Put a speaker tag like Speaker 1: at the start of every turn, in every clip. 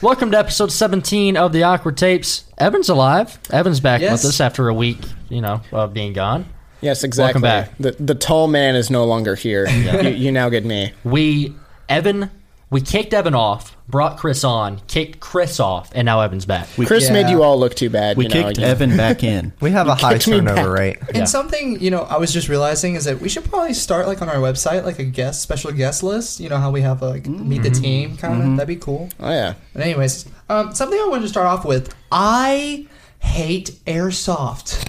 Speaker 1: Welcome to episode 17 of the Awkward Tapes. Evan's alive. Evan's back
Speaker 2: Yes.
Speaker 1: with us after a week, you know, of being gone.
Speaker 3: Yes, exactly.
Speaker 1: back.
Speaker 3: The the tall man is no longer here. you, you now get me.
Speaker 1: We, Evan, we kicked Evan off, brought Chris on, kicked Chris off, and now Evan's back.
Speaker 2: We-
Speaker 3: Chris
Speaker 2: yeah.
Speaker 3: made you all look too bad.
Speaker 2: We
Speaker 3: you know,
Speaker 2: kicked
Speaker 3: you-
Speaker 2: Evan back in.
Speaker 4: We have a high
Speaker 3: kicked me back.
Speaker 4: turnover rate.
Speaker 1: Yeah.
Speaker 5: And something, you know, I was just realizing is that we should probably start like on our website, like a guest special guest list. You know how we have like
Speaker 1: Mm.
Speaker 5: meet the team kind
Speaker 1: Mm-hmm.
Speaker 5: of. That'd be cool.
Speaker 3: Oh yeah.
Speaker 5: But anyways, um, something I wanted to start off with. I hate airsoft.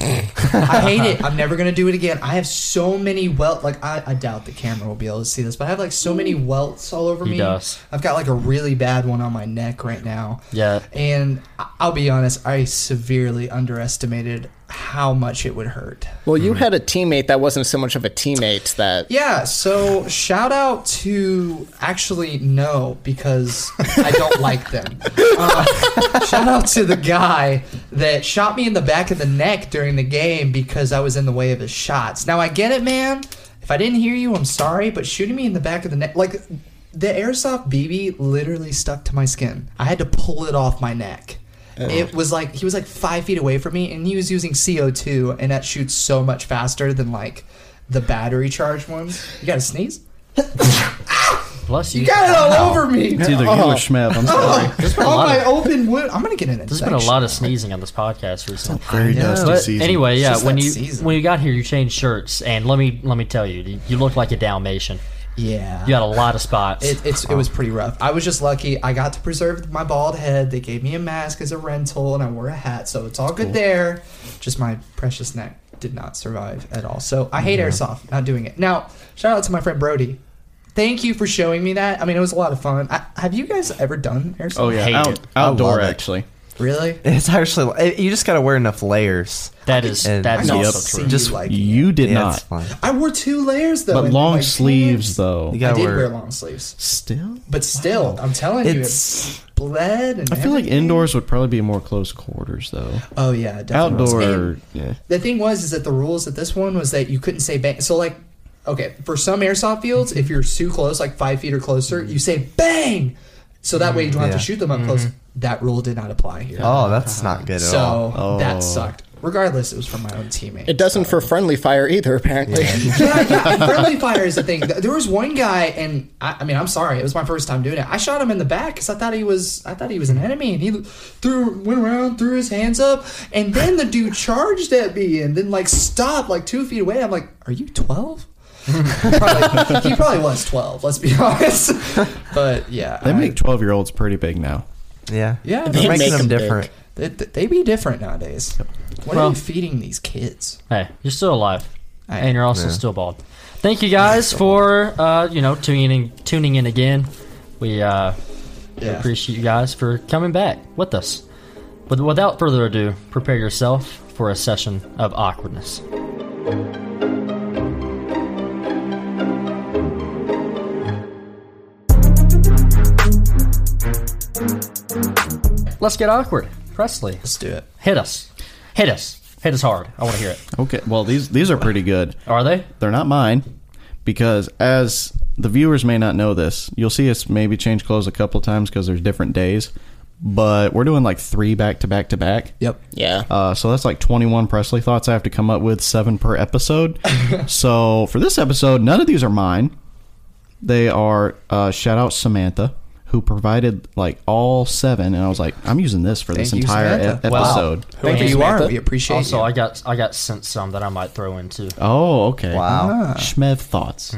Speaker 5: I hate it. I'm never gonna do it again. I have so many welts. Like I, I doubt the camera will be able to see this, but I have like so many welts all over me.
Speaker 1: Mm. does.
Speaker 5: I've got like a really bad one on my neck right now.
Speaker 1: Yeah.
Speaker 5: And I- I'll be honest, I severely underestimated how much it would hurt.
Speaker 3: Well,
Speaker 2: Mm-hmm.
Speaker 3: you had a teammate that wasn't so much of a teammate that.
Speaker 5: Yeah, so shout out to actually no because I don't like them. Uh, shout out to the guy that shot me in the back of the neck during the game because I was in the way of his shots. Now I get it, man. If I didn't hear you, I'm sorry, but shooting me in the back of the neck like the airsoft BB literally stuck to my skin. I had to pull it off my neck. It was like he was like five feet away from me, and he was using CO2, and that shoots so much faster than like the battery charged ones. You gotta sneeze?
Speaker 1: Plus, you,
Speaker 5: You got it all over me. Oh.
Speaker 2: It's either
Speaker 4: Oh.
Speaker 2: you or Schmev. I'm sorry.
Speaker 5: all
Speaker 1: lot
Speaker 5: my
Speaker 1: of-
Speaker 5: open wound. I'm gonna get an
Speaker 1: There's
Speaker 5: infection.
Speaker 1: been a lot of sneezing on this podcast recently.
Speaker 2: Very dusty
Speaker 1: But
Speaker 2: season.
Speaker 1: anyway, yeah,
Speaker 5: just
Speaker 1: when
Speaker 5: that
Speaker 1: you
Speaker 5: season.
Speaker 1: when you got here, you changed shirts, and let me let me tell you, you- you look like a Dalmatian.
Speaker 5: Yeah.
Speaker 1: You got a lot of spots.
Speaker 5: It, it's, it was pretty rough. I was just lucky. I got to preserve my bald head. They gave me a mask as a rental, and I wore a hat, so it's all good there. Just my precious neck did not survive at all. So I hate airsoft. Not doing it now. Shout out to my friend Brody. Thank you for showing me that. I mean, it was a lot of fun. I, have you guys ever done airsoft?
Speaker 2: Oh yeah,
Speaker 1: Hate
Speaker 2: out,
Speaker 1: it.
Speaker 2: outdoor
Speaker 4: I love it.
Speaker 2: actually.
Speaker 5: really?
Speaker 4: It's actually it- you just gotta wear enough layers.
Speaker 1: that is
Speaker 4: and-
Speaker 1: that's
Speaker 5: I
Speaker 2: Yep.
Speaker 1: also true.
Speaker 5: see
Speaker 4: Just
Speaker 5: you like it.
Speaker 2: You did
Speaker 4: Yeah, it's
Speaker 2: not,
Speaker 4: fine.
Speaker 5: I wore two layers though,
Speaker 2: but
Speaker 5: and
Speaker 2: long
Speaker 5: my
Speaker 2: sleeves
Speaker 5: pants-
Speaker 2: though.
Speaker 5: I
Speaker 4: You gotta
Speaker 5: did
Speaker 4: wear,
Speaker 5: wear long sleeves.
Speaker 2: Still,
Speaker 5: But still, I'm telling you, it's
Speaker 4: It's
Speaker 5: bled. And
Speaker 2: I feel like
Speaker 5: everything.
Speaker 2: indoors would probably be more close quarters though.
Speaker 5: Oh yeah, definitely.
Speaker 2: Outdoor,
Speaker 5: And
Speaker 2: yeah.
Speaker 5: the thing was, is that the rules at this one was that you couldn't say bang. So like, okay, for some airsoft fields, if you're too close, like five feet or closer, you say bang. So that way you don't have
Speaker 4: Yeah. Mm-hmm.
Speaker 5: to shoot them up close. That rule did not apply here.
Speaker 4: oh, that's not good at all.
Speaker 5: so
Speaker 2: Oh.
Speaker 5: that sucked. Regardless, it was from my own teammate.
Speaker 3: It doesn't for friendly fire either, apparently.
Speaker 5: yeah, yeah, and friendly fire is the thing. There was one guy, and I, I mean, I'm sorry, it was my first time doing it. I shot him in the back because I thought he was, I thought he was an enemy, and he threw, went around, threw his hands up, and then the dude charged at me, and then like stopped like two feet away. I'm like, are you 12? probably, he probably was 12. Let's be honest. But yeah,
Speaker 2: They
Speaker 5: I-
Speaker 2: make twelve-year-olds pretty big now.
Speaker 4: Yeah,
Speaker 5: Yeah,
Speaker 4: They're
Speaker 5: they
Speaker 4: making
Speaker 3: make
Speaker 4: them
Speaker 3: 'em big.
Speaker 4: different.
Speaker 5: they, they be different nowadays. What are you feeding these kids?
Speaker 1: Hey, you're still alive,
Speaker 5: I
Speaker 1: and you're also still bald. Thank you guys for uh, you know tuning in, tuning in again. We uh,
Speaker 5: Yeah.
Speaker 1: appreciate you guys for coming back with us. But without further ado, prepare yourself for a session of awkwardness. Let's get awkward. Presley,
Speaker 5: Let's do it.
Speaker 1: hit us. Hit us. Hit us hard. I want to hear it.
Speaker 2: Okay, well these these are pretty good.
Speaker 1: Are they?
Speaker 2: They're not mine because as the viewers may not know this, you'll see us maybe change clothes a couple times because there's different days. But we're doing like three back to back to back.
Speaker 5: Yep.
Speaker 3: yeah.
Speaker 2: Uh, so that's like 21 Presley thoughts I have to come up with, seven per episode. so for this episode, none of these are mine. They are, uh, shout out Samantha, who provided like all seven. And I was like, I'm using this for this
Speaker 5: Thank you,
Speaker 2: entire e-
Speaker 5: Samantha. Wow.
Speaker 2: episode.
Speaker 5: Thank you,
Speaker 1: And
Speaker 5: you
Speaker 3: Samantha.
Speaker 5: are. We appreciate
Speaker 1: Also,
Speaker 5: you.
Speaker 1: I got I got sent some that I might throw in too.
Speaker 2: Oh, okay.
Speaker 4: Wow.
Speaker 2: Shmev thoughts.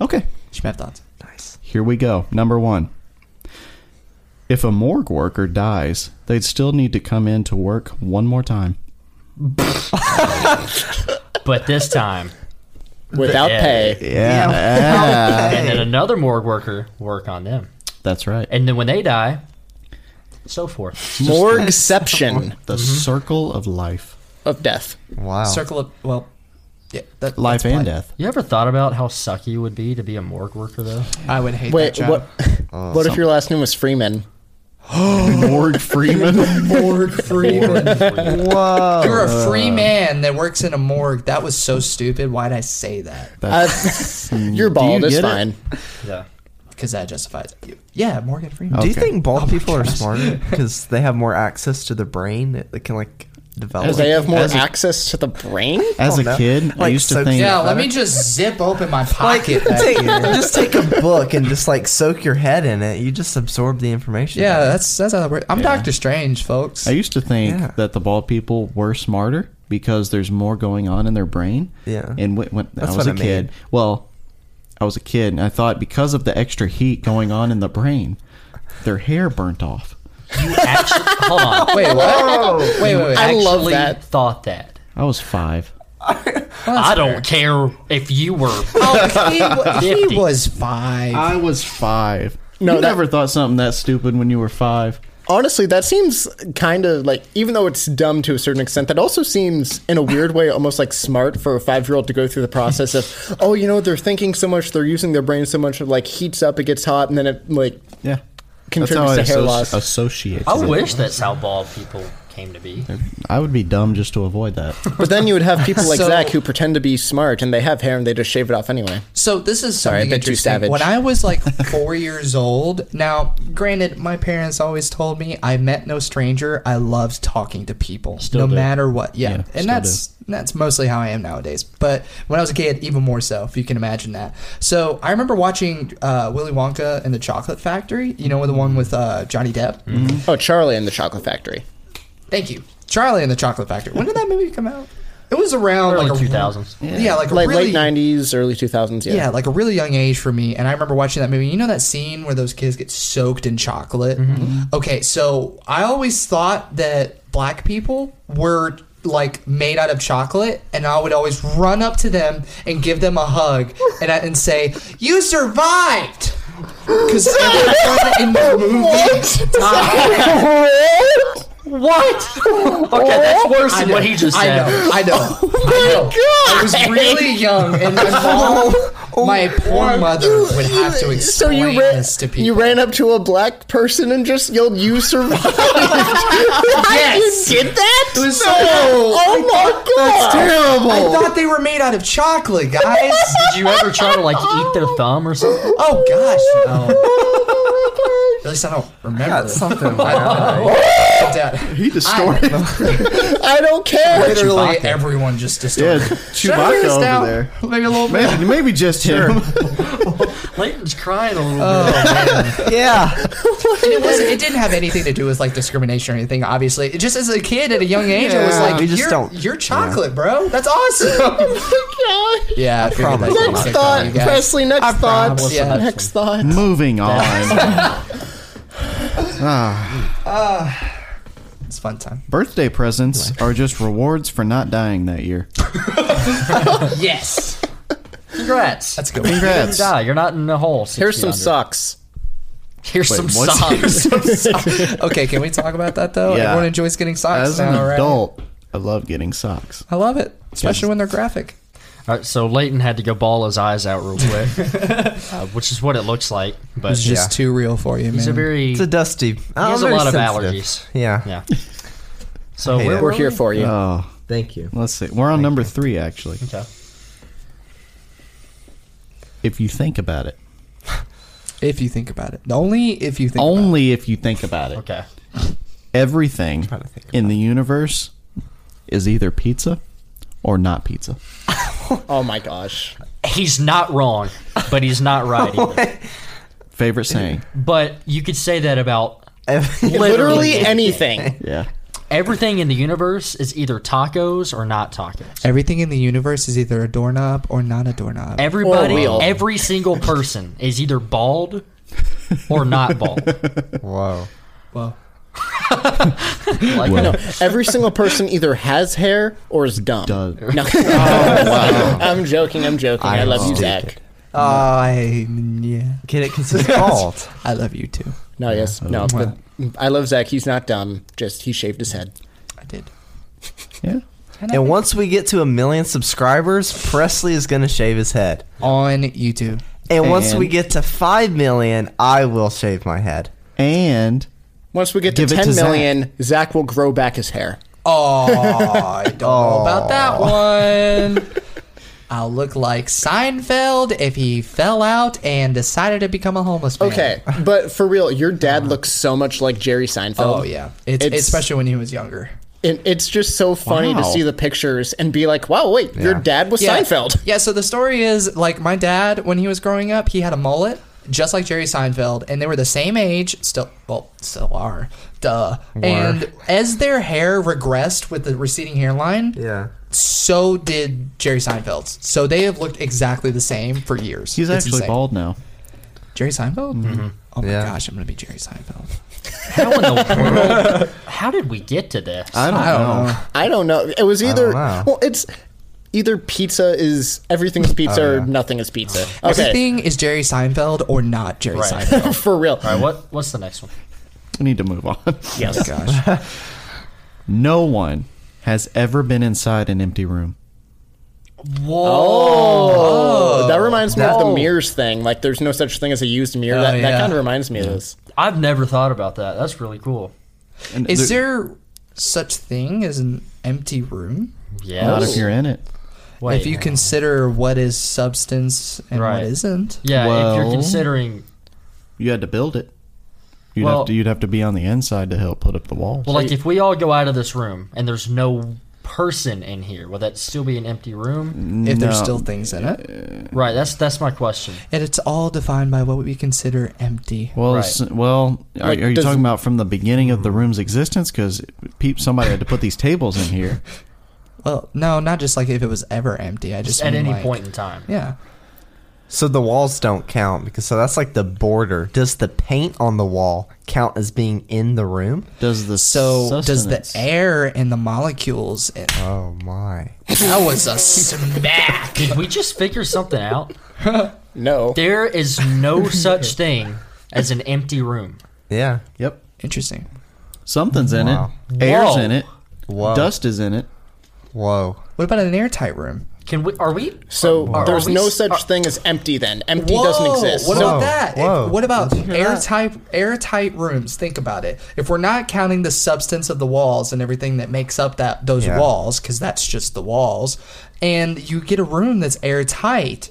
Speaker 2: Okay.
Speaker 5: Shmev thoughts.
Speaker 4: Nice.
Speaker 2: Here we go. Number one. If a morgue worker dies, they'd still need to come in to work one more time.
Speaker 1: But this time,
Speaker 3: Without
Speaker 1: Yeah.
Speaker 3: pay.
Speaker 2: Yeah.
Speaker 1: and then another morgue worker work on them.
Speaker 2: That's right.
Speaker 1: And then when they die, so forth.
Speaker 3: Morgception
Speaker 2: The circle of life,
Speaker 3: of death.
Speaker 4: Wow.
Speaker 5: Circle of well, yeah, that,
Speaker 2: Oh. life
Speaker 5: that's
Speaker 2: and
Speaker 5: fine.
Speaker 2: death.
Speaker 1: You ever thought about how sucky it would be to be a morgue worker though?
Speaker 5: I would hate that
Speaker 3: Wait,
Speaker 5: job.
Speaker 3: what?
Speaker 2: Uh,
Speaker 3: what if your last name was Freeman?
Speaker 2: Morg Freeman.
Speaker 5: Morgue Freeman.
Speaker 4: Whoa.
Speaker 5: You're a free man that works in a morgue. That was so stupid. Why'd I say that?
Speaker 3: Uh, you're bald.
Speaker 2: you
Speaker 3: it's
Speaker 2: get it?
Speaker 3: fine.
Speaker 1: Yeah.
Speaker 5: Because that justifies it. Yeah, Morgan Freeman.
Speaker 4: Do you
Speaker 2: Okay.
Speaker 4: think
Speaker 5: Oh
Speaker 4: bald people are smarter because they have more access to the brain? It, it can like develop.
Speaker 3: Because they have more
Speaker 2: As a-
Speaker 3: access to the brain.
Speaker 2: As a
Speaker 4: Oh, no.
Speaker 2: kid, I
Speaker 4: Like,
Speaker 2: used to
Speaker 4: so-
Speaker 2: think
Speaker 5: Yeah, let me just zip open my
Speaker 4: like
Speaker 5: pocket. back
Speaker 4: take,
Speaker 5: here.
Speaker 4: just take a book and just like soak your head in it. You just absorb the information.
Speaker 5: Yeah, that's that's how it works. I'm Doctor Strange, folks.
Speaker 2: I used to think
Speaker 4: Yeah.
Speaker 2: that the bald people were smarter because there's more going on in their brain.
Speaker 4: Yeah.
Speaker 2: And when, when I was
Speaker 4: That's what
Speaker 2: a
Speaker 4: I mean.
Speaker 2: kid, well, I was a kid, and I thought because of the extra heat going on in the brain, their hair burnt off.
Speaker 1: Actually, hold on.
Speaker 5: Wait, what? Wait, wait, wait.
Speaker 3: I love
Speaker 1: Actually
Speaker 3: that.
Speaker 1: Thought that.
Speaker 2: I was five.
Speaker 1: I don't care if you were.
Speaker 5: Oh, he, wa- he
Speaker 1: Fifty.
Speaker 5: was five.
Speaker 2: I was five.
Speaker 3: No,
Speaker 2: you
Speaker 3: that-
Speaker 2: never thought something that stupid when you were five.
Speaker 3: Honestly, that seems kind of like, even though it's dumb to a certain extent, that also seems in a weird way almost like smart for a five year old to go through the process of, oh, you know, they're thinking so much, they're using their brain so much, it like heats up, it gets hot, and then it like
Speaker 2: Yeah.
Speaker 3: contributes to
Speaker 2: That's how
Speaker 3: hair
Speaker 2: I asso-
Speaker 3: loss.
Speaker 2: associate.
Speaker 1: I
Speaker 2: it.
Speaker 1: wish that's how bald people came to be.
Speaker 2: I would be dumb just to avoid that.
Speaker 3: But then you would have people like
Speaker 5: So-
Speaker 3: Zach who pretend to be smart and they have hair and they just shave it off anyway.
Speaker 5: So this is
Speaker 3: Sorry,
Speaker 5: something
Speaker 3: I've been too
Speaker 5: interesting.
Speaker 3: savage.
Speaker 5: When I was like four years old, now granted, my parents always told me I met no stranger. I loved talking to people, no
Speaker 1: do.
Speaker 5: matter what. Yeah,
Speaker 2: Yeah, still
Speaker 5: and that's that's mostly how I am nowadays. But when I was a kid, even more so. If you can imagine that. So I remember watching uh, Willy Wonka and the Chocolate Factory. You know, the one with uh, Johnny Depp.
Speaker 3: Oh, Charlie and the Chocolate Factory.
Speaker 5: Thank you, Charlie and the Chocolate Factory. When did that movie come out? It was around
Speaker 1: Early
Speaker 5: like a-
Speaker 1: 2000s.
Speaker 5: Yeah, like a
Speaker 3: Like
Speaker 5: really,
Speaker 3: late 90s, early 2000s, yeah.
Speaker 5: yeah, like a really young age for me. And I remember watching that movie. You know that scene where those kids get soaked in chocolate?
Speaker 3: Mm-hmm.
Speaker 5: Okay, so I always thought that black people were like made out of chocolate and I would always run up to them and give them a hug and I, and say, "You survived." Cuz in the movie
Speaker 1: Okay, that's worse than what he just
Speaker 5: I
Speaker 1: said.
Speaker 5: know, I know.
Speaker 3: Oh
Speaker 5: I know. I was really young, and my mom, my poor mother, would have to
Speaker 3: Oh So
Speaker 5: explain
Speaker 3: you ran,
Speaker 5: this to people.
Speaker 3: you ran up to a black person and just yelled, "You survived!" yes, you did that.
Speaker 5: It was so-
Speaker 3: oh my god,
Speaker 5: I
Speaker 4: Oh.
Speaker 5: thought they were made out of chocolate, guys.
Speaker 1: Did you ever try to like eat their thumb or something?
Speaker 5: oh gosh, no. At least I don't remember.
Speaker 4: Got
Speaker 5: this.
Speaker 4: something. like that.
Speaker 5: Dad,
Speaker 2: He distorted.
Speaker 3: I don't care.
Speaker 5: Literally, everyone just distorted.
Speaker 2: Yeah, Chewbacca over there.
Speaker 5: Maybe a little bit.
Speaker 2: Maybe, maybe just him.
Speaker 1: Layton's crying a little
Speaker 5: Oh.
Speaker 4: yeah.
Speaker 5: And it was. It didn't have anything to do with like discrimination or anything. Obviously, it just as a kid at a young age, I was
Speaker 4: Yeah.
Speaker 5: like,
Speaker 4: We just
Speaker 5: "You're,
Speaker 4: don't-
Speaker 5: you're chocolate, bro. That's awesome."
Speaker 3: Oh my god.
Speaker 5: yeah, I figured
Speaker 4: Probably.
Speaker 5: that would
Speaker 3: Next
Speaker 5: stick on
Speaker 3: thought,
Speaker 5: you guys.
Speaker 3: Presley. Next thought.
Speaker 1: promise
Speaker 5: the next
Speaker 3: Next thought.
Speaker 2: Moving on.
Speaker 5: It's a fun time.
Speaker 2: Birthday presents are just rewards for not dying that year.
Speaker 5: Yes.
Speaker 1: bit. Congrats.
Speaker 5: That's a good. one.
Speaker 2: Congrats.
Speaker 1: Die. You're not in the hole.
Speaker 3: Here's
Speaker 1: 600.
Speaker 3: some socks.
Speaker 1: Here's some
Speaker 2: what's-
Speaker 1: socks.
Speaker 5: Okay, can we talk about that though?
Speaker 2: Yeah.
Speaker 5: Everyone enjoys getting socks
Speaker 2: As an
Speaker 5: now, right?
Speaker 2: adult, I love getting socks.
Speaker 5: I love it, especially when they're graphic.
Speaker 1: All right, so Leighton had to go ball his eyes out real quick, uh, which is what it looks like. But
Speaker 5: It's just too real for you, man.
Speaker 1: he's a very
Speaker 4: It's a dusty.
Speaker 1: he
Speaker 4: I'm
Speaker 1: has a
Speaker 4: very
Speaker 1: lot of
Speaker 4: sensitive.
Speaker 1: allergies.
Speaker 4: Yeah.
Speaker 1: Yeah. So
Speaker 4: hate
Speaker 1: where
Speaker 4: it.
Speaker 1: were
Speaker 3: We're here for you.
Speaker 2: Oh,
Speaker 4: Thank you.
Speaker 2: let's see. We're on number three, actually.
Speaker 1: we? Okay.
Speaker 2: If you think about it,
Speaker 5: if you think about it, only if you think. about
Speaker 2: only if you think about it,
Speaker 1: Okay.
Speaker 2: everything
Speaker 4: to think
Speaker 2: in the universe is either pizza or not pizza.
Speaker 3: Oh my gosh.
Speaker 1: He's not wrong, but he's not right either.
Speaker 2: Favorite saying.
Speaker 1: But you could say that about
Speaker 3: Literally anything.
Speaker 2: Yeah.
Speaker 1: Everything in the universe is either tacos or not tacos.
Speaker 5: it. Everything in the universe is either a doorknob or not a doorknob.
Speaker 3: Or
Speaker 1: Everybody,
Speaker 3: real.
Speaker 1: every single person is either bald or not bald.
Speaker 4: Whoa.
Speaker 5: well,
Speaker 1: Like,
Speaker 2: Well.
Speaker 1: no,
Speaker 3: Every single person either has hair or is dumb.
Speaker 2: Does.
Speaker 3: No.
Speaker 5: Oh,
Speaker 3: I'm joking. I'm joking. I,
Speaker 4: I
Speaker 3: love you,
Speaker 4: am
Speaker 3: Zach.
Speaker 4: stupid.
Speaker 5: Ah, I yeah,
Speaker 4: Get it because it's bald.
Speaker 5: I love you too.
Speaker 3: No, yes, no. But I love Zach. He's not dumb. Just he shaved his head.
Speaker 5: I did.
Speaker 2: Yeah.
Speaker 4: And once we get to a million subscribers, Presley is going to shave his head.
Speaker 5: On YouTube.
Speaker 4: And, once
Speaker 2: And-
Speaker 4: we get to 5 million, I will shave my head.
Speaker 2: And
Speaker 3: Once we get to
Speaker 2: Give it
Speaker 3: ten
Speaker 2: to Zach.
Speaker 3: million, Zach. will grow back his hair.
Speaker 5: Oh, I don't know about that one. I'll look like Seinfeld if he fell out and decided to become a homeless man.
Speaker 3: Okay, but for real, your dad looks so much like Jerry Seinfeld.
Speaker 5: Oh yeah, it's,
Speaker 3: It's-
Speaker 5: especially when he was younger.
Speaker 3: And it's just so funny to
Speaker 2: Wow.
Speaker 3: see the pictures and be like, "Wow, wait, your dad was
Speaker 5: yeah.
Speaker 3: Seinfeld."
Speaker 5: Yeah, so the story is like my dad when he was growing up, he had a mullet just like Jerry Seinfeld, and they were the same age, still well, still are. Duh. And as their hair regressed with the receding hairline,
Speaker 4: Yeah.
Speaker 5: so did Jerry Seinfeld's. So they have looked exactly the same for years.
Speaker 2: he's
Speaker 5: It's
Speaker 2: actually
Speaker 5: insane.
Speaker 2: bald now.
Speaker 5: Jerry Seinfeld? Oh my
Speaker 4: Yeah.
Speaker 5: gosh, I'm gonna be Jerry Seinfeld.
Speaker 1: How in the world? How did we get to this?
Speaker 2: I don't, know.
Speaker 3: I don't know. It was either
Speaker 4: know.
Speaker 3: well, it's either pizza is everything's pizza or nothing is pizza. Okay,
Speaker 5: Everything is Jerry Seinfeld or not Jerry
Speaker 1: Right.
Speaker 5: Seinfeld.
Speaker 3: for real.
Speaker 1: All right, what what's the next one?
Speaker 2: We need to move on.
Speaker 5: Yes. Oh gosh.
Speaker 2: No one has ever been inside an empty room.
Speaker 3: Oh, that reminds me of
Speaker 4: No.
Speaker 3: the mirrors thing. Like, there's no such thing as a used mirror.
Speaker 5: Oh,
Speaker 3: that
Speaker 5: yeah.
Speaker 3: that kind of reminds me of this.
Speaker 1: I've never thought about that. That's really cool.
Speaker 2: And
Speaker 5: Is
Speaker 2: there-
Speaker 5: there such thing as an empty room?
Speaker 1: Yeah.
Speaker 2: not if you're in it?
Speaker 1: Wait,
Speaker 5: if you
Speaker 1: hang on.
Speaker 5: consider what is substance and
Speaker 1: Right.
Speaker 5: what isn't.
Speaker 1: Yeah, if you're
Speaker 2: Well-
Speaker 1: considering
Speaker 2: You had to build it. You'd
Speaker 1: Well-
Speaker 2: have to. You'd have to be on the inside to help put up the walls.
Speaker 1: well, like if we all go out of this room and there's no person in here, will that still be an empty room?
Speaker 5: If there's
Speaker 2: No.
Speaker 5: still things in it.
Speaker 1: Right. That's that's my question.
Speaker 5: And it's all defined by what we consider empty.
Speaker 2: Well,
Speaker 1: Right.
Speaker 2: s- well, are,
Speaker 3: Like,
Speaker 2: are you
Speaker 3: does-
Speaker 2: talking about from the beginning of the room's existence? Because peep, somebody had to put these tables in here.
Speaker 5: Well, no, not just like if it was ever empty. I just
Speaker 1: At
Speaker 5: mean,
Speaker 1: any
Speaker 5: like-
Speaker 1: point in time.
Speaker 5: Yeah.
Speaker 4: So the walls don't count because so that's like the border. Does the paint on the wall count as being in the room?
Speaker 2: Does the
Speaker 5: So does
Speaker 2: sustenance-
Speaker 5: the air and the molecules? In-
Speaker 4: Oh my.
Speaker 5: that was a smack.
Speaker 1: Did we just figure something out?
Speaker 3: No,
Speaker 1: There is no such thing as an empty room.
Speaker 4: Yeah.
Speaker 2: Yep,
Speaker 5: Interesting.
Speaker 2: something's in
Speaker 4: Wow.
Speaker 2: it. Air's
Speaker 1: Whoa.
Speaker 2: in it.
Speaker 4: Whoa.
Speaker 2: Dust is in it.
Speaker 4: Whoa.
Speaker 5: What about an airtight room?
Speaker 1: Can we? Are we?
Speaker 3: so
Speaker 1: are
Speaker 3: there's
Speaker 1: we-
Speaker 3: no
Speaker 1: are-
Speaker 3: such thing as empty. Then empty doesn't exist.
Speaker 5: What
Speaker 3: So-
Speaker 5: about
Speaker 4: Whoa,
Speaker 5: that?
Speaker 4: whoa.
Speaker 5: If- what about
Speaker 4: Did you hear that?
Speaker 5: airtight airtight rooms? Think about it. If we're not counting the substance of the walls and everything that makes up that those
Speaker 4: Yeah.
Speaker 5: walls, because that's just the walls, and you get a room that's airtight,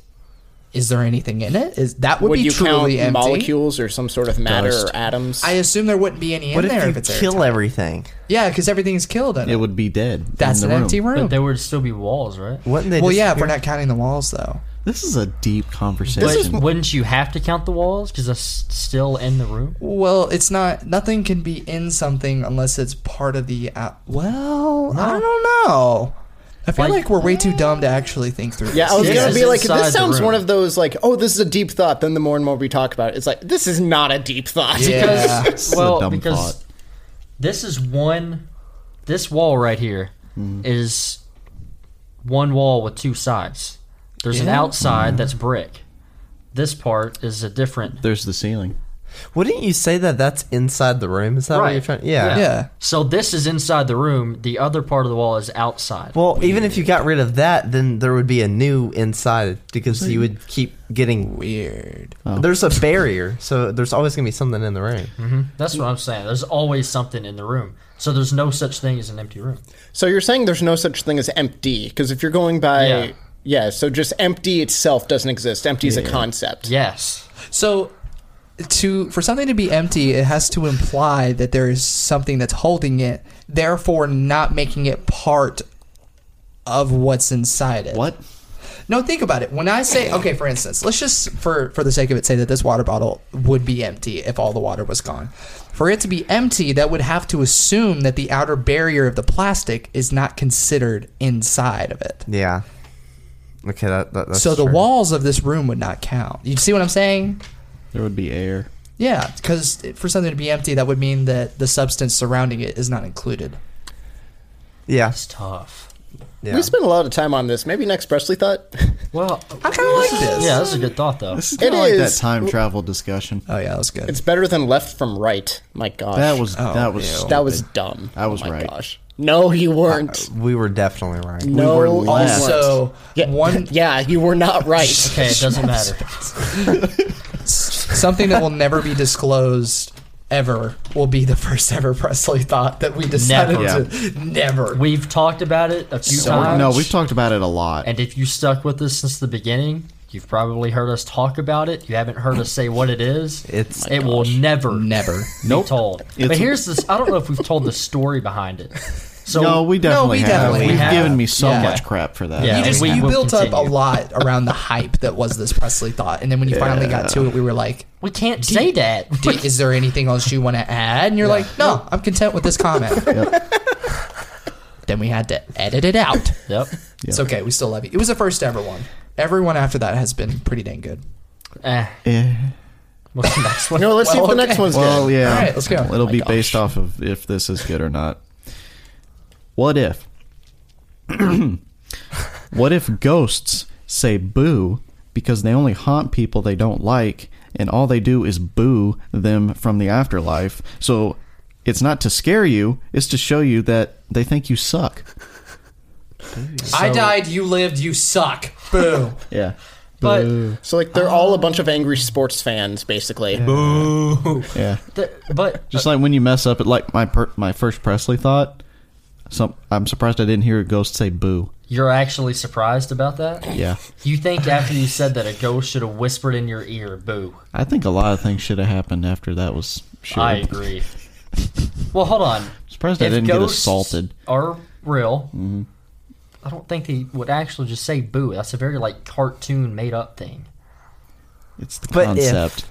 Speaker 5: is there anything in it? Is that would,
Speaker 3: would
Speaker 5: be
Speaker 3: you count
Speaker 5: truly empty?
Speaker 3: molecules or some sort of matter
Speaker 4: Dust.
Speaker 3: or atoms?
Speaker 5: I assume there wouldn't be any in
Speaker 4: What
Speaker 5: there
Speaker 4: if
Speaker 5: if
Speaker 4: you
Speaker 5: it's
Speaker 4: kill
Speaker 5: airtight.
Speaker 4: everything?
Speaker 5: Yeah, because everything's killed in it.
Speaker 2: It would be dead.
Speaker 5: that's an
Speaker 2: in the
Speaker 5: empty room.
Speaker 1: But there would still be walls, right?
Speaker 4: Wouldn't they
Speaker 5: well, yeah, if
Speaker 4: disappear?
Speaker 5: we're not counting the walls though.
Speaker 2: This is a deep conversation.
Speaker 1: But wouldn't you have to count the walls because that's still in the room?
Speaker 5: Well, it's not. Nothing can be in something unless it's part of the. Out- well, I don't know. I feel like,
Speaker 1: Like-
Speaker 5: we're way too dumb to actually think through.
Speaker 3: yeah, I was
Speaker 5: this.
Speaker 1: This
Speaker 3: gonna
Speaker 1: is
Speaker 3: be like,
Speaker 1: inside the
Speaker 3: this sounds
Speaker 1: room.
Speaker 3: one of those like, oh, this is a deep thought. Then the more and more we talk about it, it's like this is not a deep thought.
Speaker 5: Yeah.
Speaker 1: Because
Speaker 2: is a
Speaker 1: well,
Speaker 2: dumb
Speaker 1: because
Speaker 2: thought.
Speaker 1: this is one. This wall right here is
Speaker 2: Mm-hmm.
Speaker 1: one wall with two sides. There's an outside that's
Speaker 2: Mm-hmm.
Speaker 1: brick. This part is a different.
Speaker 2: There's the ceiling.
Speaker 4: Wouldn't you say that that's inside the room? Is that what
Speaker 1: Right.
Speaker 4: you're trying? Yeah.
Speaker 5: yeah.
Speaker 1: So this is inside the room. The other part of the wall is outside.
Speaker 4: Well, even if you got rid of that, then there would be a new inside because you would keep getting weird.
Speaker 2: Oh.
Speaker 4: There's a barrier, so there's always gonna be something in the room.
Speaker 1: That's what I'm saying. There's always something in the room. So there's no such thing as an empty room.
Speaker 3: So you're saying there's no such thing as empty because if you're going by
Speaker 1: Yeah.
Speaker 3: yeah. so just empty itself doesn't exist. Empty is a concept.
Speaker 1: Yes.
Speaker 5: So, to for something to be empty, it has to imply that there is something that's holding it, therefore not making it part of what's inside it.
Speaker 2: What?
Speaker 5: No, think about it. When I say okay, for instance, let's just for for the sake of it say that this water bottle would be empty if all the water was gone. For it to be empty, that would have to assume that the outer barrier of the plastic is not considered inside of it.
Speaker 4: Yeah. Okay, that, that that's
Speaker 5: so the
Speaker 4: true.
Speaker 5: walls of this room would not count. You see what I'm saying?
Speaker 2: There would be air.
Speaker 5: Yeah, because for something to be empty, that would mean that the substance surrounding it is not included.
Speaker 4: Yeah.
Speaker 1: It's tough.
Speaker 4: Yeah.
Speaker 3: We spent a lot of time on this. Maybe next Presley thought.
Speaker 1: Well, uh,
Speaker 5: I kind of like this.
Speaker 1: yeah, that's a good thought though.
Speaker 2: This
Speaker 3: It
Speaker 2: is kind of like that
Speaker 3: is.
Speaker 2: time travel discussion.
Speaker 4: Oh yeah, that was good.
Speaker 3: It's better than left from right. My gosh.
Speaker 2: That was that was
Speaker 4: ew.
Speaker 3: Oh, that was dumb.
Speaker 2: I was
Speaker 3: oh my
Speaker 2: right.
Speaker 3: Gosh. No, you weren't.
Speaker 4: Uh, we were definitely right.
Speaker 3: no,
Speaker 2: were
Speaker 3: you
Speaker 2: left.
Speaker 3: weren't.
Speaker 5: Also,
Speaker 3: yeah,
Speaker 5: one
Speaker 3: yeah, you were not right.
Speaker 1: Okay, it doesn't matter.
Speaker 5: something that will never be disclosed ever will be the first ever Presley thought that we decided
Speaker 2: Never.
Speaker 5: to never.
Speaker 1: We've talked about it a few times.
Speaker 2: No, we've talked about it a lot.
Speaker 1: And if you stuck with us since the beginning, you've probably heard us talk about it. You haven't heard us say what it is.
Speaker 4: It's-
Speaker 1: it will never
Speaker 5: never.
Speaker 1: be told. but here's this. I don't know if we've told the story behind it. So
Speaker 2: no, we definitely have.
Speaker 5: definitely
Speaker 2: We've
Speaker 1: have.
Speaker 2: given me so
Speaker 5: Yeah.
Speaker 2: much crap for that.
Speaker 1: Yeah.
Speaker 5: You just
Speaker 1: we
Speaker 5: you
Speaker 1: will
Speaker 5: built up a
Speaker 1: continue.
Speaker 5: lot around the hype that was this Presley thought, and then when you finally got to it, we were like,
Speaker 1: we can't say that.
Speaker 5: "Do- "Is there anything else you want to add?" And you're like, "No, I'm content with this comment." then we had to edit it out.
Speaker 1: Yep.
Speaker 5: It's okay. We still love you. It was the first ever one. Everyone after that has been pretty dang good.
Speaker 1: Eh.
Speaker 2: Eh.
Speaker 1: What's the next one?
Speaker 3: No, let's see if the
Speaker 5: Well,
Speaker 3: next
Speaker 5: okay.
Speaker 3: one's
Speaker 2: Well,
Speaker 3: good.
Speaker 2: yeah.
Speaker 5: All right, let's go.
Speaker 2: It'll be based off of if this is good or not. What if? what if ghosts say boo because they only haunt people they don't like and all they do is boo them from the afterlife? So it's not to scare you, it's to show you that they think you suck.
Speaker 5: I died. You lived. You suck. Boo.
Speaker 2: Yeah.
Speaker 1: But
Speaker 3: So like they're all a bunch of angry sports fans, basically.
Speaker 2: Yeah.
Speaker 1: th- but
Speaker 2: Just like when you mess up at like my per- my first Presley thought, some I'm surprised I didn't hear a ghost say boo.
Speaker 1: you're actually surprised about that.
Speaker 2: Yeah.
Speaker 1: You think after you said that a ghost should have whispered in your ear, "Boo."
Speaker 2: I think a lot of things should have happened after that was sure.
Speaker 1: I agree. well, hold on.
Speaker 2: Surprised I
Speaker 1: If
Speaker 2: didn't get
Speaker 1: ghosts
Speaker 2: assaulted. Mm-hmm.
Speaker 1: Are real. I don't think they would actually just say "boo." That's a very like cartoon made up thing.
Speaker 2: It's the
Speaker 4: But if-
Speaker 2: concept.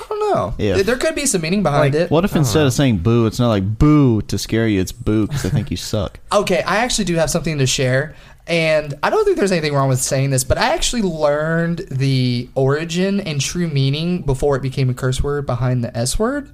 Speaker 5: I don't know.
Speaker 2: Yeah.
Speaker 5: There could be some meaning behind it.
Speaker 2: what if instead of saying boo, it's not like boo to scare you, it's boo because I think you suck.
Speaker 5: Okay, I actually do have something to share. And I don't think there's anything wrong with saying this, but I actually learned the origin and true meaning before it became a curse word behind the S word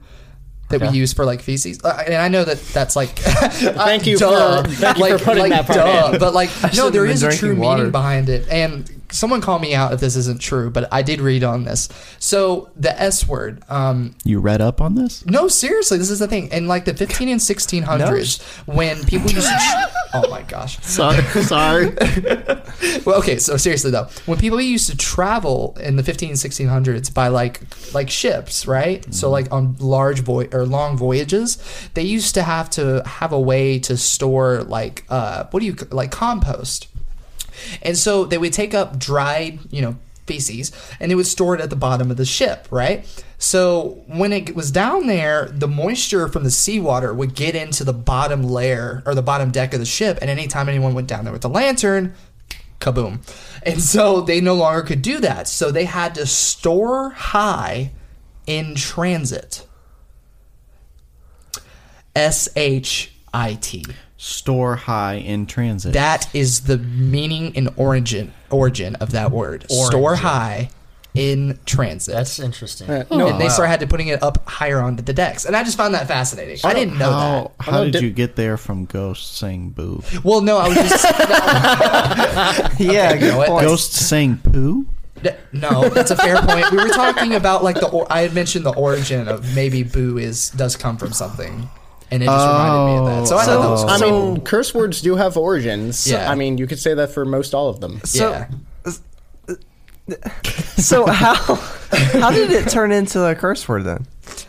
Speaker 5: that we use for like feces. Uh, and I know that that's like thank
Speaker 3: you for- thank you for putting that part in.
Speaker 5: But like no,
Speaker 4: shouldn't
Speaker 5: there
Speaker 4: have
Speaker 5: is
Speaker 4: been
Speaker 5: a true
Speaker 4: drinking water.
Speaker 5: meaning behind it. And someone call me out if this isn't true, but I did read on this. So the S word, um,
Speaker 2: You read up on this?
Speaker 5: no, seriously, this is the thing. In like the 15 and 1600s, when people used to. oh my gosh.
Speaker 2: Sorry. sorry.
Speaker 5: Well, okay, so seriously though, when people used to travel in the 15 and 1600s by like like ships, right? So like on large voy or long voyages, they used to have to have a way to store like uh what do you c- like compost. And so they would take up dried, you know, feces and they would store it at the bottom of the ship, right? So when it was down there, the moisture from the seawater would get into the bottom layer or the bottom deck of the ship. And anytime anyone went down there with a lantern, kaboom. And so they no longer could do that. So they had to store high in transit. S H I T.
Speaker 2: Store high in transit.
Speaker 5: That is the meaning and origin origin of that word. Store high in transit.
Speaker 1: That's interesting.
Speaker 5: and they started had to putting it up higher onto the decks, and I just found that fascinating. I, didn't know
Speaker 2: how
Speaker 5: that.
Speaker 2: how did you get there from ghosts saying boo?
Speaker 5: Well, no, I was just
Speaker 4: yeah,
Speaker 5: know
Speaker 4: good
Speaker 5: it.
Speaker 4: point.
Speaker 2: Ghosts saying poo?
Speaker 5: N- No, that's a fair point. We were talking about like the or- I had mentioned the origin of maybe boo is does come from something, and it just reminded me of that. So I thought that was cool.
Speaker 3: Oh. I mean, curse words do have origins.
Speaker 5: Yeah.
Speaker 3: I mean, you could say that for most all of them.
Speaker 4: So-
Speaker 5: yeah.
Speaker 4: So how how did it turn into a curse word then?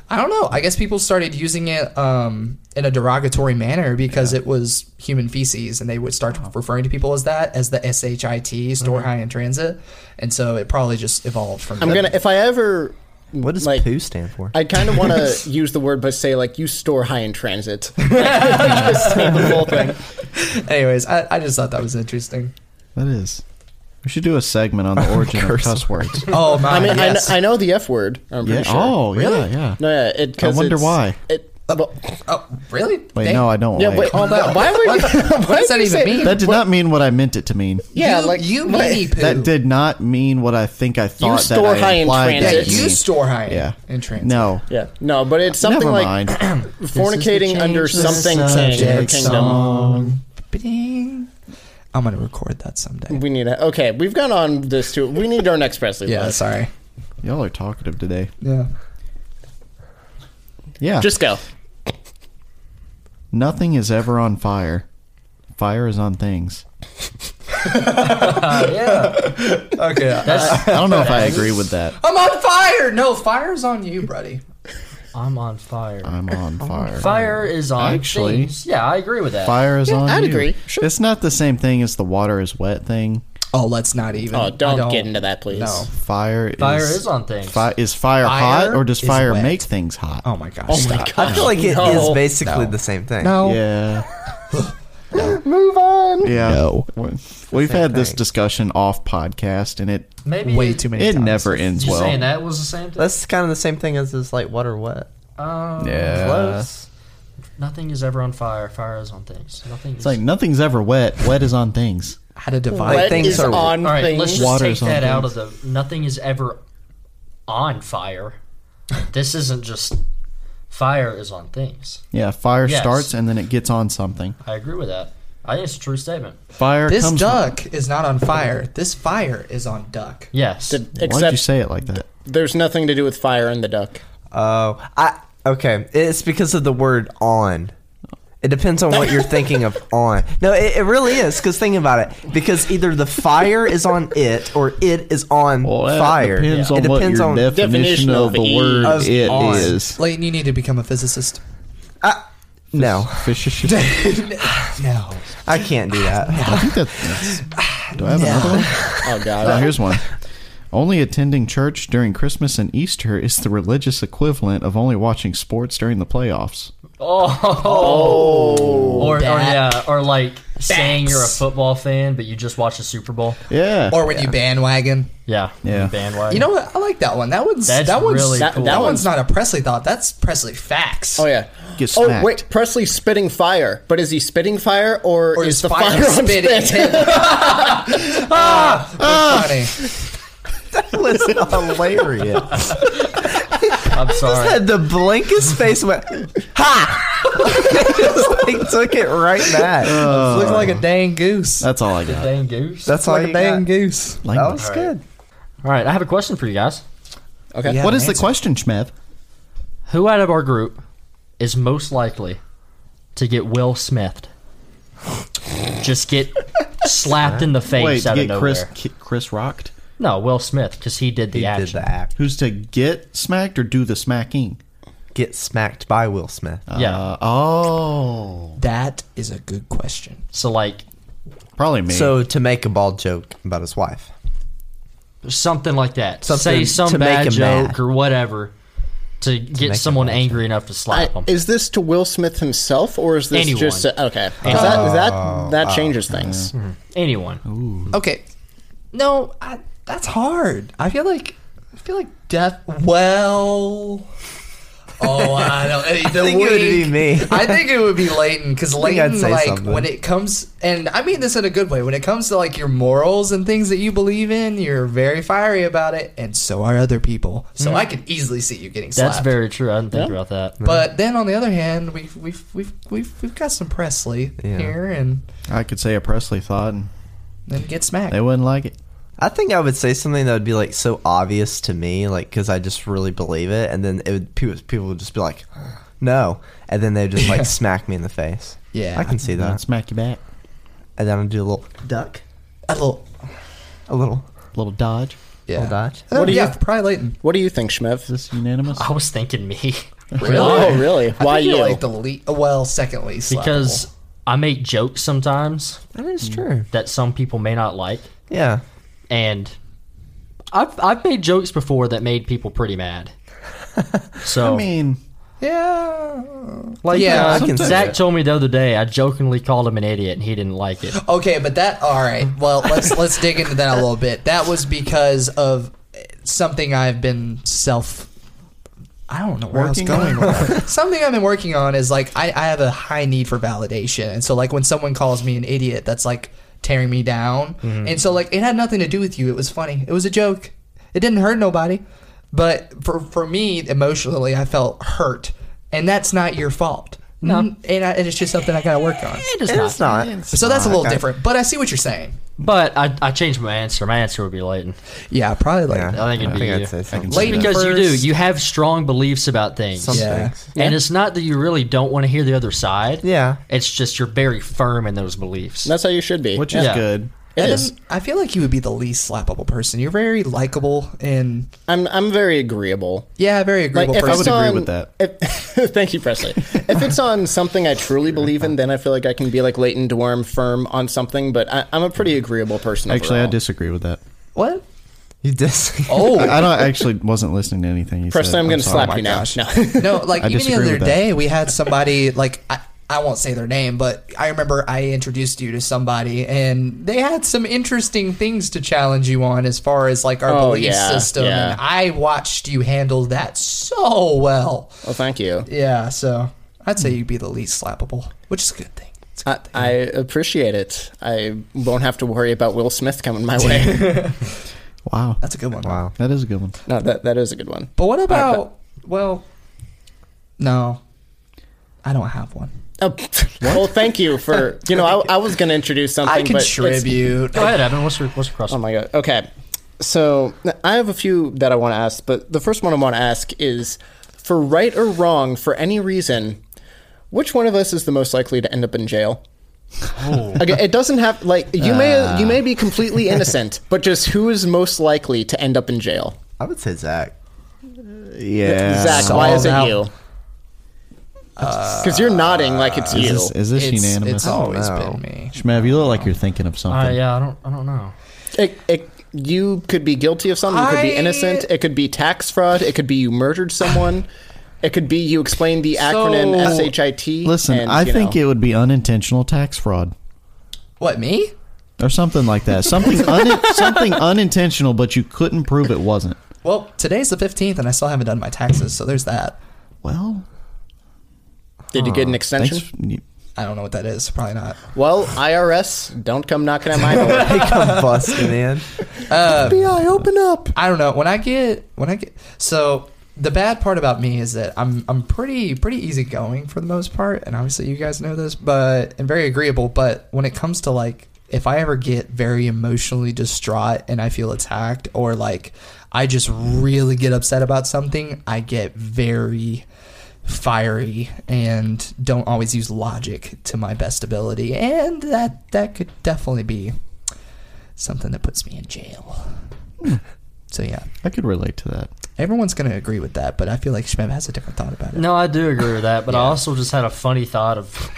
Speaker 5: I don't know. I guess people started using it um, in a derogatory manner because it was human feces, and they would start referring to people as that, as the S H I T, store high in transit, and so it probably just evolved from.
Speaker 3: Mm-hmm. I'm
Speaker 5: there.
Speaker 3: gonna if I ever
Speaker 4: What does
Speaker 3: Like-
Speaker 4: poo stand for?
Speaker 3: I kind of want to use the word, but say like you store high in transit. Like, just say the whole thing.
Speaker 5: Anyways, I, I just thought that was interesting.
Speaker 2: That is. We should do a segment on the origin of cuss words.
Speaker 5: Oh my!
Speaker 3: I mean,
Speaker 5: yes.
Speaker 3: I, kn- I know the F word. I'm pretty
Speaker 2: Yeah.
Speaker 3: sure.
Speaker 2: Oh, yeah, yeah.
Speaker 3: No, yeah. It, 'cause
Speaker 2: I wonder
Speaker 3: it's-
Speaker 2: why.
Speaker 3: It, well,
Speaker 5: oh, really?
Speaker 2: Wait,
Speaker 5: They-
Speaker 2: no, I don't.
Speaker 3: yeah,
Speaker 2: wait.
Speaker 3: wait.
Speaker 5: Oh, no.
Speaker 3: Why would you?
Speaker 5: What
Speaker 3: why
Speaker 5: does that
Speaker 3: would you
Speaker 5: even
Speaker 3: say-
Speaker 5: mean?
Speaker 2: That did not mean what I meant it to mean.
Speaker 3: Yeah,
Speaker 5: you,
Speaker 3: like
Speaker 5: you
Speaker 3: what-
Speaker 5: meanie poo.
Speaker 2: That did not mean what I think I thought that
Speaker 3: store
Speaker 2: I
Speaker 3: high in
Speaker 2: implied
Speaker 5: Yeah,
Speaker 2: that
Speaker 3: transit.
Speaker 2: it
Speaker 5: you
Speaker 2: mean.
Speaker 5: store high in-
Speaker 2: Yeah.
Speaker 5: in transit.
Speaker 2: No.
Speaker 3: Yeah, no, but it's something
Speaker 2: Never
Speaker 3: like
Speaker 2: mind.
Speaker 3: fornicating under something king or
Speaker 2: subject
Speaker 3: kingdom.
Speaker 2: song.
Speaker 5: Bing. I'm gonna record that someday.
Speaker 3: We need a okay. We've gone on this too. We need our next Presley.
Speaker 5: Yeah,
Speaker 3: list.
Speaker 5: sorry.
Speaker 2: Y'all are talkative today.
Speaker 5: Yeah.
Speaker 2: Yeah.
Speaker 3: Just go.
Speaker 2: nothing is ever on fire. Fire is on things.
Speaker 1: Oh,
Speaker 5: Okay.
Speaker 2: I don't know if I agree with that.
Speaker 5: I'm on fire. No, fire's on you, buddy.
Speaker 1: I'm on fire.
Speaker 2: I'm on fire.
Speaker 1: fire is on
Speaker 2: Actually-
Speaker 1: things. Yeah, I agree with that.
Speaker 2: Fire is on
Speaker 3: I'd
Speaker 2: you.
Speaker 3: agree. Sure.
Speaker 2: It's not the same thing as the water is wet thing.
Speaker 5: Oh, let's not even.
Speaker 3: Oh, don't,
Speaker 5: I
Speaker 3: get into that, please. Uh,
Speaker 5: No.
Speaker 2: Fire,
Speaker 1: Fire
Speaker 2: is,
Speaker 1: is on things.
Speaker 2: Fi- is fire,
Speaker 5: Fire
Speaker 2: hot or does
Speaker 5: is
Speaker 2: fire
Speaker 5: wet.
Speaker 2: make things hot?
Speaker 5: Oh my gosh.
Speaker 3: Oh my god.
Speaker 4: I feel like it is
Speaker 3: No.
Speaker 4: basically the same thing.
Speaker 5: No.
Speaker 2: Yeah.
Speaker 3: Move on.
Speaker 2: Yeah. We- We've
Speaker 4: same
Speaker 2: had this
Speaker 4: thing.
Speaker 2: discussion off podcast and it
Speaker 1: Maybe
Speaker 5: Way too many.
Speaker 2: it
Speaker 5: times.
Speaker 2: never ends
Speaker 1: You
Speaker 2: well.
Speaker 1: saying that was the same thing?
Speaker 4: That's kind of the same thing as this like water wet.
Speaker 1: Um,
Speaker 4: Uh,
Speaker 2: Yeah.
Speaker 4: Close.
Speaker 1: Nothing is ever on fire. Fire is on things. Nothing.
Speaker 2: It's like nothing's ever wet. Wet is on things.
Speaker 5: How to divide?
Speaker 4: Like
Speaker 3: What
Speaker 4: things
Speaker 3: is
Speaker 4: are-
Speaker 3: on
Speaker 1: All right,
Speaker 3: things?
Speaker 1: let's just
Speaker 2: Water
Speaker 1: take
Speaker 2: is on
Speaker 1: that out of the. Nothing is ever on fire. This isn't just fire is on things.
Speaker 2: Yeah, fire
Speaker 1: Yes.
Speaker 2: starts and then it gets on something.
Speaker 1: I agree with that. I think it's a true statement.
Speaker 2: Fire
Speaker 5: This
Speaker 2: comes
Speaker 5: duck is not on fire. This fire is on duck.
Speaker 1: Yes.
Speaker 2: Why would you
Speaker 3: Except
Speaker 2: say it like that?
Speaker 3: there's nothing to do with fire in the duck.
Speaker 4: Oh, I okay. It's because of the word on. It depends on what you're thinking of on. No, it, it really is. Because think about it. Because either the fire is on it or it is on fire.
Speaker 2: Depends
Speaker 4: it
Speaker 2: on what
Speaker 4: depends
Speaker 2: your
Speaker 4: on.
Speaker 2: definition,
Speaker 3: Definition
Speaker 2: of,
Speaker 3: of
Speaker 2: the
Speaker 3: E
Speaker 2: word
Speaker 4: is
Speaker 2: it
Speaker 4: on.
Speaker 2: is.
Speaker 5: Layton, you need to become a physicist.
Speaker 4: no,
Speaker 2: Fish-
Speaker 5: No.
Speaker 4: I can't do that.
Speaker 2: I think that's. Do I have another one?
Speaker 3: Oh
Speaker 2: Oh,
Speaker 3: god.
Speaker 2: here's one. Only attending church during Christmas and Easter is the religious equivalent of only watching sports during the playoffs.
Speaker 1: Oh. or, or yeah, or like saying you're a football fan, but you just watch the Super Bowl.
Speaker 2: Yeah.
Speaker 5: Or when you bandwagon.
Speaker 1: Yeah.
Speaker 2: Yeah.
Speaker 1: Bandwagon.
Speaker 5: You know what? I like that one. That one's
Speaker 1: That's
Speaker 5: that one's
Speaker 1: really
Speaker 5: that,
Speaker 1: cool.
Speaker 5: that one's not a Presley thought. That's Presley facts.
Speaker 3: Oh yeah.
Speaker 2: Get
Speaker 3: Oh
Speaker 2: smacked.
Speaker 3: wait, Presley's spitting fire. But is he spitting fire or,
Speaker 5: Or
Speaker 3: is
Speaker 5: is
Speaker 3: the
Speaker 5: fire Ah,
Speaker 3: fire, on
Speaker 5: spitting? Ah,
Speaker 3: spit?
Speaker 5: Funny.
Speaker 4: was hilarious.
Speaker 1: I'm sorry.
Speaker 4: the blankest face went. Ha! Just, like, took it right back.
Speaker 2: Uh.
Speaker 5: Looking like a dang goose.
Speaker 2: That's all I got.
Speaker 1: Dang goose.
Speaker 4: That's all
Speaker 5: like
Speaker 4: you
Speaker 5: a dang
Speaker 4: got.
Speaker 5: goose.
Speaker 4: That was good.
Speaker 1: All right, I have a question for you guys.
Speaker 3: okay.
Speaker 5: Yeah.
Speaker 2: What is
Speaker 5: an
Speaker 2: the
Speaker 5: answer.
Speaker 2: question, Schmev?
Speaker 1: Who out of our group is most likely to get Will Smithed? Just get slapped in the face
Speaker 2: Wait, to
Speaker 1: out of
Speaker 2: get
Speaker 1: nowhere.
Speaker 2: Chris ki- Chris rocked?
Speaker 1: No, Will Smith, because he did the
Speaker 4: He
Speaker 1: action.
Speaker 4: did the act.
Speaker 2: Who's to get smacked or do the smacking?
Speaker 4: Get smacked by Will Smith.
Speaker 1: Yeah.
Speaker 2: Uh, oh,
Speaker 5: That is a good question.
Speaker 1: so like
Speaker 2: probably me.
Speaker 4: So to make a bald joke about his wife.
Speaker 1: something like that. Say
Speaker 4: Something
Speaker 1: some
Speaker 4: to make
Speaker 1: bad
Speaker 4: him
Speaker 1: joke
Speaker 4: mad.
Speaker 1: or whatever to
Speaker 4: make
Speaker 1: get
Speaker 4: him
Speaker 1: someone
Speaker 4: mad.
Speaker 1: angry enough to slap
Speaker 3: I-
Speaker 1: him.
Speaker 3: is this to Will Smith himself or is this
Speaker 1: Anyone.
Speaker 3: just a, okay? 'Cause that that that changes things.
Speaker 1: Anyone.
Speaker 5: Okay. No, I, that's hard. I feel like I feel like death. Well. Oh, I don't. I
Speaker 4: think it would be me.
Speaker 5: I think it would be Leighton because
Speaker 4: think I'd
Speaker 5: Leighton,
Speaker 4: say
Speaker 5: like,
Speaker 4: something.
Speaker 5: when it comes, and I mean this in a good way. When it comes to like your morals and things that you believe in, you're very fiery about it, and so are other people. So
Speaker 4: Mm-hmm.
Speaker 5: I could easily see you getting slapped.
Speaker 1: That's very true. I didn't think about that.
Speaker 5: But then on the other hand, we've we've we've we've, we've got some Presley
Speaker 4: Yeah.
Speaker 5: here, and
Speaker 2: I could say a Presley thought, and
Speaker 5: then get smacked.
Speaker 2: they wouldn't like it.
Speaker 4: I think I would say something that would be like so obvious to me, like because I just really believe it, and then it would people, people would just be like, "No," and then they would just like smack me in the face.
Speaker 5: Yeah.
Speaker 4: I can see
Speaker 2: I'd
Speaker 4: that.
Speaker 2: smack you back.
Speaker 4: And then I'd do a little duck,
Speaker 5: A little,
Speaker 4: a little,
Speaker 2: Little dodge.
Speaker 5: yeah.
Speaker 4: little dodge.
Speaker 5: What do you?
Speaker 3: you-
Speaker 5: Yeah, probably Leighton.
Speaker 3: What do you think, Schmev?
Speaker 2: Is this unanimous?
Speaker 1: I was thinking me.
Speaker 3: Oh, really? Why
Speaker 5: I feel
Speaker 3: you?
Speaker 5: like the le- well, second least
Speaker 1: because
Speaker 5: slappable.
Speaker 1: I make jokes sometimes
Speaker 4: That is true.
Speaker 1: that some people may not like.
Speaker 4: Mm. Yeah,
Speaker 1: And I've I've made jokes before that made people pretty mad. So
Speaker 2: I mean,
Speaker 5: yeah.
Speaker 1: Like,
Speaker 5: Yeah,
Speaker 1: uh,
Speaker 5: I
Speaker 4: can see
Speaker 1: Zach
Speaker 4: that.
Speaker 1: told me the other day, I jokingly called him an idiot and he didn't like it.
Speaker 5: Okay, but that all right. Well, let's let's dig into that a little bit. That was because of something I've been self. I don't know where
Speaker 2: Working
Speaker 5: I was going. with that. something I've been working on is like I, I have a high need for validation, and so like when someone calls me an idiot, that's like tearing me down. And so like it had nothing to do with you. It was funny. It was a joke. It didn't hurt nobody. But for for me emotionally, I felt hurt, and that's not your fault. No, and, I, and it's just something I gotta work on.
Speaker 1: It's
Speaker 4: It's not.
Speaker 5: So that's a little different, but I see what you're saying.
Speaker 1: But I, I changed my answer. My answer would be Leighton.
Speaker 5: Yeah, probably like
Speaker 4: Yeah.
Speaker 1: I think it'd
Speaker 4: I
Speaker 1: be
Speaker 4: think
Speaker 1: you.
Speaker 4: I'd say something.
Speaker 5: Late-
Speaker 1: Because you do.
Speaker 5: First-
Speaker 1: You have strong beliefs about things.
Speaker 4: Some
Speaker 5: Yeah.
Speaker 4: things.
Speaker 1: And it's not that you really don't want to hear the other side.
Speaker 4: Yeah.
Speaker 1: It's just you're very firm in those beliefs.
Speaker 3: That's how you should be.
Speaker 2: which is
Speaker 1: Yeah.
Speaker 2: good.
Speaker 3: It
Speaker 5: Adam,
Speaker 3: is.
Speaker 5: I feel like you would be the least slappable person. You're very likable and
Speaker 3: I'm I'm very agreeable.
Speaker 5: yeah, very agreeable
Speaker 3: if
Speaker 5: person.
Speaker 3: it's
Speaker 2: I would agree
Speaker 3: on-
Speaker 2: with that.
Speaker 3: if- thank you, Presley. if it's on something I truly believe in, then I feel like I can be like Leighton Dorm firm on something. But I, I'm a pretty agreeable person.
Speaker 2: Actually, I
Speaker 3: overall.
Speaker 2: disagree with that.
Speaker 5: what?
Speaker 4: You dis.
Speaker 5: Oh
Speaker 2: I, I don't I actually wasn't listening to anything you
Speaker 3: Presley,
Speaker 2: said.
Speaker 3: I'm going to
Speaker 2: sorry. Oh
Speaker 3: slap you now.
Speaker 5: gosh.
Speaker 3: No.
Speaker 5: no, like
Speaker 2: I
Speaker 5: even the
Speaker 2: disagree
Speaker 5: other
Speaker 2: with that.
Speaker 5: day we had somebody like I, I won't say their name, but I remember I introduced you to somebody and they had some interesting things to challenge you on as far as like our
Speaker 3: Oh,
Speaker 5: belief
Speaker 3: yeah,
Speaker 5: system.
Speaker 3: yeah.
Speaker 5: And I watched you handle that so well.
Speaker 3: well, thank you.
Speaker 5: Yeah, so I'd say you'd be the least slappable, which is a good thing. It's a
Speaker 3: I, I appreciate it. I won't have to worry about Will Smith coming my way.
Speaker 2: Wow,
Speaker 5: That's a good one.
Speaker 4: Wow.
Speaker 2: that is a good one.
Speaker 3: no, that that is a good one.
Speaker 5: But what about well no. I don't have one.
Speaker 3: Oh, well, thank you for you know I, I was going to introduce something.
Speaker 5: I
Speaker 3: but it's-
Speaker 5: contribute.
Speaker 1: Go ahead, Evan. What's your, what's your cross?
Speaker 3: Oh my god. Okay. So I have a few that I want to ask, but the first one I want to ask is for right or wrong, for any reason, which one of us is the most likely to end up in jail?
Speaker 2: Oh.
Speaker 3: Okay, it doesn't have like you
Speaker 2: Ah.
Speaker 3: may you may be completely innocent, but just who is most likely to end up in jail?
Speaker 4: I would say Zach.
Speaker 2: Yeah,
Speaker 3: Zach, why is it
Speaker 5: Solve out-
Speaker 3: you? Because you're nodding like it's you.
Speaker 2: Is Ah. this, is this
Speaker 5: it's,
Speaker 2: unanimous?
Speaker 5: It's always
Speaker 4: know.
Speaker 5: been me.
Speaker 2: Shmev, you look like you're thinking of something.
Speaker 1: Uh, yeah, I don't, I don't know.
Speaker 3: It, it, you could be guilty of something. You could be
Speaker 5: I-
Speaker 3: innocent. It could be tax fraud. It could be you murdered someone. It could be you explained the acronym
Speaker 5: So-
Speaker 3: SHIT.
Speaker 2: Listen,
Speaker 3: and,
Speaker 2: I
Speaker 3: you
Speaker 2: think
Speaker 3: know.
Speaker 2: it would be unintentional tax fraud
Speaker 5: What, me?
Speaker 2: or something like that. Something un- something unintentional, but you couldn't prove it wasn't.
Speaker 5: Well, today's the 15th and I still haven't done my taxes, so there's that.
Speaker 2: Well,
Speaker 3: Did you get an extension?
Speaker 2: Uh, thanks. f- you-
Speaker 5: I don't know what that is. Probably not.
Speaker 3: Well, IRS, don't come knocking at my door.
Speaker 4: They come busting in.
Speaker 5: FBI, open up. Uh, I don't know. When I get when I get so the bad part about me is that I'm I'm pretty pretty easygoing for the most part, and obviously you guys know this, but and very agreeable. But when it comes to like if I ever get very emotionally distraught and I feel attacked or like I just really get upset about something, I get very fiery and don't always use logic to my best ability. And that that could definitely be something that puts me in jail. So yeah,
Speaker 2: I could relate to that.
Speaker 5: everyone's gonna agree with that, but I feel like Shmev has a different thought about it.
Speaker 1: No, I do agree with that, but I also just had a funny thought of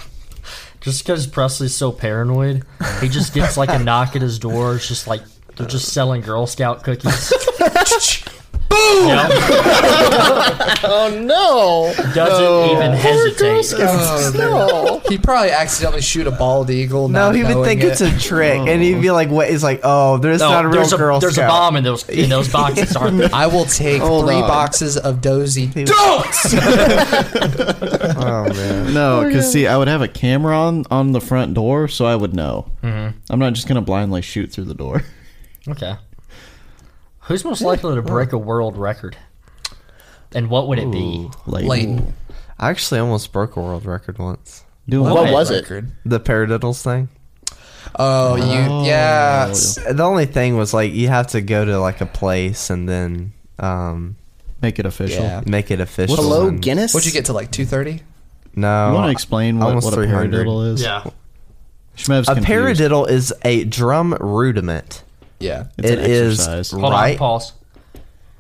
Speaker 1: just because Presley's so paranoid, he just gets like a knock at his door. It's just like they're just selling Girl Scout cookies. Boom!
Speaker 3: oh no!
Speaker 1: doesn't even hesitate.
Speaker 5: Oh,
Speaker 3: no.
Speaker 5: He probably accidentally shoot a bald eagle.
Speaker 4: No,
Speaker 5: not
Speaker 4: he would
Speaker 5: knowing
Speaker 4: think
Speaker 5: it.
Speaker 4: it's a trick, and he'd be like, "What?" He's like, "Oh, there's
Speaker 1: No,
Speaker 4: not a real
Speaker 1: there's a,
Speaker 4: girl
Speaker 1: there's a
Speaker 4: Scout.
Speaker 1: bomb in those in those boxes, aren't there?
Speaker 5: I will take
Speaker 4: Hold
Speaker 5: three
Speaker 4: on.
Speaker 5: boxes of dozy.
Speaker 4: Oh man,
Speaker 2: No, because see, I would have a camera on on the front door, so I would know. I'm not just gonna blindly shoot through the door.
Speaker 1: Okay. Who's most likely to break a world record? And what would it be?
Speaker 2: Like,
Speaker 5: Leighton.
Speaker 4: I actually almost broke a world record once.
Speaker 2: doing
Speaker 3: What was it?
Speaker 5: Record.
Speaker 4: The paradiddles thing.
Speaker 5: Oh, you yeah. S-
Speaker 4: The only thing was like you have to go to like a place and then um,
Speaker 2: Make it official.
Speaker 5: Yeah.
Speaker 4: make it official.
Speaker 3: Hello,
Speaker 4: and-
Speaker 3: Guinness.
Speaker 5: What'd you get to like two thirty?
Speaker 4: No,
Speaker 2: You want to explain what,
Speaker 4: almost
Speaker 2: what a
Speaker 4: 300.
Speaker 2: paradiddle is? Shmev's
Speaker 4: A
Speaker 2: confused.
Speaker 4: paradiddle is a drum rudiment.
Speaker 5: Yeah.
Speaker 2: It's
Speaker 4: It
Speaker 2: an
Speaker 4: is
Speaker 2: exercise. Hold
Speaker 1: Hold
Speaker 4: right.
Speaker 1: on, pause.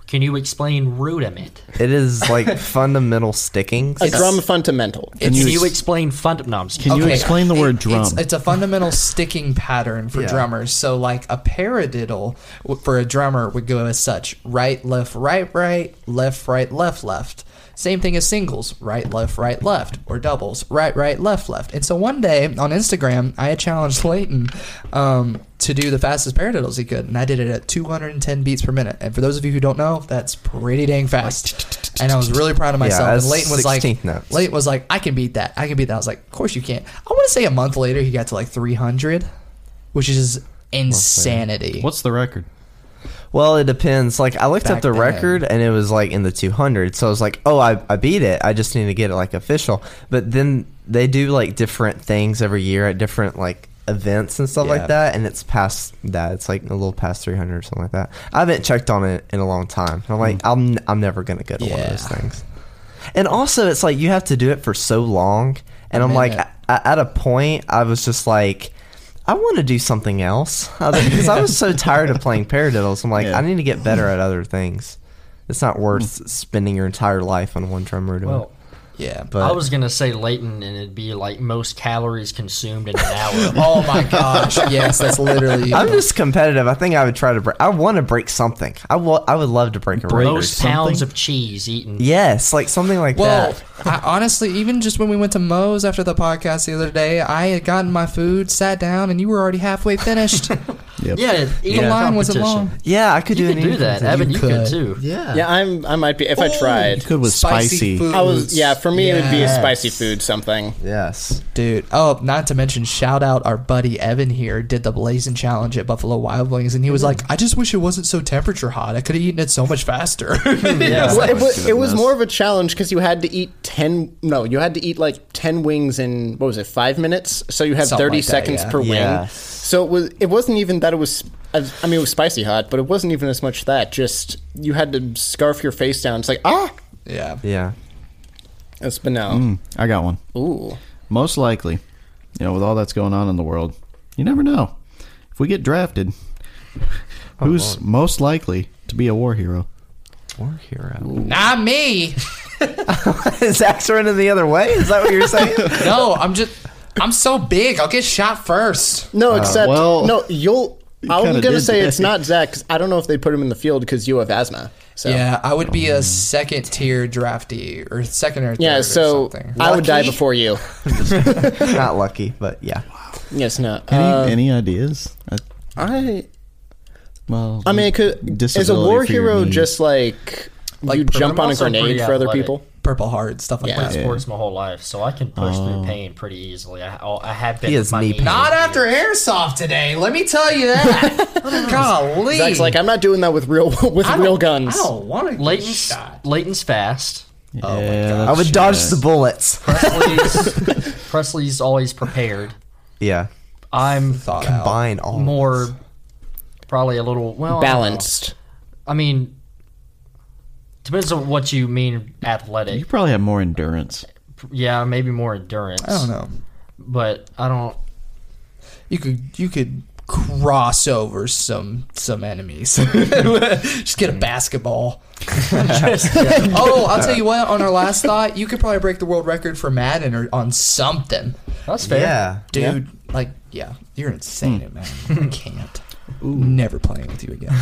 Speaker 1: Can you explain rudiment?
Speaker 4: It is like fundamental stickings.
Speaker 3: A drum fundamental.
Speaker 1: Can you,
Speaker 5: It's-
Speaker 1: explain fund? No, I'm just
Speaker 2: Can
Speaker 1: kidding.
Speaker 2: you
Speaker 5: Okay.
Speaker 2: explain the word drum?
Speaker 5: It's, it's a fundamental sticking pattern for drummers. So, like a paradiddle w- for a drummer would go as such: right, left, right, right, left, right, left, left. Same thing as singles: right, left, right, left, or doubles: right, right, left, left. And so one day on Instagram, I had challenged Leighton um, to do the fastest paradiddles he could, and I did it at 210 beats per minute. And for those of you who don't know, that's pretty dang fast. And I was really proud of myself.
Speaker 4: that's
Speaker 5: and Leighton was like,
Speaker 4: 16th notes.
Speaker 5: Leighton was like, I can beat that. I can beat that. I was like, of course you can't. I want to say a month later he got to like 300, which is insanity.
Speaker 2: What's the record?
Speaker 4: Well, it depends. Like I looked
Speaker 5: Back
Speaker 4: up the
Speaker 5: then.
Speaker 4: record and it was like in the 200. So I was like, "Oh, I, I beat it. I just need to get it like official." But then they do like different things every year at different like events and stuff
Speaker 6: Yeah.
Speaker 4: like that, and it's past that. It's like a little past three hundred or something like that. I haven't checked on it in a long time. I'm like, I'm I'm never gonna go to one of those things. And also, it's like you have to do it for so long, and I'm like,
Speaker 5: minute.
Speaker 4: I, at a point, I was just like. I want to do something else because I was so tired of playing paradiddles. I'm like, I need to get better at other things. It's not worth spending your entire life on one drum routine.
Speaker 1: Well,
Speaker 5: Yeah.
Speaker 4: but
Speaker 1: I was gonna say Leighton, and it'd be like most calories consumed in an hour.
Speaker 5: Oh my gosh! Yes, that's literally.
Speaker 4: I'm just competitive. I think I would try to break. I want to break something. I wa- I would love to break a record.
Speaker 1: most pounds of cheese eaten.
Speaker 4: Yes, like something like
Speaker 5: Well,
Speaker 4: that.
Speaker 5: I, honestly, even just when we went to Moe's after the podcast the other day, I had gotten my food, sat down, and you were already halfway finished.
Speaker 1: Yeah, eating
Speaker 5: The line wasn't
Speaker 1: competition.
Speaker 5: long.
Speaker 4: Yeah, I could
Speaker 1: You
Speaker 4: do
Speaker 1: could
Speaker 4: an
Speaker 1: do that,
Speaker 4: anything.
Speaker 1: Evan. You could
Speaker 5: could.
Speaker 1: too.
Speaker 4: Yeah.
Speaker 3: Yeah, I'm. I might be if I tried.
Speaker 2: Good with spicy.
Speaker 5: foods.
Speaker 3: I was. Yeah, for me it would be a
Speaker 4: Yes.
Speaker 3: spicy food something.
Speaker 4: Yes.
Speaker 5: Dude, oh, not to mention, shout out our buddy Evan here did the blazing challenge at Buffalo Wild Wings, and he was like, "I just wish it wasn't so temperature hot. I could have eaten it so much faster." yeah,
Speaker 3: Well, it was, it was more of a challenge because you had to eat 10 no you had to eat like 10 wings in what was it 5 minutes so you had
Speaker 5: Something
Speaker 3: 30
Speaker 5: like that,
Speaker 3: seconds
Speaker 5: yeah.
Speaker 3: per wing
Speaker 4: Yes.
Speaker 3: so it was it wasn't even that it was I I mean it was spicy hot but it wasn't even as much that just you had to scarf your face down it's like ah
Speaker 5: yeah.
Speaker 4: Yeah.
Speaker 3: it's been now
Speaker 2: I got one.
Speaker 3: ooh
Speaker 2: Most likely, you know, with all that's going on in the world, you never know. If we get drafted, who's most likely to be a war hero?
Speaker 4: War hero.
Speaker 5: Not me.
Speaker 4: Is Axe running the other way? Is that what you're saying?
Speaker 5: No, I'm just. I'm so big. I'll get shot first.
Speaker 3: no except
Speaker 2: well,
Speaker 3: no you'll I'm
Speaker 2: kinda
Speaker 3: gonna
Speaker 2: did
Speaker 3: say it's
Speaker 2: today.
Speaker 3: not Zach 'cause I don't know if they put him in the field because you have asthma so
Speaker 5: Yeah, I would be a second tier draftee or second or third
Speaker 3: yeah
Speaker 5: or
Speaker 3: so
Speaker 5: something.
Speaker 3: I would die
Speaker 4: Lucky?
Speaker 3: before you
Speaker 4: Not lucky, but yeah.
Speaker 3: yes no
Speaker 2: Any,
Speaker 3: Uh,
Speaker 2: any ideas? I,
Speaker 3: I
Speaker 2: well,
Speaker 3: I mean, it could, is a
Speaker 2: disability
Speaker 3: war
Speaker 2: for your
Speaker 3: hero
Speaker 2: knee.
Speaker 3: just like,
Speaker 5: Like
Speaker 3: you
Speaker 5: purple-
Speaker 3: jump
Speaker 1: I'm
Speaker 3: on a
Speaker 1: also
Speaker 3: grenade
Speaker 1: pretty
Speaker 3: for other
Speaker 1: athletic.
Speaker 3: people?
Speaker 5: Purple heart stuff like
Speaker 3: Yeah.
Speaker 5: that.
Speaker 1: Sports my whole life, so I can push through pain pretty easily. I, oh, I have been.
Speaker 4: He is
Speaker 1: my
Speaker 4: knee
Speaker 1: knee
Speaker 4: pain.
Speaker 5: Not after airsoft today. Let me tell you that. Golly,
Speaker 3: Zach's like, I'm not doing that with real with
Speaker 5: I don't-
Speaker 3: real guns.
Speaker 5: I don't want to get
Speaker 1: Leighton's,
Speaker 5: shot.
Speaker 1: Leighton's fast.
Speaker 2: oh my god,
Speaker 4: I would dodge the bullets.
Speaker 1: Presley's, Presley's always prepared.
Speaker 4: yeah.
Speaker 1: I'm
Speaker 5: Thought out.
Speaker 4: Combine all.
Speaker 1: more, probably a little well I don't know.
Speaker 3: Balanced.
Speaker 1: I mean, depends on what you mean
Speaker 2: You
Speaker 1: athletic.
Speaker 2: probably have more endurance.
Speaker 1: Yeah, maybe more endurance.
Speaker 5: I don't know.
Speaker 1: but I don't.
Speaker 5: You could you could cross over some some enemies. Just get a basketball. oh, I'll tell you what. On our last thought, you could probably break the world record for Madden or on something,
Speaker 1: That's fair.
Speaker 4: Yeah.
Speaker 5: dude. Like, yeah, you're insane, man. I can't. Never playing with you again.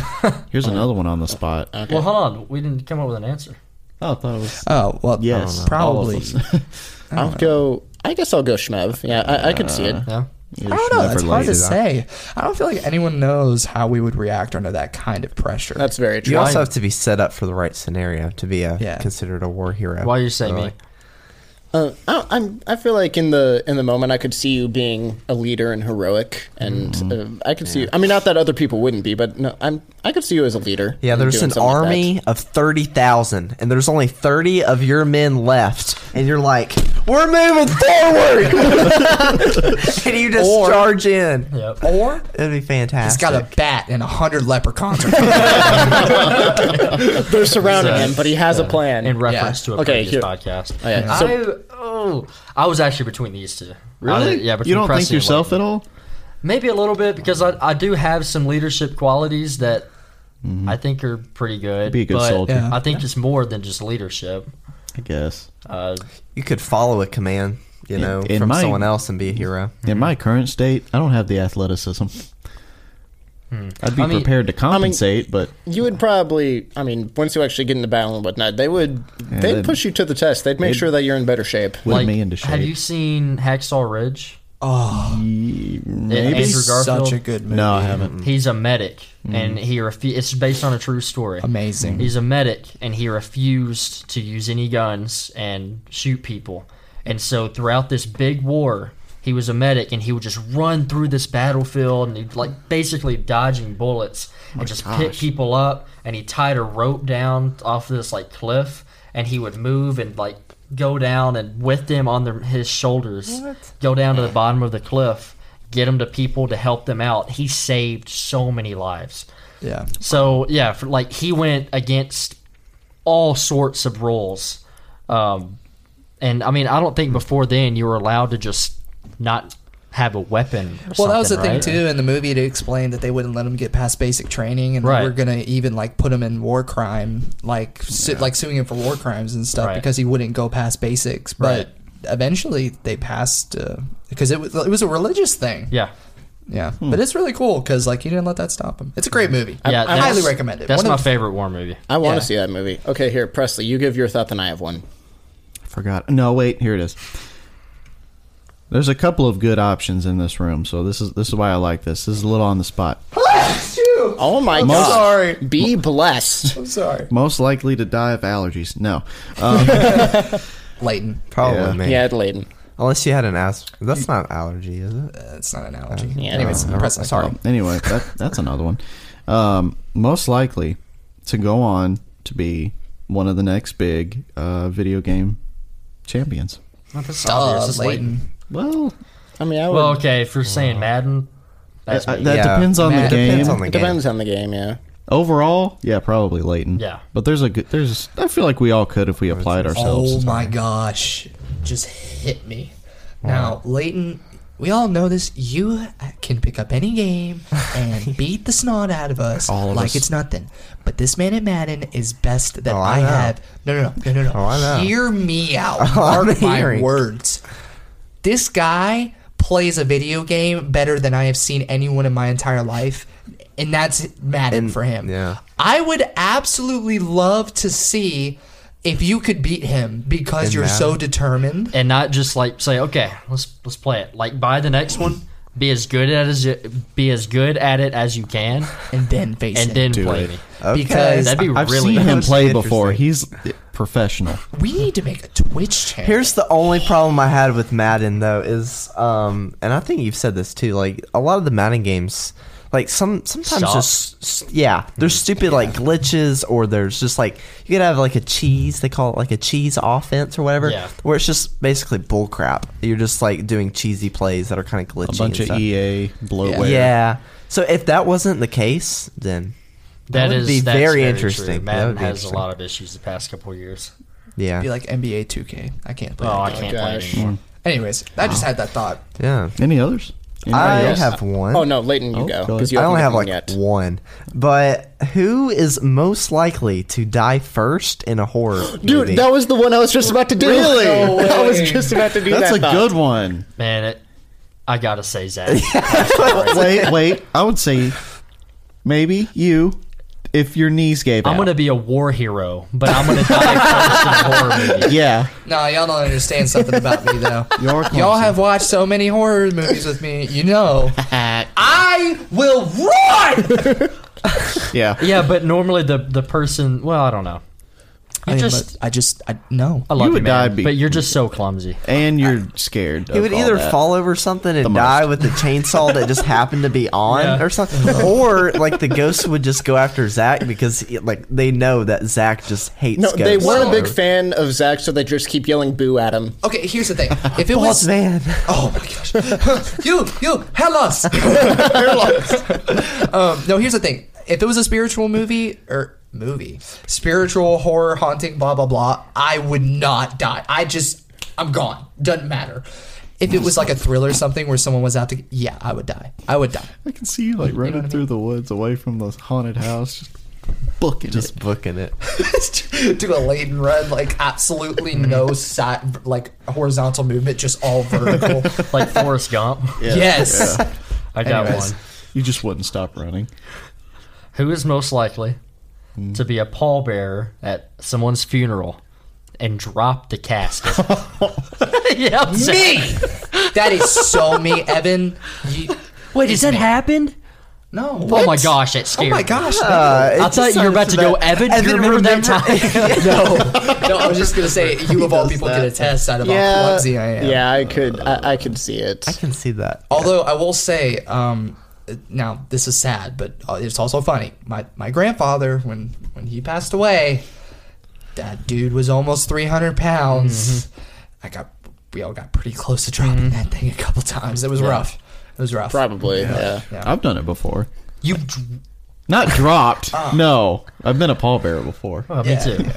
Speaker 2: Here's another one on the spot.
Speaker 1: Well, hold on. We didn't come up with an answer.
Speaker 2: Oh, I thought it was
Speaker 5: Oh well,
Speaker 2: yes,
Speaker 5: probably.
Speaker 2: all of us.
Speaker 3: I'll go. I guess I'll go Shmev. Yeah, I, I could see it.
Speaker 4: Uh.
Speaker 1: Yeah.
Speaker 5: I don't know.
Speaker 2: Never
Speaker 5: It's hard
Speaker 2: liked it.
Speaker 5: to say. I don't feel like anyone knows how we would react under that kind of pressure.
Speaker 3: That's very
Speaker 4: You
Speaker 3: true.
Speaker 4: also have to be set up for the right scenario to be a,
Speaker 5: Yeah.
Speaker 4: considered a war hero.
Speaker 1: Why you say me?
Speaker 4: Really.
Speaker 3: Uh, I, I'm. I feel like in the in the moment, I could see you being a leader and heroic, and
Speaker 4: Mm-hmm.
Speaker 3: uh, I could see. You, I mean, not that other people wouldn't be, but no, I'm. I could see you as a leader.
Speaker 4: Yeah,
Speaker 3: and
Speaker 4: there's
Speaker 3: doing
Speaker 4: an
Speaker 3: something like that.
Speaker 4: army of 30,000, and there's only 30 of your men left, and you're like, we're moving forward! and you just
Speaker 5: Or-
Speaker 4: charge in.
Speaker 1: Yep.
Speaker 5: or
Speaker 4: It'd be
Speaker 5: he's
Speaker 4: fantastic.
Speaker 5: got a bat and a hundred leprechauns.
Speaker 3: They're surrounding
Speaker 1: So-
Speaker 3: him, but he has a plan.
Speaker 1: in reference
Speaker 5: Yeah.
Speaker 1: to a
Speaker 3: Okay,
Speaker 1: previous
Speaker 3: here-
Speaker 1: podcast.
Speaker 3: Oh, yeah. So-
Speaker 1: I oh, I was actually between these two. I was-
Speaker 2: Really?
Speaker 1: yeah, between
Speaker 2: you don't think
Speaker 1: Presley and
Speaker 2: yourself
Speaker 1: Leighton.
Speaker 2: at all?
Speaker 1: Maybe a little bit because I, I do have some leadership qualities that I think are pretty good.
Speaker 2: Mm-hmm. Be a good
Speaker 1: but
Speaker 2: soldier.
Speaker 5: Yeah.
Speaker 1: I think it's more than just leadership.
Speaker 2: I guess.
Speaker 1: Uh,
Speaker 4: you could follow a command, you know,
Speaker 2: in
Speaker 4: from
Speaker 2: my-
Speaker 4: someone else and be a hero.
Speaker 2: In my current state, I don't have the athleticism. I'd be
Speaker 1: I mean-
Speaker 2: prepared to compensate, but
Speaker 3: You would probably, I mean, once you actually get in the battle and whatnot, they would, they'd,
Speaker 2: they'd-
Speaker 3: push you to the test. They'd make
Speaker 2: they'd-
Speaker 3: sure that you're in better shape.
Speaker 2: whip
Speaker 1: like,
Speaker 2: me into shape.
Speaker 1: have you seen Hacksaw Ridge?
Speaker 5: oh,
Speaker 1: Maybe. Andrew Garfield.
Speaker 5: such a good movie.
Speaker 2: no, I haven't.
Speaker 1: He's a medic,
Speaker 2: Mm-hmm.
Speaker 1: and he refu- It's based on a true story.
Speaker 5: Amazing.
Speaker 1: He's a medic, and he refused to use any guns and shoot people. And so throughout this big war, he was a medic, and he would just run through this battlefield, and he'd like basically dodging bullets and just pick people up. And he tied a rope down off this like cliff, and he would move and like go down and with them on their, his shoulders, go down to the bottom of the cliff, get him to people to help them out. He saved so many lives.
Speaker 4: Yeah.
Speaker 1: So yeah, for, like he went against all sorts of rules, um, and I mean I don't think before then you were allowed to just not have a weapon. or
Speaker 5: Well, that was the
Speaker 1: something,
Speaker 5: thing
Speaker 1: right?
Speaker 5: too in the movie. They explained that they wouldn't let him get past basic training, and
Speaker 1: Right.
Speaker 5: they were gonna even like put him in war crime, like su- like suing him for war crimes and stuff
Speaker 1: Right.
Speaker 5: because he wouldn't go past basics.
Speaker 1: Right.
Speaker 5: But eventually, they passed uh, because it was it was a religious thing.
Speaker 1: Yeah,
Speaker 5: yeah. But it's really cool because like you didn't let that stop him. It's a great movie.
Speaker 1: yeah.
Speaker 5: I highly
Speaker 1: that's-
Speaker 5: recommend it.
Speaker 1: That's
Speaker 5: One
Speaker 1: my
Speaker 5: of the-
Speaker 1: favorite war movie.
Speaker 3: I want
Speaker 5: Yeah.
Speaker 3: to see that movie. Okay, here, Presley, you give your thought, then I have one.
Speaker 2: Forgot. No, wait. Here it is. There's a couple of good options in this room, so this is this is why I like this. This is a little on the spot.
Speaker 3: Oh my
Speaker 5: I'm
Speaker 3: god!
Speaker 5: sorry.
Speaker 3: Be blessed.
Speaker 5: I'm sorry,
Speaker 2: Most likely to die of allergies. No,
Speaker 5: Leighton.
Speaker 4: Probably
Speaker 2: Yeah.
Speaker 4: me.
Speaker 3: yeah, Layden.
Speaker 4: Unless you had an asthma. That's not allergy, is it?
Speaker 5: That's not an analogy.
Speaker 3: Yeah.
Speaker 5: Anyways,
Speaker 3: No,
Speaker 5: Presley.
Speaker 4: sorry.
Speaker 2: Um, anyway, that, that's another one. Um, most likely to go on to be one of the next big uh, video game champions.
Speaker 1: That's
Speaker 5: Duh,
Speaker 1: obvious. It's like-
Speaker 5: Leighton.
Speaker 2: Well,
Speaker 3: I mean, I would,
Speaker 1: Well, okay, if you're saying Madden, that's
Speaker 2: uh,
Speaker 1: me.
Speaker 2: that
Speaker 4: Yeah.
Speaker 2: depends on
Speaker 5: Matt,
Speaker 2: the game.
Speaker 4: Depends on the
Speaker 3: it
Speaker 4: game.
Speaker 3: depends on the game. Yeah,
Speaker 2: Overall, yeah, probably Leighton.
Speaker 1: Yeah.
Speaker 2: but there's a good. There's. I feel like we all could if we applied ourselves.
Speaker 5: Oh my gosh. Just hit me. Now, Leighton, we all know this. You can pick up any game and beat the snot out of us
Speaker 2: All of
Speaker 5: like
Speaker 2: us.
Speaker 5: it's nothing. But this man at Madden is best that
Speaker 4: Oh, I
Speaker 5: I,
Speaker 4: know.
Speaker 5: have. No, no, no, no, no, no.
Speaker 4: Oh, I know. Oh,
Speaker 5: Hear me out.
Speaker 4: I'm
Speaker 5: Mark my
Speaker 4: hearing.
Speaker 5: words. This guy plays a video game better than I have seen anyone in my entire life. And that's Madden
Speaker 4: And-
Speaker 5: for him.
Speaker 4: yeah.
Speaker 5: I would absolutely love to see if you could beat him because
Speaker 4: In
Speaker 5: you're
Speaker 4: Madden?
Speaker 5: so determined.
Speaker 1: and not just like say, okay, let's let's play it. Like buy the next one, be as good at as you- be as good at it as you can,
Speaker 5: And then face
Speaker 1: and
Speaker 5: him.
Speaker 1: then play
Speaker 2: it.
Speaker 1: me.
Speaker 4: Okay.
Speaker 5: Because
Speaker 1: That'd be
Speaker 2: I've
Speaker 1: really
Speaker 2: seen him
Speaker 4: That's
Speaker 2: play
Speaker 4: interesting.
Speaker 2: before. He's professional.
Speaker 5: we need to make a Twitch channel.
Speaker 4: Here's the only problem I had with Madden though is, um, and I think you've said this too. Like a lot of the Madden games, like some sometimes
Speaker 1: Suck.
Speaker 4: just s- yeah, there's stupid like glitches or there's just like you could have like a cheese. They call it like a cheese offense or whatever,
Speaker 1: Yeah.
Speaker 4: where it's just basically bullcrap. You're just like doing cheesy plays that are kind of glitchy.
Speaker 2: A bunch
Speaker 4: and
Speaker 2: of
Speaker 4: stuff.
Speaker 2: EA bloatware.
Speaker 4: Yeah. So if that wasn't the case, then
Speaker 1: That
Speaker 4: would
Speaker 1: is
Speaker 4: be
Speaker 1: that's
Speaker 4: very
Speaker 1: true.
Speaker 4: interesting. That
Speaker 1: Madden
Speaker 4: would be
Speaker 1: has
Speaker 4: interesting.
Speaker 1: a lot of issues the past couple of years.
Speaker 4: yeah,
Speaker 5: be like NBA 2K. I can't play.
Speaker 1: Oh,
Speaker 5: that
Speaker 1: I
Speaker 5: game.
Speaker 1: can't play it
Speaker 3: gosh.
Speaker 1: anymore.
Speaker 5: Anyways, I just had that thought.
Speaker 4: yeah.
Speaker 2: Any others?
Speaker 4: I
Speaker 2: Anybody else?
Speaker 4: have one.
Speaker 3: Oh no, Layton, you
Speaker 2: Oh,
Speaker 3: go
Speaker 2: go
Speaker 3: because you
Speaker 4: I
Speaker 3: haven't
Speaker 4: only have like
Speaker 3: given yet.
Speaker 4: one. But who is most likely to die first in a horror
Speaker 3: Dude,
Speaker 4: movie?
Speaker 3: that was the one I was just about to do.
Speaker 4: Really?
Speaker 3: No I was just about to do
Speaker 2: That's
Speaker 3: that.
Speaker 2: a good one.
Speaker 1: Man, it, I gotta say Zach.
Speaker 2: wait, wait. I would say maybe you, if your knees gave
Speaker 1: I'm
Speaker 2: out.
Speaker 1: gonna be a war hero, but I'm gonna die first in a horror movie.
Speaker 2: Yeah.
Speaker 5: No, y'all don't understand something about me though.
Speaker 2: You're
Speaker 5: Y'all
Speaker 2: clumsy.
Speaker 5: have watched so many horror movies with me, you know. I will run.
Speaker 2: Yeah.
Speaker 1: Yeah, but normally the the person, well, I don't know. You
Speaker 5: I
Speaker 1: just,
Speaker 5: just, I just, I no.
Speaker 1: I love
Speaker 2: you
Speaker 1: you,
Speaker 2: would
Speaker 1: man,
Speaker 2: die be-
Speaker 1: but you're just so clumsy.
Speaker 2: And you're scared.
Speaker 4: he would either fall over something and die with the chainsaw that just happened to be on
Speaker 1: Yeah.
Speaker 4: or something. Or like the ghosts would just go after Zach because he- like they know that Zach just hates
Speaker 3: No,
Speaker 4: ghosts.
Speaker 3: they weren't a big
Speaker 4: Or-
Speaker 3: fan of Zach, so they just keep yelling "boo" at him.
Speaker 5: Okay, here's the thing. If it
Speaker 4: Bald
Speaker 5: was
Speaker 4: man.
Speaker 5: Oh my gosh. you, you, Hellas. Hellas. um, no, here's the thing. If it was a spiritual movie or movie, spiritual horror haunting, blah blah blah, I would not die. I just, I'm gone. Doesn't matter. If it was like a thriller or something where someone was out to, yeah, I would die. I would die.
Speaker 2: I can see you like running through the woods away from the haunted house. Just booking
Speaker 4: Just booking it.
Speaker 5: Do a laden run, like absolutely no side, like horizontal movement, just all vertical.
Speaker 1: Like Forrest Gump.
Speaker 5: yes.
Speaker 1: I got
Speaker 5: Anyways.
Speaker 1: one.
Speaker 2: You just wouldn't stop running.
Speaker 1: Who is most likely to be a pallbearer at someone's funeral and drop the casket? yeah, I'm
Speaker 5: Me.
Speaker 1: saying.
Speaker 5: That is so me, Evan. You,
Speaker 1: Wait, has that happened?
Speaker 5: no.
Speaker 1: Oh my gosh, that scared
Speaker 5: Oh my
Speaker 1: me.
Speaker 5: gosh.
Speaker 1: I thought you were about to go, Evan. Do you remember, that time?
Speaker 5: no. No, I was just going to say, you of all people can attest out of how clumsy I am.
Speaker 3: yeah, I could, I, I could see it.
Speaker 4: I can see that.
Speaker 5: Although I will say, um, now this is sad, but uh, it's also funny. My my grandfather, when when he passed away, that dude was almost 300 pounds. I got, we all got pretty close to dropping that thing a couple times. It was rough. It was rough.
Speaker 3: Probably. Yeah.
Speaker 2: I've done it before.
Speaker 5: You,
Speaker 2: Not dropped.
Speaker 5: Ah.
Speaker 2: no, I've been a pallbearer before.
Speaker 1: Oh, me
Speaker 5: Yeah.
Speaker 1: too.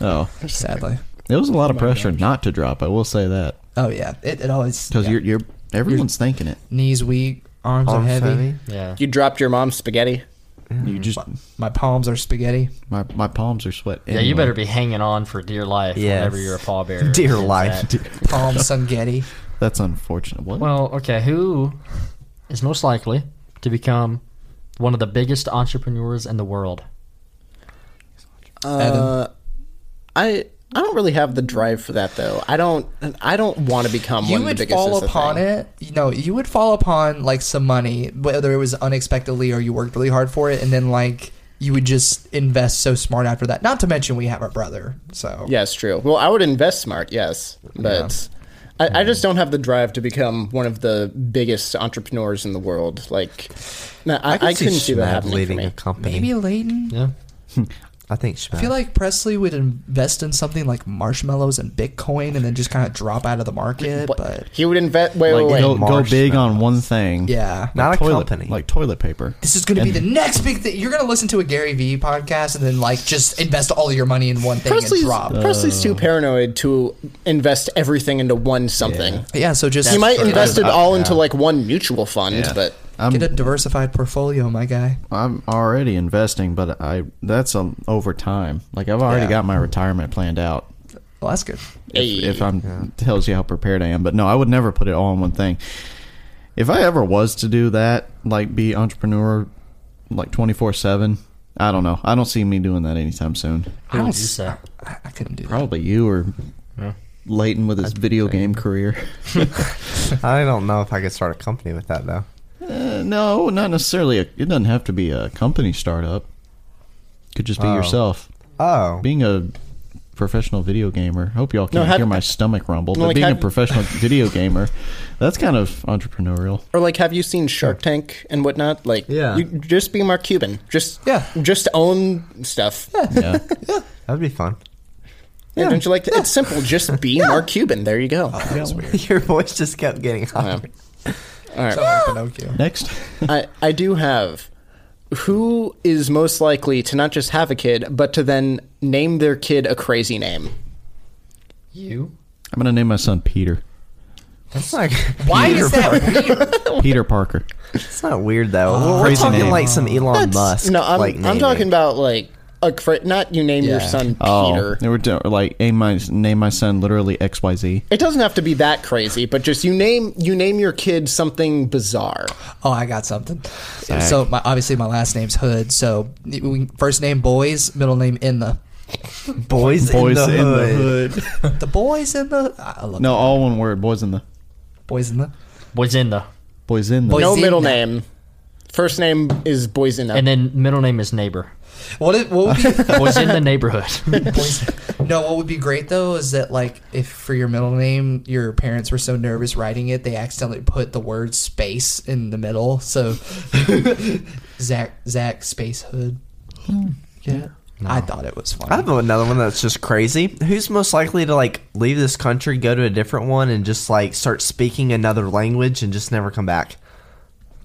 Speaker 2: Oh,
Speaker 5: sadly.
Speaker 2: it was a lot of pressure not to drop. I will say that
Speaker 5: Oh yeah, it, it always
Speaker 2: because
Speaker 5: yeah.
Speaker 2: you're you're everyone's thinking it.
Speaker 5: knees weak, arms, are
Speaker 4: Arms
Speaker 5: heavy.
Speaker 4: heavy.
Speaker 1: Yeah.
Speaker 3: You dropped your mom's spaghetti.
Speaker 2: You just
Speaker 5: My palms are spaghetti.
Speaker 2: my my palms are sweat.
Speaker 1: Yeah, you better be hanging on for dear life
Speaker 4: Yes.
Speaker 1: whenever you're a pallbearer.
Speaker 4: Dear
Speaker 1: It's
Speaker 4: life.
Speaker 1: that-
Speaker 5: Palm sungetti.
Speaker 2: That's unfortunate. What?
Speaker 1: Well, okay, who is most likely to become one of the biggest entrepreneurs in the world?
Speaker 3: Uh, I I don't really have the drive for that though. I don't I don't want to become
Speaker 5: You
Speaker 3: one of the
Speaker 5: would
Speaker 3: biggest.
Speaker 5: fall upon it. You know, you would fall upon like some money, whether it was unexpectedly or you worked really hard for it, and then like you would just invest so smart after that. Not to mention we have our brother. So
Speaker 3: Yes, true. Well, I would invest smart, yes, but I, I just don't have the drive to become one of the biggest entrepreneurs in the world. Like, no, I, I, couldn't see that
Speaker 4: Schmad
Speaker 3: happening for
Speaker 4: leading a
Speaker 3: me.
Speaker 4: company.
Speaker 5: maybe Layton.
Speaker 1: Yeah.
Speaker 4: I think Schmad.
Speaker 5: I feel like Presley would invest in something like marshmallows and Bitcoin, and then just kind of drop out of the market. But
Speaker 3: He would invest. Wait,
Speaker 4: Like,
Speaker 3: wait, wait.
Speaker 2: go,
Speaker 4: you
Speaker 2: go big on
Speaker 4: marshmallows.
Speaker 2: one thing.
Speaker 5: yeah,
Speaker 4: not a
Speaker 2: toilet,
Speaker 4: company.
Speaker 2: like toilet paper.
Speaker 5: This is going to be the next big thing. You're going to listen to a Gary Vee podcast and then like just invest all of your money in one thing
Speaker 3: Presley's,
Speaker 5: and drop.
Speaker 3: Presley's too paranoid to invest everything into one something.
Speaker 5: yeah, so just
Speaker 3: He might
Speaker 5: Sure.
Speaker 3: invest it
Speaker 2: I-
Speaker 3: all into like one mutual fund, but
Speaker 5: get a diversified portfolio, my guy.
Speaker 2: I'm already investing, but I that's um, over time. Like I've already
Speaker 5: Yeah.
Speaker 2: got my retirement planned out.
Speaker 5: Well, that's good.
Speaker 3: hey,
Speaker 2: If I'm tells you how prepared I am, but no, I would never put it all in one thing. If I ever was to do that, like be entrepreneur, like twenty four seven, I don't know. I don't see me doing that anytime soon.
Speaker 1: Who
Speaker 5: I
Speaker 1: would
Speaker 5: don't
Speaker 1: you
Speaker 5: s-
Speaker 1: say?
Speaker 5: I, I couldn't do that.
Speaker 2: Probably you or Leighton with his video game career.
Speaker 4: I don't know if I could start a company with that though.
Speaker 2: Uh, no, not necessarily. A, it doesn't have to be a company startup. Could just be yourself.
Speaker 4: Oh,
Speaker 2: being a professional video gamer hope y'all can
Speaker 3: No,
Speaker 2: not
Speaker 3: have-
Speaker 2: hear my stomach rumble but
Speaker 3: like,
Speaker 2: being
Speaker 3: have-
Speaker 2: a professional video gamer that's kind of entrepreneurial
Speaker 3: or like, have you seen Shark Tank and whatnot? Like,
Speaker 4: Yeah.
Speaker 3: you, just be Mark Cuban. Just
Speaker 5: Yeah.
Speaker 3: just own stuff.
Speaker 2: yeah
Speaker 4: that'd be fun.
Speaker 3: Yeah, don't you like that? It's simple. Just be Mark Cuban. There you go.
Speaker 4: Your voice just kept getting higher.
Speaker 5: Probably Pinocchio.
Speaker 2: next
Speaker 3: I, I do have. Who is most likely to not just have a kid, but to then name their kid a crazy name?
Speaker 1: You?
Speaker 2: i'm gonna name my son peter
Speaker 4: That's like
Speaker 5: Why is that weird?
Speaker 2: peter parker
Speaker 4: It's not weird though. We're- We're
Speaker 2: Crazy
Speaker 4: talking
Speaker 2: name.
Speaker 4: like some Elon Musk.
Speaker 3: No, I'm,
Speaker 4: like,
Speaker 3: I'm
Speaker 4: naming.
Speaker 3: talking about like a cra- not you name your
Speaker 5: Yeah.
Speaker 3: son
Speaker 2: oh
Speaker 3: Peter.
Speaker 2: they were do- like name my, name my son literally xyz
Speaker 3: It doesn't have to be that crazy, but just you name you name your kid something bizarre.
Speaker 5: Oh, I got something. So my, obviously my last name's Hood. So we- first name boys, middle name in the
Speaker 4: boys,
Speaker 2: boys
Speaker 4: in the hood.
Speaker 2: hood
Speaker 5: the boys in the. I love
Speaker 2: no all one word boys in the
Speaker 5: boys in the.
Speaker 1: Boys in the.
Speaker 2: boys in the
Speaker 5: Boys-
Speaker 3: No
Speaker 5: Boyzina.
Speaker 3: middle name. First name is Boyzina.
Speaker 1: And then middle name is neighbor.
Speaker 5: What it, what would be
Speaker 1: Boys in the neighborhood.
Speaker 5: Boys- no, what would be great though is that like if for your middle name your parents were so nervous writing it they accidentally put the word space in the middle. So Zach Zach Space Hood. Yeah. I thought it was
Speaker 4: I
Speaker 5: funny.
Speaker 4: have another one that's just crazy. Who's most likely to like leave this country, go to a different one, and just like start speaking another language and just never come back?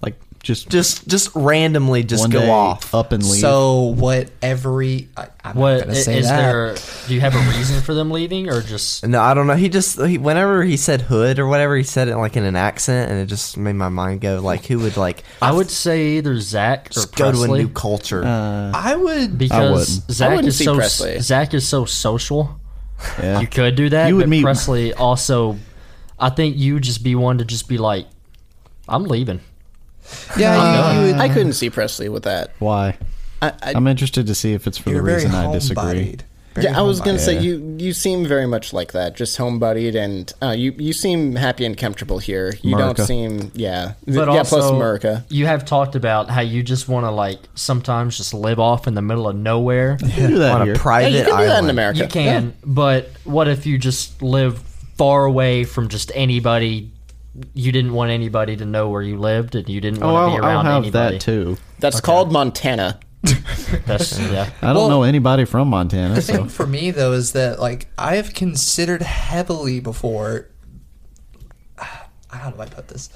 Speaker 2: like just
Speaker 4: Just just randomly just
Speaker 2: one
Speaker 4: go
Speaker 2: day
Speaker 4: off.
Speaker 2: up and leave
Speaker 5: So what every I, I'm not
Speaker 1: What
Speaker 5: gonna
Speaker 1: is
Speaker 5: say that.
Speaker 1: there? Do you have a reason for them leaving, or just
Speaker 4: No, I don't know. He just he, whenever he said hood or whatever, he said it like in an accent, and it just made my mind go like, who would like
Speaker 1: I would say either Zach or
Speaker 4: go to a
Speaker 1: Presley
Speaker 4: new culture?
Speaker 2: Uh,
Speaker 5: I would
Speaker 1: because
Speaker 2: wouldn't.
Speaker 3: I
Speaker 1: Zach
Speaker 3: wouldn't
Speaker 1: is
Speaker 3: see
Speaker 1: so
Speaker 3: Presley.
Speaker 1: Zach is so social.
Speaker 2: yeah.
Speaker 1: You could do that.
Speaker 2: You would
Speaker 1: but
Speaker 2: meet-
Speaker 1: Presley also. I think you just be one to just be like, I'm leaving.
Speaker 5: yeah, you, you would,
Speaker 3: I couldn't see Presley with that.
Speaker 2: why
Speaker 3: I, I,
Speaker 2: i'm interested to see if it's for
Speaker 5: you're
Speaker 2: the
Speaker 5: very
Speaker 2: reason i disagree
Speaker 5: homebodied. Very
Speaker 3: yeah, I was gonna
Speaker 5: homebodied.
Speaker 3: say you you seem very much like that, just homebodied, and uh, you you seem happy and comfortable here. You
Speaker 2: America.
Speaker 3: don't seem yeah,
Speaker 1: But
Speaker 3: yeah.
Speaker 1: also,
Speaker 3: plus America.
Speaker 1: You have talked about how you just want to like sometimes just live off in the middle of nowhere.
Speaker 2: You do that
Speaker 4: on
Speaker 2: here.
Speaker 4: a private
Speaker 3: Hey, you can do
Speaker 4: island.
Speaker 3: that in America.
Speaker 1: You can, but what if you just live far away from just anybody? You didn't want anybody to know where you lived, and you didn't want
Speaker 2: oh
Speaker 1: to be
Speaker 2: I'll,
Speaker 1: around
Speaker 2: I'll have
Speaker 1: anybody.
Speaker 2: that too
Speaker 3: That's called Montana.
Speaker 1: That's yeah.
Speaker 2: I don't
Speaker 5: Well-
Speaker 2: know anybody from Montana.
Speaker 5: The thing
Speaker 2: So.
Speaker 5: for me though is that like I have considered heavily before. How do I put this?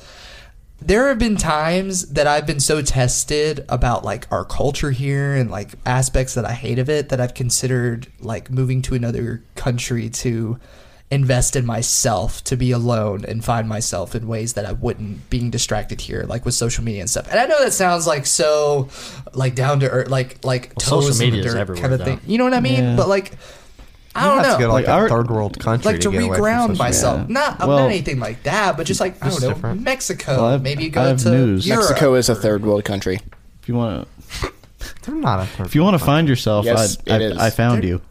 Speaker 5: There have been times that I've been so tested about like our culture here and like aspects that I hate of it that I've considered like moving to another country to invest in myself to be alone and find myself in ways that I wouldn't being distracted here like with social media and stuff. And I know that sounds like so like down to earth like like
Speaker 1: Well, social
Speaker 5: toes in the
Speaker 1: media is
Speaker 5: dirt
Speaker 1: everywhere,
Speaker 5: kind of
Speaker 1: though.
Speaker 5: thing. You know what I mean?
Speaker 2: Yeah.
Speaker 5: But like, I
Speaker 4: You
Speaker 5: don't
Speaker 4: have
Speaker 5: know.
Speaker 4: to go to
Speaker 5: like,
Speaker 4: like,
Speaker 2: Like, our-
Speaker 4: a third world
Speaker 5: to
Speaker 4: country get away from
Speaker 5: reground
Speaker 4: social media.
Speaker 5: myself, not
Speaker 2: Well,
Speaker 5: not anything like that, but just like I don't know,
Speaker 4: different.
Speaker 5: Mexico,
Speaker 2: Well, I've-
Speaker 5: maybe go
Speaker 2: I've
Speaker 5: to
Speaker 2: news.
Speaker 5: Europe.
Speaker 3: Mexico is a third world country.
Speaker 2: If you want to,
Speaker 4: They're not a third
Speaker 2: if you want to find yourself,
Speaker 3: Yes,
Speaker 2: I,
Speaker 3: it is.
Speaker 2: I, I found you.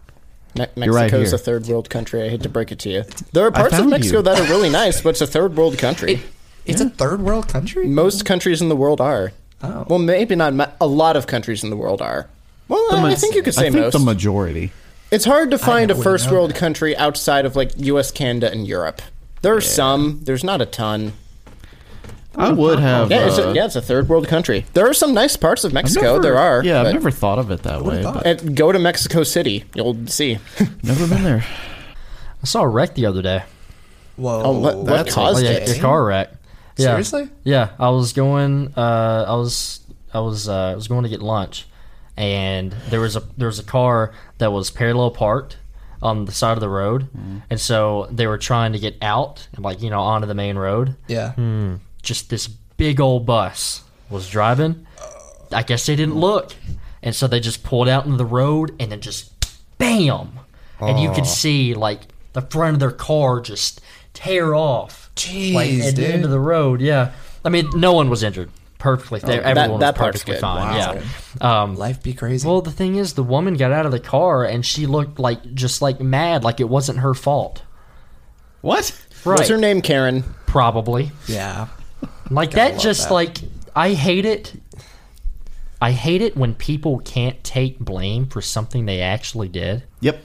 Speaker 3: Me-
Speaker 2: You're right
Speaker 3: Mexico is a
Speaker 2: here.
Speaker 3: third world country. I hate to break it to you. There are
Speaker 2: I
Speaker 3: parts of
Speaker 2: found
Speaker 3: Mexico
Speaker 2: you.
Speaker 3: that are really nice, but it's a third world country.
Speaker 5: It- it's a third world
Speaker 4: Oh,
Speaker 5: country.
Speaker 3: Most countries in the world are.
Speaker 5: Oh.
Speaker 3: Well, maybe not. ma- A lot of countries in the world are. Well, I, I think you could say
Speaker 2: I think
Speaker 3: most.
Speaker 2: the majority.
Speaker 3: it's hard to find a
Speaker 5: wouldn't
Speaker 3: first
Speaker 5: know
Speaker 3: world
Speaker 5: that.
Speaker 3: country outside of like U.S., Canada, and Europe. There are some. There's not a ton.
Speaker 2: I would have.
Speaker 3: Yeah, it's
Speaker 2: uh,
Speaker 3: a, yeah, it's a third world country. There are some nice parts of
Speaker 2: I've
Speaker 3: Mexico.
Speaker 2: never-
Speaker 3: there are.
Speaker 2: Yeah,
Speaker 3: but-
Speaker 2: I've never thought of it that way.
Speaker 5: thought?
Speaker 2: But
Speaker 3: And go to Mexico City. You'll see.
Speaker 2: never been there.
Speaker 1: I saw a wreck the other day.
Speaker 5: Whoa,
Speaker 3: Oh, what- what
Speaker 5: that's
Speaker 3: caused
Speaker 1: yeah,
Speaker 3: it?
Speaker 1: your car wreck. Yeah.
Speaker 5: Seriously?
Speaker 1: Yeah, I was going. Uh, I was. I was. Uh, I was going to get lunch, and there was a there was a car that was parallel parked on the side of the road, and so they were trying to get out and like you know onto the main road.
Speaker 5: Yeah,
Speaker 1: Just this big old bus was driving. I guess they didn't look, and so they just pulled out into the road and then just bam, and you could see like the front of their car just tear off
Speaker 5: jeez,
Speaker 1: like at the end of
Speaker 5: dude.
Speaker 1: the road. Yeah, I mean, no one was injured. Perfectly, fair. everyone
Speaker 3: Oh, that
Speaker 1: was
Speaker 3: part's
Speaker 1: perfectly
Speaker 3: good.
Speaker 1: fine.
Speaker 5: Wow.
Speaker 1: Yeah. Um,
Speaker 5: Life be crazy.
Speaker 1: well, the thing is, the woman got out of the car and she looked like just like mad, like it wasn't her fault.
Speaker 2: What?
Speaker 1: Right?
Speaker 3: What's her name? Karen.
Speaker 1: Probably.
Speaker 5: yeah,
Speaker 1: Like that. Just like I hate it. I hate it when people can't take blame for something they actually did.
Speaker 2: Yep.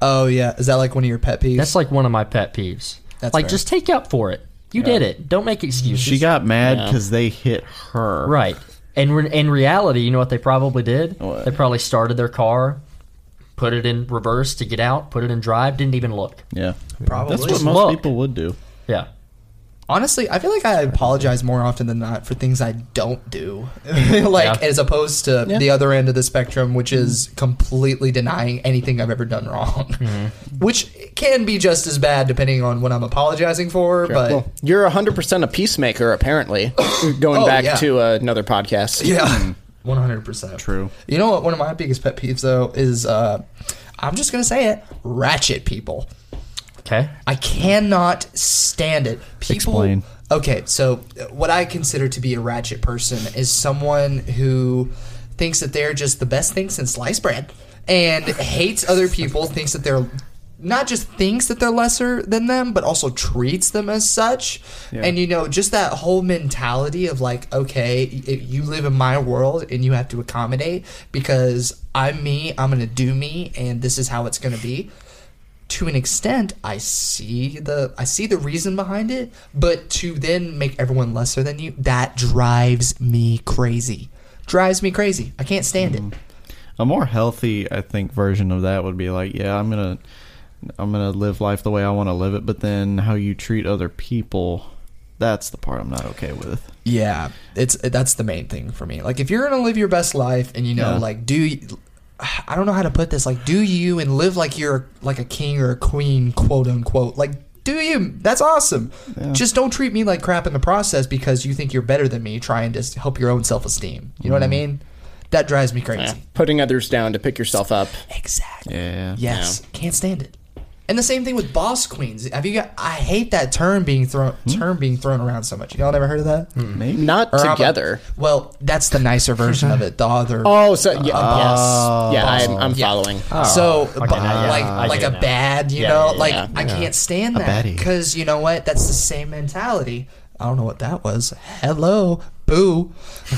Speaker 5: oh yeah, is that like one of your pet peeves?
Speaker 1: That's like one of my pet peeves.
Speaker 5: That's
Speaker 1: like
Speaker 5: fair.
Speaker 1: just take up for it. You did it. Don't make excuses.
Speaker 2: She got mad because they hit her.
Speaker 1: Right. And re- in reality, you know what they probably did? They probably started their car, put it in reverse to get out, put it in drive, didn't even look.
Speaker 2: Yeah.
Speaker 5: Probably.
Speaker 2: That's what most
Speaker 1: Look.
Speaker 2: people would do.
Speaker 1: Yeah.
Speaker 5: Honestly, I feel like I apologize more often than not for things I don't do. like
Speaker 1: Yeah. Mm-hmm.
Speaker 5: as opposed to the other end of the spectrum, which is completely denying anything I've ever done wrong.
Speaker 1: Mm-hmm.
Speaker 5: Which can be just as bad depending on what I'm apologizing for, but
Speaker 3: Well, you're 100% a peacemaker, apparently, going
Speaker 5: Oh,
Speaker 3: back
Speaker 5: yeah.
Speaker 3: to uh, another podcast.
Speaker 1: Mm-hmm.
Speaker 5: yeah. 100%. True. You know what one of my biggest pet peeves though is uh I'm just going to say it, ratchet people.
Speaker 1: Okay.
Speaker 5: I cannot stand it. People,
Speaker 2: Explain.
Speaker 5: Okay, so uh, what I consider to be a ratchet person is someone who thinks that they're just the best thing since sliced bread and hates other people, thinks that they're not just thinks that they're lesser than them, but also treats them as such. And you know, just that whole mentality of like, okay, y- if you live in my world and you have to accommodate because I'm me, I'm going to do me, and this is how it's going to be to an extent i see the i see the reason behind it but to then make everyone lesser than you that drives me crazy drives me crazy i can't stand it
Speaker 2: A more healthy, I think, version of that would be like, yeah, I'm gonna, I'm gonna live life the way I want to live it, but then how you treat other people, that's the part I'm not okay with.
Speaker 5: yeah it's that's the main thing for me like if you're gonna live your best life and you know
Speaker 2: Yeah.
Speaker 5: like do y- i don't know how to put this like do you and live like you're like a king or a queen quote unquote like do you that's awesome just don't treat me like crap in the process because you think you're better than me trying to help your own self-esteem you know what i
Speaker 2: Mm-hmm.
Speaker 5: mean that drives me crazy
Speaker 3: Yeah. Putting others down to pick yourself up.
Speaker 5: Exactly.
Speaker 2: Yeah.
Speaker 5: Yes. Can't stand it. And the same thing with boss queens. Have you got? I hate that term being thrown
Speaker 2: Hmm?
Speaker 5: term being thrown around so much. Y'all never heard of that?
Speaker 2: Maybe.
Speaker 3: Not
Speaker 5: Or I'm a-
Speaker 3: together.
Speaker 5: well, that's the nicer version of it. The other. uh,
Speaker 3: Oh, so yeah,
Speaker 5: Oh.
Speaker 3: yes, yeah, I'm, I'm
Speaker 5: Yeah.
Speaker 3: following.
Speaker 5: so bu-
Speaker 1: now, yeah.
Speaker 5: like
Speaker 1: I
Speaker 5: like
Speaker 1: get
Speaker 5: a
Speaker 1: it now.
Speaker 5: bad, you
Speaker 1: Yeah,
Speaker 5: know,
Speaker 1: yeah,
Speaker 5: like
Speaker 3: yeah.
Speaker 5: I can't stand that
Speaker 2: baddie.
Speaker 5: because you know what? That's the same mentality. I don't know what that was. Hello, boo.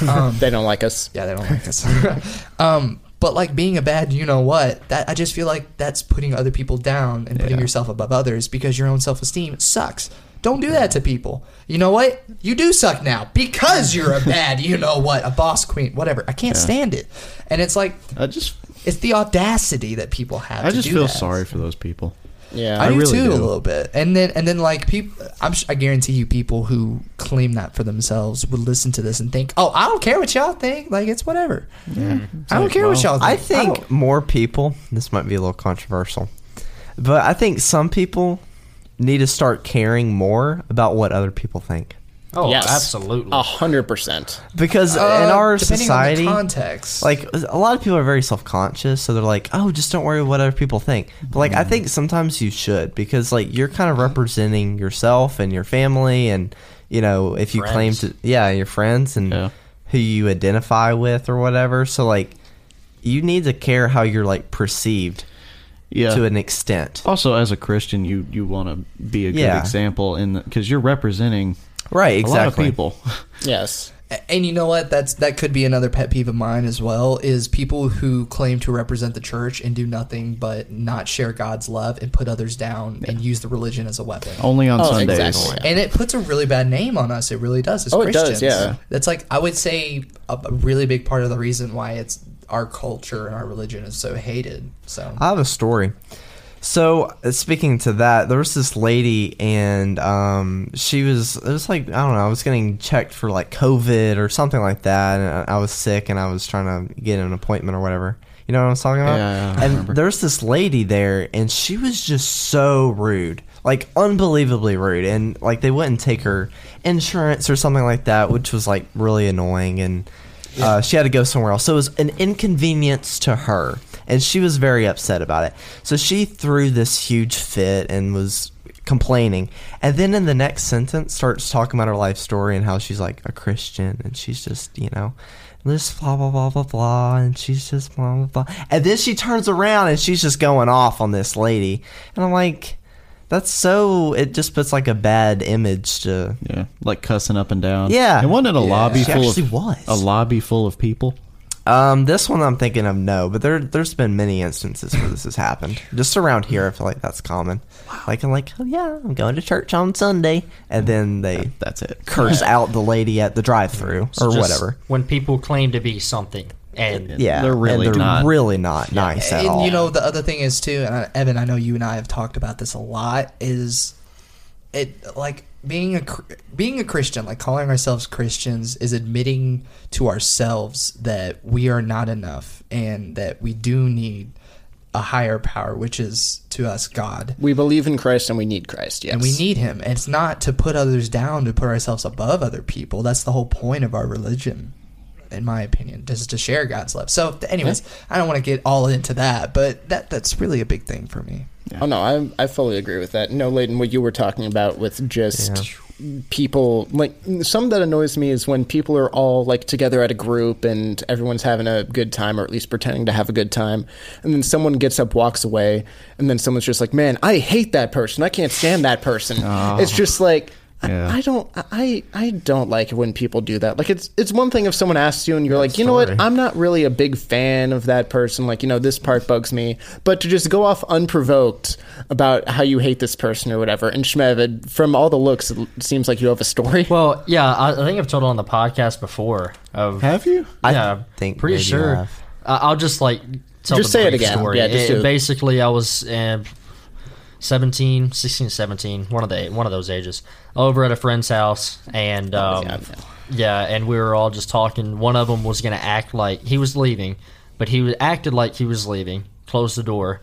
Speaker 5: Um,
Speaker 3: They don't like us.
Speaker 5: Yeah, they don't like us. um, but like being a bad, you know what? That I just feel like that's putting other people down and putting yourself above others because your own self esteem sucks. Don't do that to people. You know what? You do suck now because you're a bad, you know what, a boss queen, whatever. I can't stand it. And it's like,
Speaker 2: I just
Speaker 5: it's the audacity that people have.
Speaker 2: I
Speaker 5: to
Speaker 2: just
Speaker 5: do
Speaker 2: feel
Speaker 5: that.
Speaker 2: sorry for those people.
Speaker 3: Yeah.
Speaker 5: I, do
Speaker 2: really
Speaker 5: too
Speaker 2: do.
Speaker 5: a little bit, and then and then like people, I'm sh- I guarantee you people who claim that for themselves would listen to this and think, oh, I don't care what y'all think, like it's whatever.
Speaker 4: Mm-hmm.
Speaker 5: I don't care what y'all. think.
Speaker 4: I
Speaker 5: don't-
Speaker 4: think more people. This might be a little controversial, but I think some people need to start caring more about what other people think
Speaker 1: Oh,
Speaker 3: Yes.
Speaker 1: absolutely.
Speaker 3: A hundred percent.
Speaker 4: because
Speaker 5: Uh,
Speaker 4: in our
Speaker 5: depending on
Speaker 4: society,
Speaker 5: the context,
Speaker 4: like a lot of people are very self-conscious so they're like oh just don't worry what other people think but like i
Speaker 2: Mm.
Speaker 4: think sometimes you should because like you're kind of representing yourself and your family and you know if you claim
Speaker 1: Friends.
Speaker 4: to yeah your friends and
Speaker 2: Yeah.
Speaker 4: who you identify with or whatever so like you need to care how you're like perceived
Speaker 2: Yeah.
Speaker 4: to an extent
Speaker 2: also, as a Christian, you you want to be a good
Speaker 4: Yeah.
Speaker 2: example in because you're representing
Speaker 4: right
Speaker 2: a lot of
Speaker 4: exactly
Speaker 2: people.
Speaker 3: Yes.
Speaker 5: and you know what? That's that could be another pet peeve of mine as well. Is people who claim to represent the church and do nothing but not share God's love and put others down and use the religion as a weapon.
Speaker 2: Only on
Speaker 3: Oh,
Speaker 2: Sundays.
Speaker 3: exactly.
Speaker 5: and it puts a really bad name on us. It really does. As
Speaker 3: Oh, it
Speaker 5: Christians.
Speaker 3: does, yeah.
Speaker 5: That's like I would say a, a really big part of the reason why it's our culture and our religion is so hated. So
Speaker 4: I have a story. So uh, speaking to that, there was this lady, and um, she was it was like I don't know, I was getting checked for like COVID or something like that, and I, I was sick, and I was trying to get an appointment or whatever. You know what I'm talking about?
Speaker 2: Yeah, yeah, I
Speaker 4: and there's this lady there, and she was just so rude, like unbelievably rude, and like they wouldn't take her insurance or something like that, which was like really annoying, and uh, she had to go somewhere else. So it was an inconvenience to her, and she was very upset about it. So she threw this huge fit and was complaining, and then in the next sentence starts talking about her life story and how she's like a Christian, and she's just you know just blah blah blah blah blah and she's just blah blah blah and then she turns around and she's just going off on this lady and i'm like that's so it just puts like a bad image to
Speaker 2: Yeah, like cussing up and down.
Speaker 4: Yeah.
Speaker 2: and wasn't it a lobby
Speaker 4: She
Speaker 2: full
Speaker 4: actually
Speaker 2: of
Speaker 4: was.
Speaker 2: a lobby full of people?
Speaker 4: um this one i'm thinking of no but there there's been many instances where this has happened just around here i feel like that's common like i'm like oh yeah i'm going to church on sunday and then they
Speaker 2: That's it.
Speaker 4: curse out the lady at the drive-through or
Speaker 1: Just
Speaker 4: whatever
Speaker 1: When people claim to be something, and
Speaker 4: yeah
Speaker 2: They're
Speaker 4: and
Speaker 2: really
Speaker 4: they're
Speaker 2: not.
Speaker 4: really not nice at
Speaker 5: and
Speaker 4: all
Speaker 5: you know the other thing is too and I, evan i know you and i have talked about this a lot is it like being a Chr- being a christian like calling ourselves christians is admitting to ourselves that we are not enough and that we do need a higher power which is to us god
Speaker 3: We believe in Christ and we need Christ. Yes.
Speaker 5: and we need him and it's not to put others down to put ourselves above other people that's the whole point of our religion in my opinion just to share god's love so anyways i don't want to get all into that but that that's really a big thing for me
Speaker 3: Oh no, I I fully agree with that. No, Leighton, what you were talking about with just people like some that annoys me is when people are all like together at a group and everyone's having a good time or at least pretending to have a good time, and then someone gets up, walks away, and then someone's just like, "Man, I hate that person. I can't stand that person." It's just like. I-
Speaker 2: Yeah.
Speaker 3: I don't. I I don't like it when people do that. Like it's it's one thing if someone asks you and you're like, you know what, I'm not really a big fan of that person. Like you know, this part bugs me. But to just go off unprovoked about how you hate this person or whatever. And Shmevid, from all the looks, it l- seems like you have a story.
Speaker 1: well, yeah, I, I think I've told it on the podcast before. Of
Speaker 2: Have you?
Speaker 4: I
Speaker 1: yeah,
Speaker 4: think
Speaker 1: pretty
Speaker 4: maybe you
Speaker 1: sure.
Speaker 4: have.
Speaker 1: I- I'll just like tell
Speaker 3: Just
Speaker 1: the
Speaker 3: say it
Speaker 1: brief
Speaker 3: again.
Speaker 1: Story.
Speaker 3: Yeah, just
Speaker 1: It-
Speaker 3: do it.
Speaker 1: Basically, I was um, 17, 16, 17, one of the one of those ages, over at a friend's house, and um,
Speaker 3: yeah.
Speaker 1: yeah, and we were all just talking. One of them was gonna act like he was leaving, but he was acted like he was leaving, closed the door,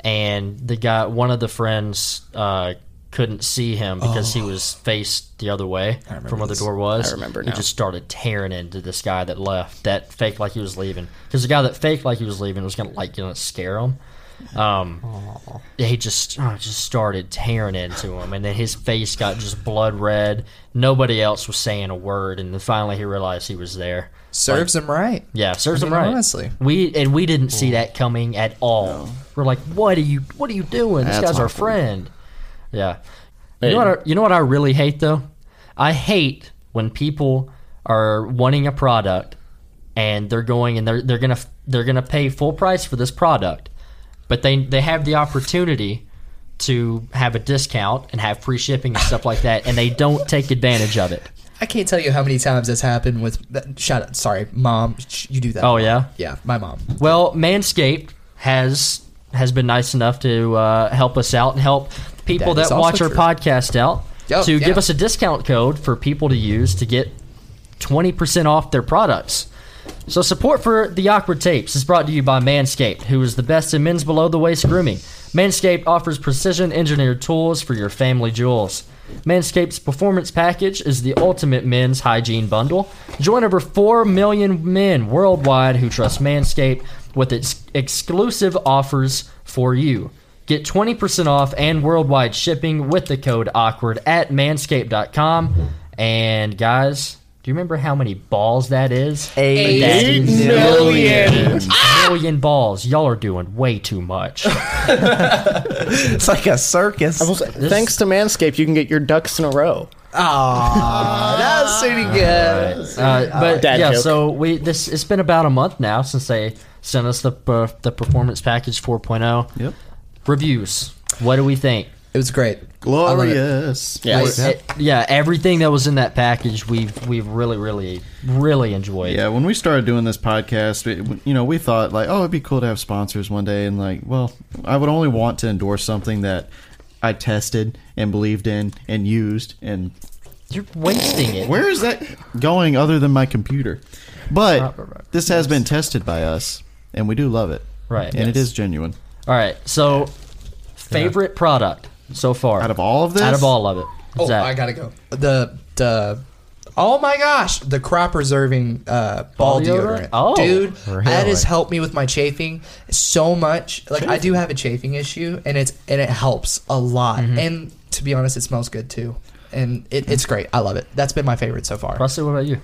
Speaker 1: and the guy, one of the friends. Uh, couldn't see him because
Speaker 3: Oh.
Speaker 1: he was faced the other way from where the door was.
Speaker 3: I remember
Speaker 1: He
Speaker 3: now.
Speaker 1: just started tearing into this guy that left, that faked like he was leaving. Because the guy that faked like he was leaving was gonna like gonna scare him. Um, he just uh, just started tearing into him, and then his face got just blood red. Nobody else was saying a word, and then finally he realized he was there.
Speaker 5: serves him right
Speaker 1: Yeah, serves
Speaker 5: I
Speaker 1: him
Speaker 5: mean,
Speaker 1: right.
Speaker 5: honestly.
Speaker 1: we and we didn't see that coming at all. We're like, what are you? What are you doing? This
Speaker 2: That's
Speaker 1: guy's our
Speaker 2: awful.
Speaker 1: friend. Yeah. You know, what I, you know what I really hate though? I hate when people are wanting a product and they're going and they're they're gonna they're gonna pay full price for this product, but they they have the opportunity to have a discount and have free shipping and stuff like that, and they don't take advantage of it.
Speaker 5: I can't tell you how many times that's happened with. That, shout out, sorry, mom, sh- you do that.
Speaker 1: Oh, yeah?
Speaker 5: yeah, my mom.
Speaker 1: Well, Manscaped has has been nice enough to uh, help us out and help people
Speaker 5: That
Speaker 1: that,
Speaker 5: is also
Speaker 1: watch our
Speaker 5: true.
Speaker 1: podcast out
Speaker 5: Oh,
Speaker 1: to give
Speaker 5: yeah.
Speaker 1: us a discount code for people to use to get twenty percent off their products. So support for the awkward tapes is brought to you by Manscaped, who is the best in men's below the waist grooming. Manscaped offers precision engineered tools for your family jewels. Manscaped's performance package is the ultimate men's hygiene bundle. Join over 4 million men worldwide who trust Manscaped with its exclusive offers for you. Get 20% off and worldwide shipping with the code awkward at manscaped.com. And guys, do you remember how many balls that is?
Speaker 4: Eight
Speaker 1: That is
Speaker 3: million.
Speaker 1: million balls. Y'all are doing way too much. Uh,
Speaker 4: It's like a circus.
Speaker 3: Also, Thanks to Manscaped, you can get your ducks in a row.
Speaker 5: Aw, that's pretty good.
Speaker 1: Uh, but
Speaker 3: Dad
Speaker 1: yeah,
Speaker 3: joke.
Speaker 1: so we this it's been about a month now since they sent us the per- the performance package 4.0.
Speaker 2: Yep.
Speaker 1: Reviews. What do we think?
Speaker 5: It was great.
Speaker 2: Glorious.
Speaker 3: Yeah,
Speaker 1: It-
Speaker 3: it's-
Speaker 1: it- yeah, everything that was in that package, we've we've really really really enjoyed.
Speaker 2: Yeah, when we started doing this podcast, it, you know, we thought like, oh, it'd be cool to have sponsors one day, and like, well, I would only want to endorse something that I tested and believed in and used. And
Speaker 1: You're wasting it.
Speaker 2: where is that going other than my computer? But this has been tested by us, and we do love it.
Speaker 1: Right.
Speaker 2: and it is genuine.
Speaker 1: All right. So, favorite product so far
Speaker 2: Out of all of this,
Speaker 1: out of all of it.
Speaker 5: Oh,
Speaker 1: Zach.
Speaker 5: I gotta go. The the. Oh my gosh, the crop reserving uh,
Speaker 1: Ball
Speaker 5: ball
Speaker 1: deodorant?
Speaker 5: deodorant,
Speaker 1: Oh,
Speaker 5: dude, that
Speaker 4: really?
Speaker 5: has helped me with my chafing so much. Like I do have a chafing issue, and it's and it helps a lot. And to be honest, it smells good too, and it, it's great. I love it. That's been my favorite so far.
Speaker 1: Russell, what about you?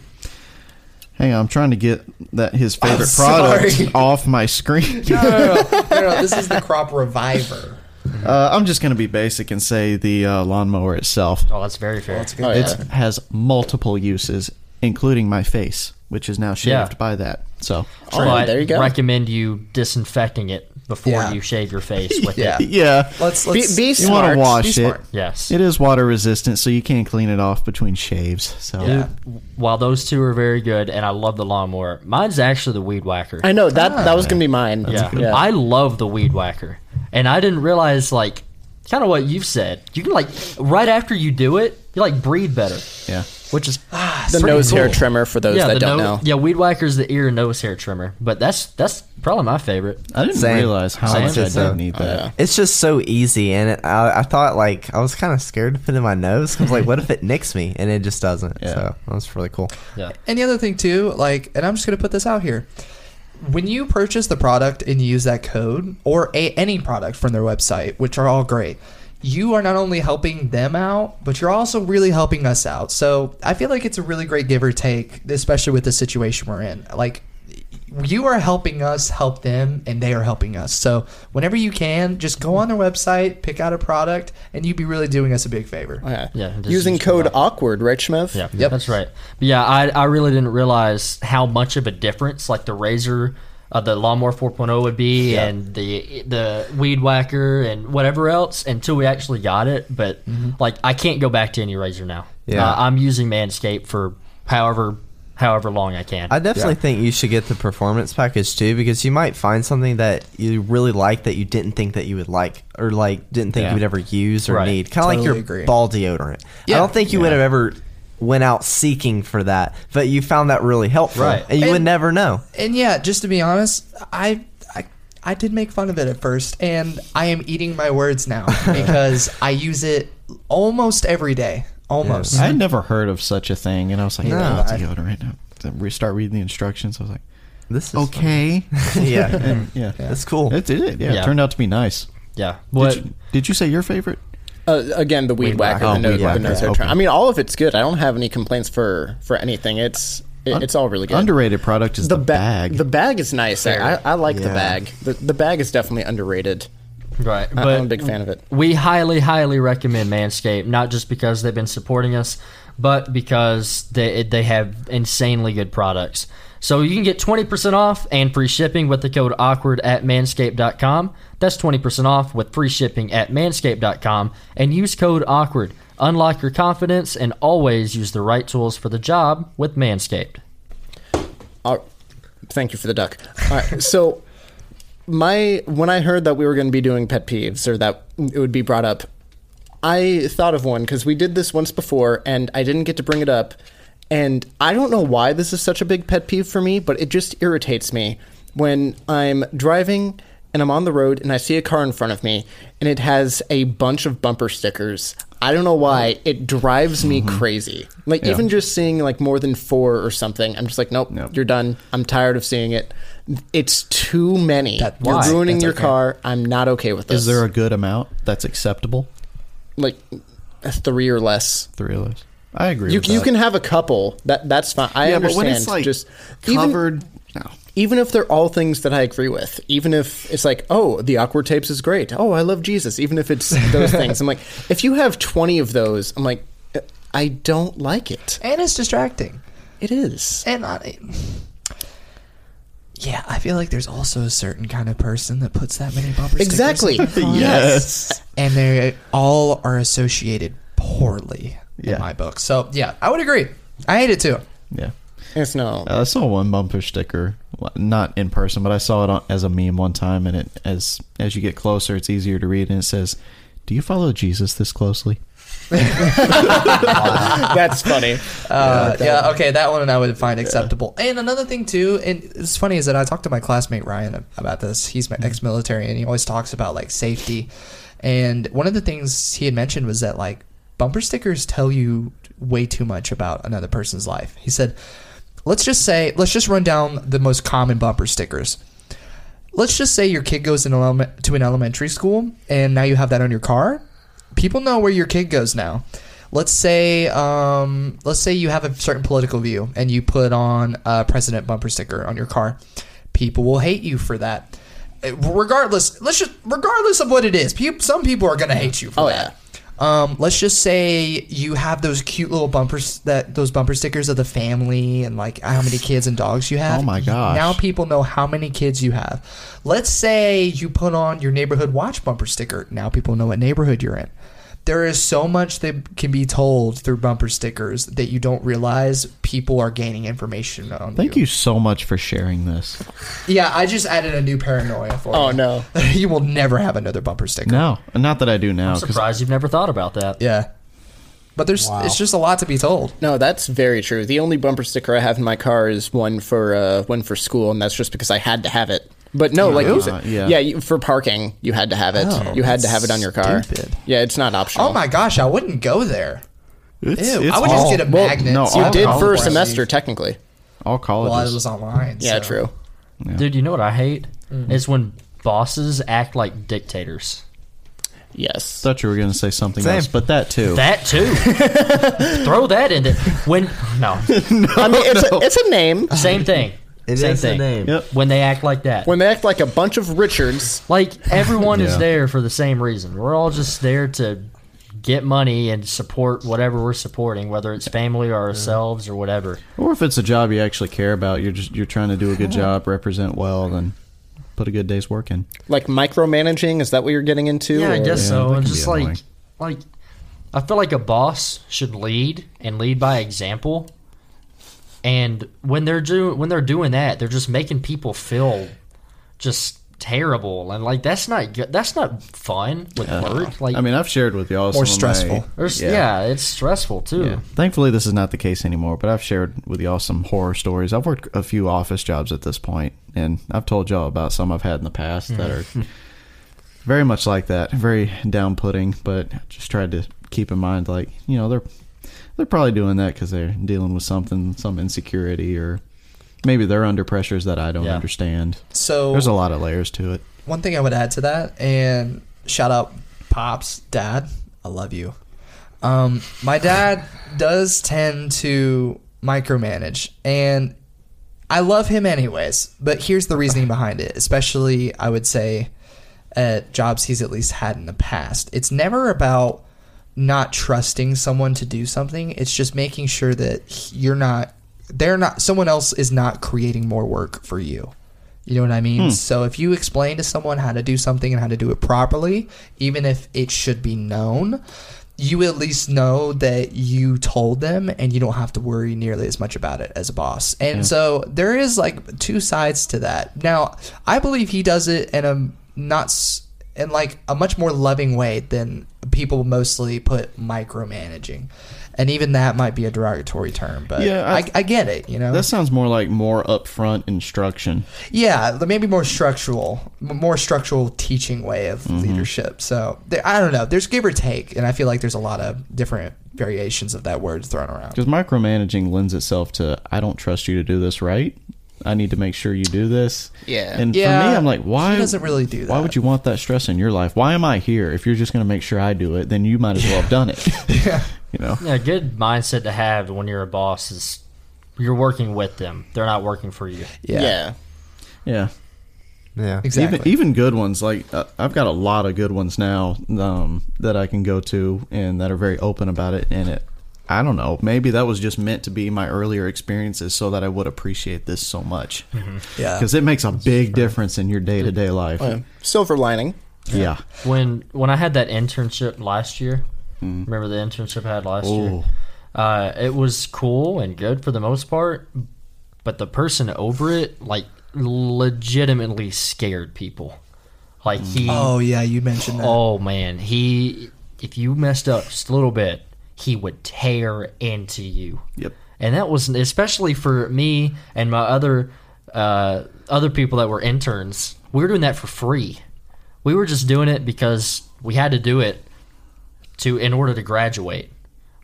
Speaker 2: hang on, I'm trying to get that his favorite
Speaker 5: sorry.
Speaker 2: product off my screen.
Speaker 5: No, no, this is the crop reviver.
Speaker 2: Uh, I'm just going to be basic and say the uh, lawnmower itself.
Speaker 1: Oh, that's very fair.
Speaker 5: That's a good.
Speaker 2: It has multiple uses, including my face, which is now shaved
Speaker 1: Yeah.
Speaker 2: by that. So,
Speaker 3: True.
Speaker 1: but
Speaker 3: There you go.
Speaker 1: recommend you disinfecting it before
Speaker 5: Yeah.
Speaker 1: you shave your face with
Speaker 5: Yeah.
Speaker 1: it.
Speaker 2: yeah,
Speaker 5: Let's
Speaker 3: Be,
Speaker 5: let's.
Speaker 3: be
Speaker 2: you want
Speaker 3: smart.
Speaker 2: to wash
Speaker 5: Be
Speaker 2: it.
Speaker 5: smart.
Speaker 1: Yes.
Speaker 2: It is water resistant, so you can clean it off between shaves. So,
Speaker 1: Dude, While those two are very good, and I love the lawnmower, mine's actually the weed whacker.
Speaker 3: I know that that was gonna be mine.
Speaker 1: yeah. I love the weed whacker, and I didn't realize like kind of what you've said. You can like right after you do it, you like breathe better,
Speaker 2: yeah,
Speaker 1: which is
Speaker 3: the
Speaker 1: pretty
Speaker 3: nose hair
Speaker 1: cool.
Speaker 3: trimmer for those
Speaker 1: yeah.
Speaker 3: that
Speaker 1: the
Speaker 3: don't
Speaker 1: no-
Speaker 3: know.
Speaker 1: yeah, weed whacker's the ear and nose hair trimmer, but that's that's probably my favorite.
Speaker 2: I didn't
Speaker 4: Same. Oh,
Speaker 2: realize how
Speaker 1: Same.
Speaker 2: much I
Speaker 1: Same.
Speaker 2: did need that.
Speaker 4: It's just so easy, and it, I, I thought like I was kind of scared to put it in my nose because like, what if it nicks me? And it just doesn't. So that's really cool.
Speaker 1: Yeah.
Speaker 5: And the other thing too, like, and I'm just gonna put this out here. When you purchase the product and you use that code or a, any product from their website, which are all great, you are not only helping them out, but you're also really helping us out. So I feel like it's a really great give or take, especially with the situation we're in. Like, you are helping us help them, and they are helping us. So whenever you can, just go on their website, pick out a product, and you'd be really doing us a big favor.
Speaker 3: Yeah.
Speaker 1: Yeah, just
Speaker 3: Using
Speaker 1: use the
Speaker 3: code
Speaker 1: product.
Speaker 3: awkward, right, Shmev?
Speaker 1: Yeah, that's right. But yeah, I, I really didn't realize how much of a difference like the razor, uh, the lawnmower 4.0 would be, and the the weed whacker and whatever else until we actually got it. But like, I can't go back to any razor now.
Speaker 4: Yeah.
Speaker 1: Uh, I'm using Manscaped for however however long I can.
Speaker 4: I definitely think you should get the performance package too because you might find something that you really like that you didn't think that you would like or like didn't think
Speaker 2: Yeah.
Speaker 4: you would ever use or
Speaker 1: Right.
Speaker 4: need. Kind of like
Speaker 5: Totally
Speaker 4: your
Speaker 5: agree.
Speaker 4: ball deodorant.
Speaker 5: Yeah.
Speaker 4: I don't think you would have ever went out seeking for that, but you found that really helpful,
Speaker 1: Right.
Speaker 4: and you would
Speaker 5: And-
Speaker 4: never know.
Speaker 5: and yeah, just to be honest, I, I I did make fun of it at first, and I am eating my words now because I use it almost every day. Almost.
Speaker 2: I had never heard of such a thing, and I was like, no,
Speaker 4: I-
Speaker 2: deodorant. Then we start reading the instructions. I was like,
Speaker 4: This is
Speaker 2: okay,
Speaker 4: fun. yeah,
Speaker 2: yeah,
Speaker 4: that's cool.
Speaker 2: it did it. Yeah,
Speaker 1: Yeah.
Speaker 2: it turned out to be nice.
Speaker 1: yeah, what
Speaker 2: Did you, did you say your favorite?
Speaker 3: Uh, again, the weed, whacker.
Speaker 2: whacker.
Speaker 3: the
Speaker 2: Oh,
Speaker 3: nose,
Speaker 2: weed whacker.
Speaker 3: the nose hair
Speaker 2: Okay.
Speaker 3: trimmer. I mean, all of it's good. I don't have any complaints for for anything. It's it, it's all really good.
Speaker 2: Underrated product is the,
Speaker 3: ba-
Speaker 2: bag.
Speaker 3: The bag is nice. I, I I like the
Speaker 4: Yeah.
Speaker 3: bag. The, the bag is definitely underrated.
Speaker 1: right? But
Speaker 3: I'm a big fan of it.
Speaker 1: we highly highly recommend Manscaped, not just because they've been supporting us. but because they they have insanely good products. So you can get 20% off and free shipping with the code awkward at manscaped.com. That's 20% off with free shipping at manscaped.com and use code awkward. Unlock your confidence and always use the right tools for the job with Manscaped.
Speaker 3: All- thank you for the duck. All right, so my when I heard that we were going to be doing pet peeves or that it would be brought up, I thought of one because we did this once before and I didn't get to bring it up. And I don't know why this is such a big pet peeve for me, but it just irritates me when I'm driving and I'm on the road and I see a car in front of me and it has a bunch of bumper stickers. I don't know why it drives me crazy. Like even just seeing like more than 4 or something, I'm just like nope,
Speaker 2: Nope.
Speaker 3: you're done. I'm tired of seeing it. It's too many.
Speaker 1: why?
Speaker 3: You're ruining
Speaker 5: That's
Speaker 3: your
Speaker 5: okay.
Speaker 3: car. I'm not okay with this.
Speaker 2: Is there a good amount that's acceptable?
Speaker 3: like a 3 or less?
Speaker 2: Three of those. I agree.
Speaker 3: You,
Speaker 2: with
Speaker 3: you
Speaker 2: that.
Speaker 3: can have a couple. That that's fine. I
Speaker 2: Yeah, but
Speaker 3: understand.
Speaker 2: when it's like
Speaker 3: just even,
Speaker 2: covered. no.
Speaker 3: even if they're all things that I agree with, even if it's like, oh, the awkward tapes is great. Oh, I love Jesus. Even if it's those things, I'm like, if you have 20 of those, I'm like, "Uh, I don't like it.
Speaker 5: and it's distracting.
Speaker 3: It is.
Speaker 5: And I, yeah, I feel like there's also a certain kind of person that puts that many bumper stickers.
Speaker 3: Exactly.
Speaker 5: on their car.
Speaker 2: Yes.
Speaker 5: and they all are associated poorly
Speaker 2: Yeah.
Speaker 5: in my book. So yeah, I would agree. I hate it too.
Speaker 2: Yeah. Uh,
Speaker 3: It's no.
Speaker 2: I saw one bumper sticker, well, not in person, but I saw it on, as a meme one time, and it as as you get closer, it's easier to read, and it says, "Do you follow Jesus this closely?"
Speaker 3: That's funny.
Speaker 5: Uh, yeah, okay, that one I would find acceptable. And another thing too, and it's funny is that I talked to my classmate Ryan about this. He's my ex-military, and he always talks about like safety. And one of the things he had mentioned was that like bumper stickers tell you way too much about another person's life. He said, "Let's just say, let's just run down the most common bumper stickers." let's just say your kid goes in eleme- to an elementary school and now you have that on your car people know where your kid goes now let's say um, let's say you have a certain political view and you put on a president bumper sticker on your car people will hate you for that Uh, regardless let's just regardless of what it is peop some people are going to hate you for
Speaker 3: Oh,
Speaker 5: that um, let's just say you have those cute little bumpers that those bumper stickers of the family and like how many kids and dogs you have
Speaker 2: Oh my gosh.
Speaker 5: now people know how many kids you have. Let's say you put on your neighborhood watch bumper sticker. Now people know what neighborhood you're in. There is so much that can be told through bumper stickers that you don't realize people are gaining information on.
Speaker 2: Thank you so much for sharing this.
Speaker 5: Yeah, I just added a new paranoia for
Speaker 3: Oh,
Speaker 5: you.
Speaker 3: no.
Speaker 5: you will never have another bumper sticker.
Speaker 2: No, not that I do
Speaker 1: I'm
Speaker 2: now. 'cause-
Speaker 1: surprised you've never thought about that.
Speaker 5: Yeah. But there's it's just a lot to be told.
Speaker 3: No, that's very true. The only bumper sticker I have in my car is one for uh, one for school, and that's just because I had to have it. But no, like you said,
Speaker 2: yeah.
Speaker 3: yeah, Oh, you, for parking, you had to have it. you had to have it on your car.
Speaker 5: stupid.
Speaker 3: Yeah, it's not optional.
Speaker 5: Oh my gosh, I wouldn't go there.
Speaker 2: it's,
Speaker 5: Ew,
Speaker 2: it's
Speaker 5: I would
Speaker 2: all-
Speaker 5: just get a
Speaker 2: well,
Speaker 5: magnet.
Speaker 2: no,
Speaker 5: so
Speaker 2: I
Speaker 3: You
Speaker 5: I'll
Speaker 3: did
Speaker 2: Oh,
Speaker 3: for a
Speaker 5: probably-
Speaker 3: semester, technically.
Speaker 5: Well,
Speaker 2: all
Speaker 5: I
Speaker 2: colleges.
Speaker 5: was online. so-
Speaker 3: Yeah, true.
Speaker 1: Dude, you know what I hate? Is when bosses act like dictators.
Speaker 3: Yes.
Speaker 2: thought you were going to say something
Speaker 4: Same.
Speaker 2: else, but that too.
Speaker 1: That too. Throw that in there. When no,
Speaker 3: I mean, it's, a, it's a name.
Speaker 1: same thing.
Speaker 4: It
Speaker 1: same
Speaker 4: is the
Speaker 1: thing.
Speaker 4: name.
Speaker 2: Yep.
Speaker 1: When they act like that.
Speaker 3: When they act like a bunch of Richards,
Speaker 1: like everyone is
Speaker 2: Yeah.
Speaker 1: there for the same reason. We're all just there to get money and support whatever we're supporting, whether it's family or ourselves or whatever.
Speaker 2: or if it's a job you actually care about, you're just you're trying to do a good job, represent well, and put a good day's work in.
Speaker 3: like micromanaging, is that what you're getting into?
Speaker 1: Yeah, I
Speaker 3: Or-
Speaker 1: guess so.
Speaker 2: that
Speaker 1: And
Speaker 2: can be
Speaker 1: just like
Speaker 2: annoying.
Speaker 1: like I feel like a boss should lead and lead by example. And when they're do when they're doing that, they're just making people feel just terrible and like that's not good. That's not fun with work. Like
Speaker 2: I mean, I've shared with
Speaker 5: More
Speaker 2: y'all some Of
Speaker 5: stressful.
Speaker 2: my,
Speaker 1: there's- yeah. it's stressful too.
Speaker 2: Yeah. Thankfully, this is not the case anymore, but I've shared with y'all some horror stories. I've worked a few office jobs at this point, and I've told y'all about some I've had in the past that are very much like that, very down putting, but just tried to keep in mind, like, you know, they're. They're probably doing that because they're dealing with something, some insecurity, or maybe they're under pressures that I don't
Speaker 1: Yeah.
Speaker 2: understand.
Speaker 5: So
Speaker 2: There's a lot of layers to it.
Speaker 5: one thing I would add to that, and shout out Pops, Dad, I love you. Um, my dad does tend to micromanage, and I love him anyways. But here's the reasoning behind it, especially I would say at jobs he's at least had in the past. It's never about not trusting someone to do something. It's just making sure that you're not they're not someone else is not creating more work for you. You know what I
Speaker 2: Hmm.
Speaker 5: mean? So if you explain to someone how to do something and how to do it properly, even if it should be known, you at least know that you told them and you don't have to worry nearly as much about it as a boss. And so there is like two sides to that. Now, I believe he does it in a not s- in like a much more loving way than people mostly put micromanaging. And even that might be a derogatory term, but
Speaker 2: Yeah, I-
Speaker 5: I, I get it, you know.
Speaker 2: That sounds more like more upfront instruction.
Speaker 5: Yeah, the- maybe more structural, m- more structural teaching way of leadership. So there, I don't know. There's give or take, and I feel like there's a lot of different variations of that word thrown around.
Speaker 2: Because micromanaging lends itself to I don't trust you to do this right. I need to make sure you do this.
Speaker 3: Yeah.
Speaker 2: And for me,
Speaker 5: Yeah,
Speaker 2: I'm like,
Speaker 5: he
Speaker 2: why
Speaker 5: doesn't really do
Speaker 2: Why
Speaker 5: that.
Speaker 2: would you want that stress in your life? Why am I here? If you're just going to make sure I do it, then you might as well have done it. yeah. You know.
Speaker 1: Yeah, a good mindset to have when you're a boss is you're working with them. They're not working for you.
Speaker 5: Yeah,
Speaker 3: yeah.
Speaker 2: Yeah.
Speaker 4: Yeah.
Speaker 5: exactly.
Speaker 2: Even e- even good ones like uh, I've got a lot of good ones now um, that I can go to and that are very open about it. And it, I don't know, maybe that was just meant to be my earlier experiences so that I would appreciate this so much
Speaker 5: Mm-hmm. yeah, Oh,
Speaker 2: because it makes a big difference in your day to day life.
Speaker 3: Yeah. Silver lining.
Speaker 2: Yeah.
Speaker 1: When when I had that internship last year, remember the internship I had last year? Uh, it was cool and good for the most part, but the person over it like legitimately scared people. Like he
Speaker 5: Oh yeah, you mentioned that.
Speaker 1: Oh man, he if you messed up just a little bit, he would tear into you.
Speaker 2: Yep.
Speaker 1: And that was especially for me and my other uh, other people that were interns. We were doing that for free. We were just doing it because we had to do it to in order to graduate.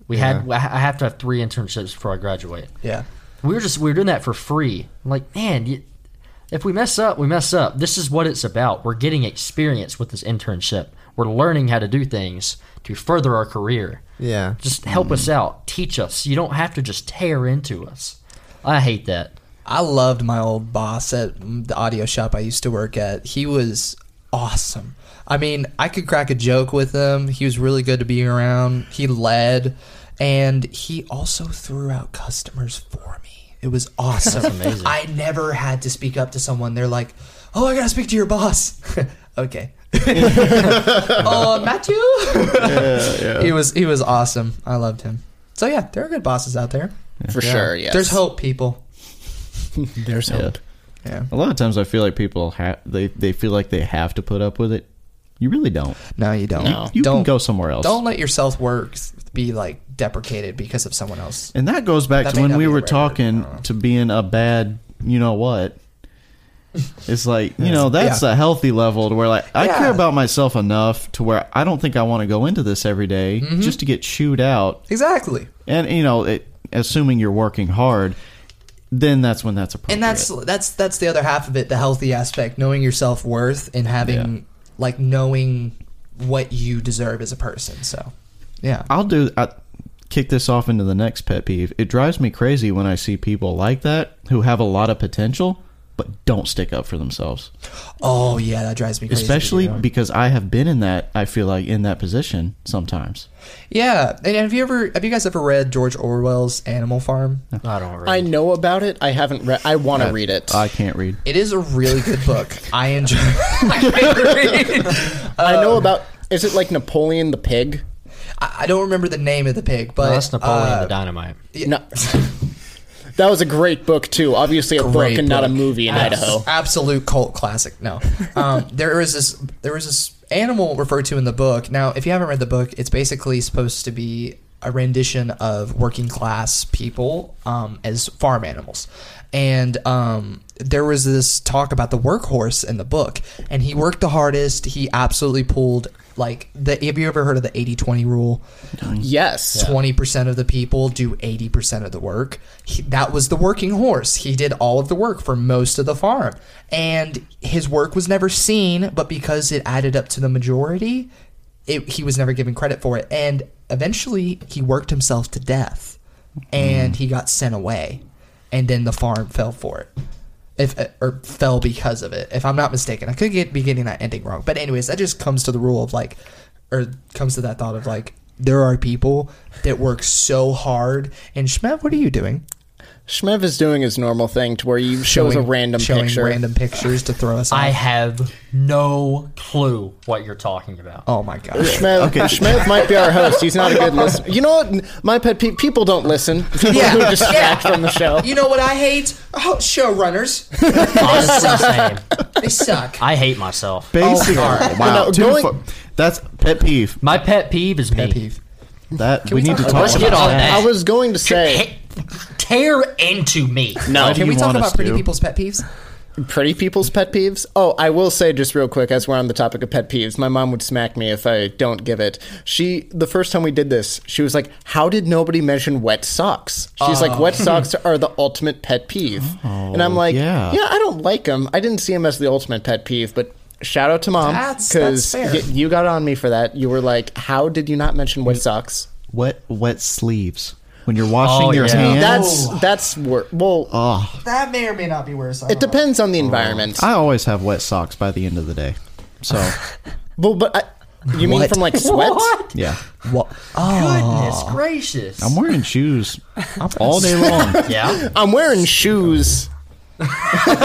Speaker 1: We had I have to have three internships before I graduate.
Speaker 5: Yeah,
Speaker 1: We were just we were doing that for free. I'm like, man, you, if we mess up, we mess up. This is what it's about. We're getting experience with this internship. We're learning how to do things to further our career.
Speaker 4: Yeah.
Speaker 1: Just help us
Speaker 5: Mm-hmm.
Speaker 1: out. Teach us. You don't have to just tear into us. I hate that.
Speaker 5: I loved my old boss at the audio shop I used to work at. He was awesome. I mean, I could crack a joke with him. He was really good to be around. He led, and he also threw out customers for me. It was awesome.
Speaker 1: amazing.
Speaker 5: I never had to speak up to someone. They're like, "Oh, I gotta speak to your boss." okay. Oh, Matthew. He was he was awesome. I loved him. So yeah, there are good bosses out there.
Speaker 3: For sure, yes.
Speaker 5: There's hope, people.
Speaker 3: There's hope.
Speaker 5: Yeah.
Speaker 2: A lot of times I feel like people have they they feel like they have to put up with it. You really don't.
Speaker 5: No, you don't.
Speaker 2: You
Speaker 5: don't
Speaker 2: can go somewhere else.
Speaker 5: Don't let your self work be like deprecated because of someone else.
Speaker 2: And that goes back
Speaker 5: That
Speaker 2: to
Speaker 5: may
Speaker 2: when
Speaker 5: not
Speaker 2: we
Speaker 5: be the
Speaker 2: were
Speaker 5: right word. I
Speaker 2: talking
Speaker 5: don't know.
Speaker 2: to being a bad, you know what. It's like, you know, that's
Speaker 5: Yeah.
Speaker 2: a healthy level to where, like, I
Speaker 5: Yeah.
Speaker 2: care about myself enough to where I don't think I want to go into this every day
Speaker 5: Mm-hmm.
Speaker 2: just to get chewed out.
Speaker 5: Exactly.
Speaker 2: And, you know, it, assuming you're working hard, then that's when that's a problem.
Speaker 5: And that's that's that's the other half of it, the healthy aspect, knowing your self worth and having
Speaker 2: Yeah.
Speaker 5: like knowing what you deserve as a person. So, yeah.
Speaker 2: I'll do. I kick this off into the next pet peeve. It drives me crazy when I see people like that who have a lot of potential but don't stick up for themselves.
Speaker 5: Oh yeah, that drives me crazy.
Speaker 2: Especially because I have been in that. I feel like in that position sometimes.
Speaker 5: Yeah. And have you ever have you guys ever read George Orwell's Animal Farm?
Speaker 2: Uh-huh.
Speaker 1: I don't really.
Speaker 3: I know about it. I haven't read I want to read it.
Speaker 2: I can't read.
Speaker 5: It is a really good book. I enjoy I can't read.
Speaker 3: I
Speaker 5: Uh,
Speaker 3: know about is it like Napoleon the pig?
Speaker 5: I I don't remember the name of the pig, but
Speaker 1: that's Napoleon
Speaker 5: uh,
Speaker 1: the Dynamite.
Speaker 3: No. that was a great book too. Obviously a book
Speaker 5: Great
Speaker 3: and not a
Speaker 5: book.
Speaker 3: movie in
Speaker 5: Abs-
Speaker 3: Idaho.
Speaker 5: Absolute cult classic. No, um, there is this. There is this animal referred to in the book. Now, if you haven't read the book, it's basically supposed to be a rendition of working class people um, as farm animals, and um, there was this talk about the workhorse in the book, and he worked the hardest. He absolutely pulled. Like the, have you ever heard of the 80-20 rule?
Speaker 3: Yes.
Speaker 5: twenty percent of the people do eighty percent of the work. He, that was the working horse. He did all of the work for most of the farm, and his work was never seen. But because it added up to the majority, it, he was never given credit for it. And eventually, he worked himself to death, and he got sent away. And then the farm fell for it. If, uh, or fell because of it, if I'm not mistaken, I could get be getting that ending wrong. But anyways, that just comes to the rule of like, or comes to that thought of like, there are people that work so hard. And Shmev, what are you doing?
Speaker 3: Shmev is doing his normal thing to where you shows a random
Speaker 5: showing
Speaker 3: picture.
Speaker 5: random pictures to throw us.
Speaker 1: I
Speaker 5: off.
Speaker 1: have no clue what you're talking about.
Speaker 5: oh my gosh.
Speaker 3: Shmev, Shmev might be our host. He's not a good listener. You know what? My pet peeve: people don't listen. People
Speaker 5: Yeah.
Speaker 3: who distract from the show.
Speaker 5: You know what I hate? Oh, showrunners.
Speaker 1: Honestly, same.
Speaker 5: They suck.
Speaker 1: I hate myself.
Speaker 2: Basically, Oh, wow.
Speaker 3: No,
Speaker 2: too
Speaker 3: going-
Speaker 2: fu- that's pet peeve.
Speaker 1: My pet peeve is me.
Speaker 5: Peeve.
Speaker 2: That we, need to
Speaker 5: talk
Speaker 2: talk
Speaker 1: Let's get
Speaker 2: about.
Speaker 1: on
Speaker 3: I
Speaker 1: that.
Speaker 3: was going to say,
Speaker 1: Hey, tear into me.
Speaker 2: Why do
Speaker 5: Can we
Speaker 2: you
Speaker 5: talk
Speaker 2: want us
Speaker 5: about pretty
Speaker 2: to?
Speaker 5: people's pet peeves?
Speaker 3: pretty people's pet peeves. Oh, I will say just real quick, as we're on the topic of pet peeves, my mom would smack me if I don't give it. She, the first time we did this, she was like, "How did nobody mention wet socks?" She's like, "Wet socks are the ultimate pet peeve," and I'm like,
Speaker 2: yeah.
Speaker 3: "Yeah, I don't like them. I didn't see them as the ultimate pet peeve, but." Shout out to mom
Speaker 5: That's-
Speaker 3: because
Speaker 5: that's fair.
Speaker 3: you got on me for that. You were like, "How did you not mention wet socks?"
Speaker 2: Wet wet sleeves when you're washing
Speaker 1: Oh,
Speaker 2: your
Speaker 1: yeah.
Speaker 2: hands.
Speaker 3: That's that's wor- well.
Speaker 5: That may or may not be worse.
Speaker 3: it depends on the environment.
Speaker 2: I always have wet socks by the end of the day. So
Speaker 3: Well, but I, you mean
Speaker 5: What?
Speaker 3: from like sweat?
Speaker 1: What?
Speaker 2: yeah,
Speaker 1: Goodness gracious.
Speaker 2: I'm wearing shoes all day long.
Speaker 1: yeah.
Speaker 3: I'm wearing shoes.
Speaker 2: I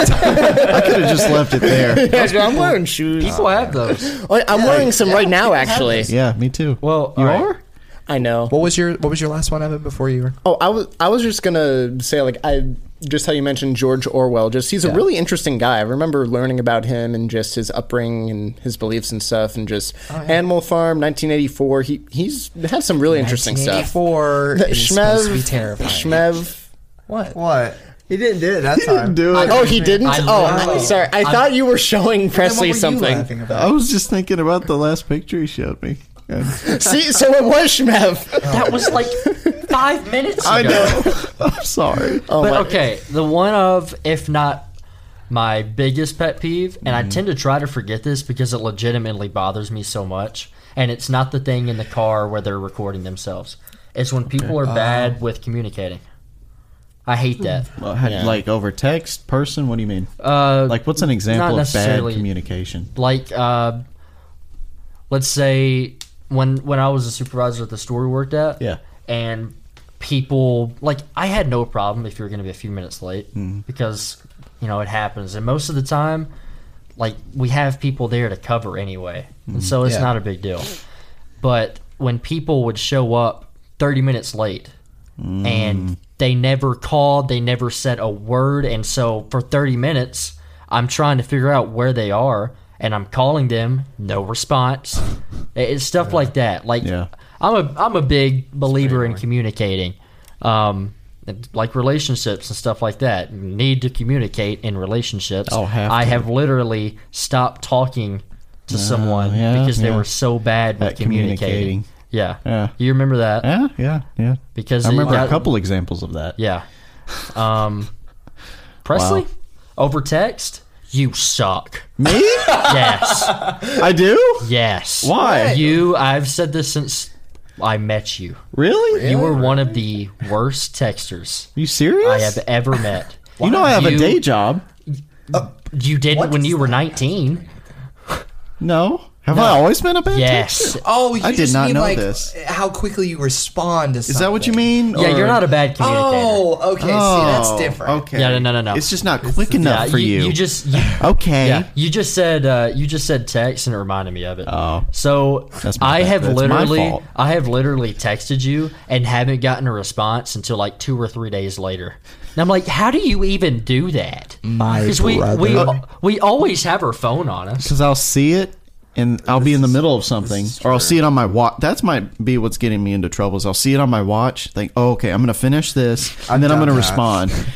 Speaker 2: could have just left it there.
Speaker 3: Yeah, I'm wearing shoes.
Speaker 1: People have those.
Speaker 3: Oh, I'm wearing some right now, actually.
Speaker 2: Yeah, me too.
Speaker 1: Well,
Speaker 2: you
Speaker 1: all right.
Speaker 2: are.
Speaker 3: I know.
Speaker 5: What was your What was your last one, Evan? Before you were
Speaker 3: Oh, I was I was just gonna say like I just how you mentioned George Orwell. Just he's a really interesting guy. I remember learning about him and just his upbringing and his beliefs and stuff, and just Animal Farm, 1984. He he's had some really interesting stuff.
Speaker 5: 1984
Speaker 3: That
Speaker 5: is supposed to be terrifying.
Speaker 3: Shmev.
Speaker 5: what?
Speaker 4: What? He didn't do it that time.
Speaker 2: Do it.
Speaker 3: Oh, he didn't.
Speaker 1: I
Speaker 3: oh,
Speaker 1: literally-
Speaker 3: sorry. I, thought you were showing Presley something.
Speaker 2: I was just thinking about the last picture he showed me.
Speaker 3: See, so it was Shmev.
Speaker 1: That was like five minutes ago.
Speaker 2: I'm sorry.
Speaker 1: but okay, the one of, if not my biggest pet peeve, and
Speaker 3: Mm-hmm.
Speaker 1: I tend to try to forget this because it legitimately bothers me so much, and it's not the thing in the car where they're recording themselves. It's when people are
Speaker 3: Uh.
Speaker 1: bad with communicating. I hate that.
Speaker 2: Well, Uh, had- Like over text, person. What do you mean?
Speaker 1: Uh,
Speaker 2: Like, what's an example of bad
Speaker 1: necessarily-
Speaker 2: communication?
Speaker 1: like uh, let's say when when I was a supervisor at the store we worked at,
Speaker 2: Yeah.
Speaker 1: and people like I had no problem if you were going to be a few minutes late because you know it happens, and most of the time, like we have people there to cover anyway, and so it's
Speaker 5: Yeah.
Speaker 1: not a big deal. But when people would show up thirty minutes late,
Speaker 2: Mm.
Speaker 1: and they never called, they never said a word. And so for 30 minutes, I'm trying to figure out where they are and I'm calling them, no response. It- It's stuff like that. Like
Speaker 2: Yeah.
Speaker 1: I'm a I'm a big believer in communicating. Um and like relationships and stuff like that. You Need to communicate in relationships.
Speaker 2: Oh, have
Speaker 1: I
Speaker 2: to. Uh,
Speaker 1: have literally stopped talking to someone
Speaker 2: yeah,
Speaker 1: because they
Speaker 2: yeah.
Speaker 1: were so bad with
Speaker 2: At
Speaker 1: communicating.
Speaker 2: communicating.
Speaker 1: Yeah.
Speaker 2: Yeah.
Speaker 1: You remember that?
Speaker 2: Yeah, yeah, yeah.
Speaker 1: Because
Speaker 2: I
Speaker 1: it
Speaker 2: remember
Speaker 1: got-
Speaker 2: a couple examples of that.
Speaker 1: Yeah. Um, Presley, over text, you suck.
Speaker 2: Me?
Speaker 1: Yes.
Speaker 2: I do?
Speaker 1: yes.
Speaker 2: Why?
Speaker 1: You, I've said this since I met you.
Speaker 2: Really?
Speaker 1: You were one of the worst texters
Speaker 2: You serious?
Speaker 1: I have ever met.
Speaker 2: you know I have a
Speaker 1: You-
Speaker 2: day job.
Speaker 1: You did it when you were 19.
Speaker 2: No. Have I always been a bad
Speaker 1: Yes.
Speaker 5: Oh, you
Speaker 2: I did
Speaker 5: just
Speaker 2: not
Speaker 5: mean,
Speaker 2: know
Speaker 5: like,
Speaker 2: this.
Speaker 5: How quickly you respond to
Speaker 2: Is that what you mean?
Speaker 1: Yeah,
Speaker 2: or-
Speaker 1: you're not a bad communicator.
Speaker 5: Oh, okay. See, that's different.
Speaker 2: Okay.
Speaker 1: Yeah, no, no, no, no.
Speaker 2: It's just not quick enough
Speaker 1: Yeah,
Speaker 2: for you.
Speaker 1: You just you,
Speaker 2: okay.
Speaker 1: Yeah, you just said uh, you just said text, and it reminded me of it.
Speaker 2: Oh.
Speaker 1: so
Speaker 2: That's my
Speaker 1: I
Speaker 2: bad.
Speaker 1: have
Speaker 2: That's my
Speaker 1: literally,
Speaker 2: fault.
Speaker 1: I have literally texted you and haven't gotten a response until like two or three days later. And I'm like, how do you even do that?
Speaker 5: My
Speaker 1: we we
Speaker 5: brother.
Speaker 1: we always have our phone on us.
Speaker 2: Because I'll see it and I'll be in the middle of something, or I'll see it on my watch. That's might be what's getting me into trouble. Is I'll see it on my watch, think, oh, okay, I'm gonna finish this, and then I'm
Speaker 4: done
Speaker 2: gonna
Speaker 4: that.
Speaker 2: respond.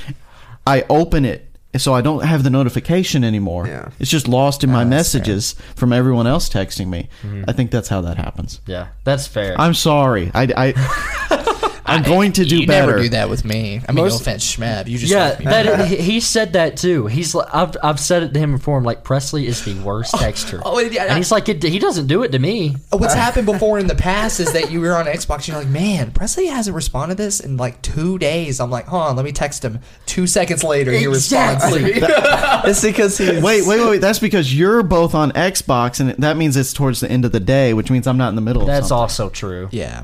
Speaker 2: I open it. So I don't have the notification anymore.
Speaker 4: Yeah. Mm-hmm.
Speaker 2: It's just lost in my messages from everyone else texting me. I think that's how that happens.
Speaker 1: Yeah, that's fair.
Speaker 2: I'm sorry. I, I I'm going to do
Speaker 5: you
Speaker 2: better.
Speaker 5: never do that with me. I mean, no
Speaker 3: Most-
Speaker 5: offense, Schmab. You just
Speaker 1: Yeah,
Speaker 5: make me
Speaker 1: that he he said that too. He's like, I've, I've said it to him before. I'm like, Presley is the worst texter,
Speaker 5: oh, yeah,
Speaker 1: and he's like, it, he doesn't do it to me.
Speaker 5: Uh, What's happened before in the past is that you were on Xbox and you're like, man, Presley hasn't responded to this in like two days. I'm like, hold on, let me text him. Two seconds later, he responds.
Speaker 4: It's because he's
Speaker 2: Wait, wait, wait, wait. That's because you're both on Xbox, and that means it's towards the end of the day, which means I'm not in the middle.
Speaker 1: That's
Speaker 2: of
Speaker 1: also true.
Speaker 5: yeah.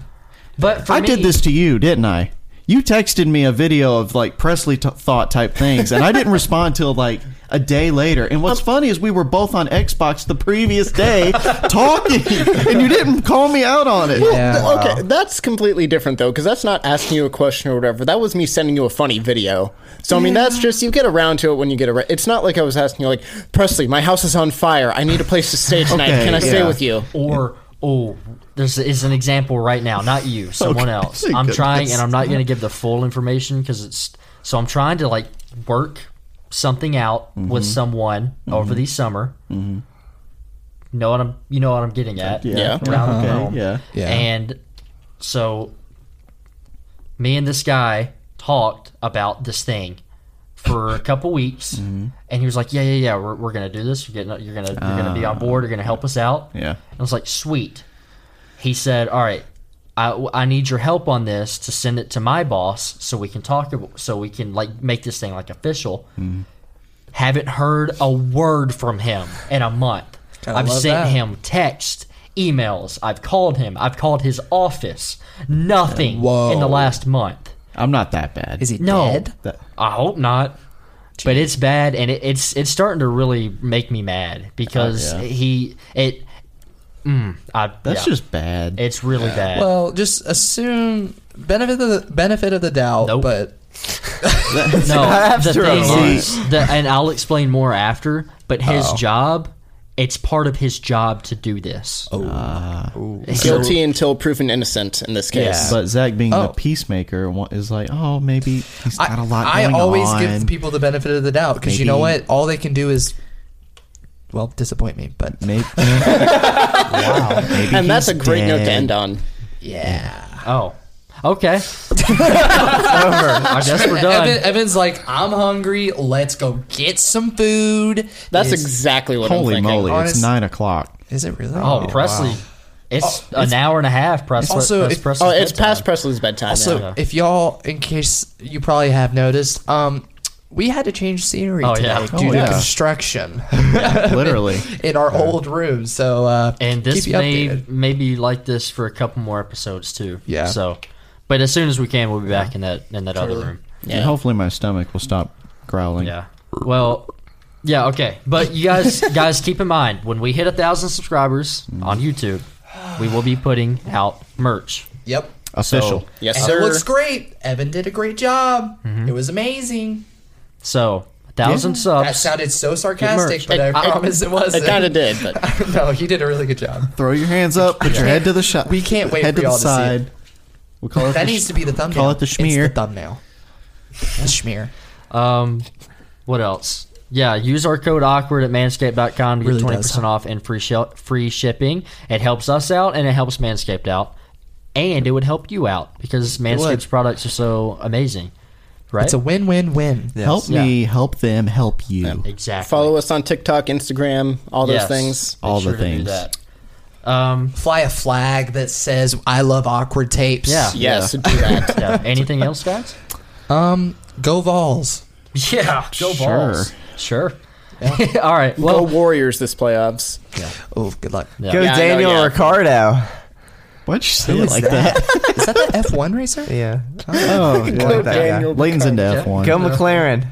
Speaker 1: But for
Speaker 2: something. I
Speaker 1: me,
Speaker 2: did this to you, didn't I? You texted me a video of like Presley t- thought type things, and I didn't respond till like a day later. And
Speaker 3: Um,
Speaker 2: what's funny is we were both on Xbox the previous day talking, and you didn't call me out on it.
Speaker 3: Well, th- okay, that's completely different though, because that's not asking you a question or whatever. That was me sending you a funny video. So I mean, that's just you get around to it when you get around. It's not like I was asking you like Presley, my house is on fire. I need a place to stay tonight.
Speaker 2: Okay,
Speaker 3: Can I stay
Speaker 2: yeah.
Speaker 3: with you?
Speaker 1: or oh, there's is an example right now, not you, someone
Speaker 2: Okay,
Speaker 1: else.
Speaker 2: thank
Speaker 1: I'm trying,
Speaker 2: goodness.
Speaker 1: and I'm not going to give the full information because it's so I'm trying to like work something out
Speaker 2: Mm-hmm.
Speaker 1: with someone over the summer. Know what I'm, you know what I'm getting at?
Speaker 3: Yeah.
Speaker 1: Around the home.
Speaker 2: Okay, yeah.
Speaker 5: Yeah.
Speaker 1: And so me and this guy talked about this thing for a couple weeks and he was like, "Yeah, yeah, yeah, we're, we're going to do this. You're getting you're going to you're going to be on board. You're going to help us out."
Speaker 2: Yeah.
Speaker 1: And I was like, "Sweet." He said, "All right, I, I need your help on this to send it to my boss so we can talk about so we can like make this thing like official." Haven't heard a word from him in a month. I've
Speaker 5: love
Speaker 1: sent
Speaker 5: that.
Speaker 1: him text, emails. I've called him. I've called his office. Nothing in the last month.
Speaker 2: I'm not that bad.
Speaker 5: Is he
Speaker 1: No,
Speaker 5: dead?
Speaker 2: That-
Speaker 1: I hope not. But it's bad, and it, it's it's starting to really make me mad because
Speaker 2: yeah.
Speaker 1: he it. Mm, I,
Speaker 2: That's
Speaker 1: yeah.
Speaker 2: just bad.
Speaker 1: it's really bad.
Speaker 5: Well, just assume benefit of the benefit of the doubt,
Speaker 1: Nope.
Speaker 5: but
Speaker 1: no,
Speaker 4: After
Speaker 1: the
Speaker 4: a
Speaker 1: thing
Speaker 4: month.
Speaker 1: is, the, and I'll explain more after. But his job, it's part of his job to do this.
Speaker 3: Guilty until proven innocent in this case.
Speaker 2: But Zach being
Speaker 5: Oh.
Speaker 2: the peacemaker wa- is like, oh, maybe he's
Speaker 5: I,
Speaker 2: got a lot
Speaker 5: I
Speaker 2: going
Speaker 5: always
Speaker 2: on.
Speaker 5: give people the benefit of the doubt because you know
Speaker 2: Maybe-
Speaker 5: what? All they can do is, well, disappoint me. But
Speaker 2: Maybe, wow. Maybe
Speaker 3: and that's a
Speaker 2: he's
Speaker 3: great note
Speaker 2: dead.
Speaker 3: to end on.
Speaker 5: yeah,
Speaker 1: Oh, okay. I guess we're done.
Speaker 5: Evan, Evan's like, I'm hungry. Let's go get some food.
Speaker 3: That's
Speaker 5: Is-
Speaker 3: exactly what
Speaker 2: Holy
Speaker 3: I'm thinking.
Speaker 2: moly!
Speaker 5: honest-
Speaker 2: it's nine o'clock.
Speaker 5: Is it really?
Speaker 1: Oh, Presley, it's an hour and a half. Presley,
Speaker 5: Also,
Speaker 1: that's
Speaker 5: it-
Speaker 1: Presley's
Speaker 3: Oh, it's
Speaker 1: bedtime.
Speaker 3: past Presley's bedtime.
Speaker 5: Also,
Speaker 3: now.
Speaker 5: if y'all, in case you probably have noticed, um, we had to change scenery
Speaker 1: Oh,
Speaker 5: today
Speaker 1: yeah.
Speaker 5: due
Speaker 2: Oh,
Speaker 5: to
Speaker 2: yeah.
Speaker 5: construction
Speaker 2: Literally,
Speaker 5: in our old room. So, uh,
Speaker 1: and this
Speaker 5: keep you
Speaker 1: may
Speaker 5: updated.
Speaker 1: maybe like this for a couple more episodes too.
Speaker 5: Yeah.
Speaker 1: So, but as soon as we can, we'll be back in that in that other room.
Speaker 2: and hopefully my stomach will stop growling.
Speaker 1: Yeah. Well, yeah, okay. But you guys guys keep in mind when we hit a thousand subscribers on YouTube, we will be putting out merch.
Speaker 5: Yep.
Speaker 2: official.
Speaker 1: So,
Speaker 3: yes,
Speaker 5: And
Speaker 3: sir.
Speaker 5: it looks great. Evan did a great job.
Speaker 1: Mm-hmm.
Speaker 5: It was amazing.
Speaker 1: so a thousand
Speaker 5: That
Speaker 1: subs.
Speaker 5: sounded so sarcastic,
Speaker 1: merch.
Speaker 5: but I, promise it wasn't.
Speaker 3: it kind of did, but
Speaker 5: no, he did a really good job.
Speaker 2: Throw your hands up. Put your head to the shot.
Speaker 5: we can't wait
Speaker 2: head
Speaker 5: for
Speaker 2: to
Speaker 5: y'all
Speaker 2: the
Speaker 5: to see it.
Speaker 2: side. We call it.
Speaker 5: That
Speaker 2: the
Speaker 5: needs
Speaker 2: sh-
Speaker 5: to be the thumbnail.
Speaker 2: Call it the
Speaker 5: It's
Speaker 2: schmear.
Speaker 5: the thumbnail. The schmear.
Speaker 1: Um, what else? Yeah, use our code awkward at manscaped.com to get
Speaker 5: Really
Speaker 1: 20%
Speaker 5: does help.
Speaker 1: off and free sh- free shipping. It helps us out and it helps Manscaped out. And it would help you out because Manscaped's products are so amazing. Right?
Speaker 5: It's a win-win-win.
Speaker 2: help me. Help them. Help you.
Speaker 1: exactly.
Speaker 3: follow us on TikTok, Instagram, all those
Speaker 1: Yes.
Speaker 3: things.
Speaker 1: Make
Speaker 2: All the
Speaker 1: sure to do
Speaker 2: things.
Speaker 1: that. Um,
Speaker 5: Fly a flag that says "I love awkward tapes."
Speaker 1: Yeah.
Speaker 3: Yes, do that.
Speaker 1: yeah. Anything else, guys?
Speaker 5: Um, go Vols.
Speaker 1: Yeah. Go
Speaker 2: Sure.
Speaker 1: balls. Sure. All right.
Speaker 3: Go
Speaker 1: Well,
Speaker 3: Warriors this playoffs.
Speaker 5: Oh, good luck.
Speaker 1: Yeah.
Speaker 4: go
Speaker 3: Yeah, I know,
Speaker 4: Daniel
Speaker 3: yeah.
Speaker 4: Ricardo.
Speaker 2: Why'd you say it like that?
Speaker 5: Is that the F1 racer?
Speaker 4: Yeah,
Speaker 2: Oh, yeah.
Speaker 4: like that guy.
Speaker 3: Daniel
Speaker 2: Layton's into F one.
Speaker 4: Go McLaren.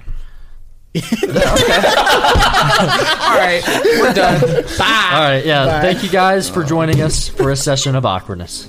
Speaker 5: All right, we're done.
Speaker 1: all right. Yeah. Thank you guys for joining us for a session of awkwardness.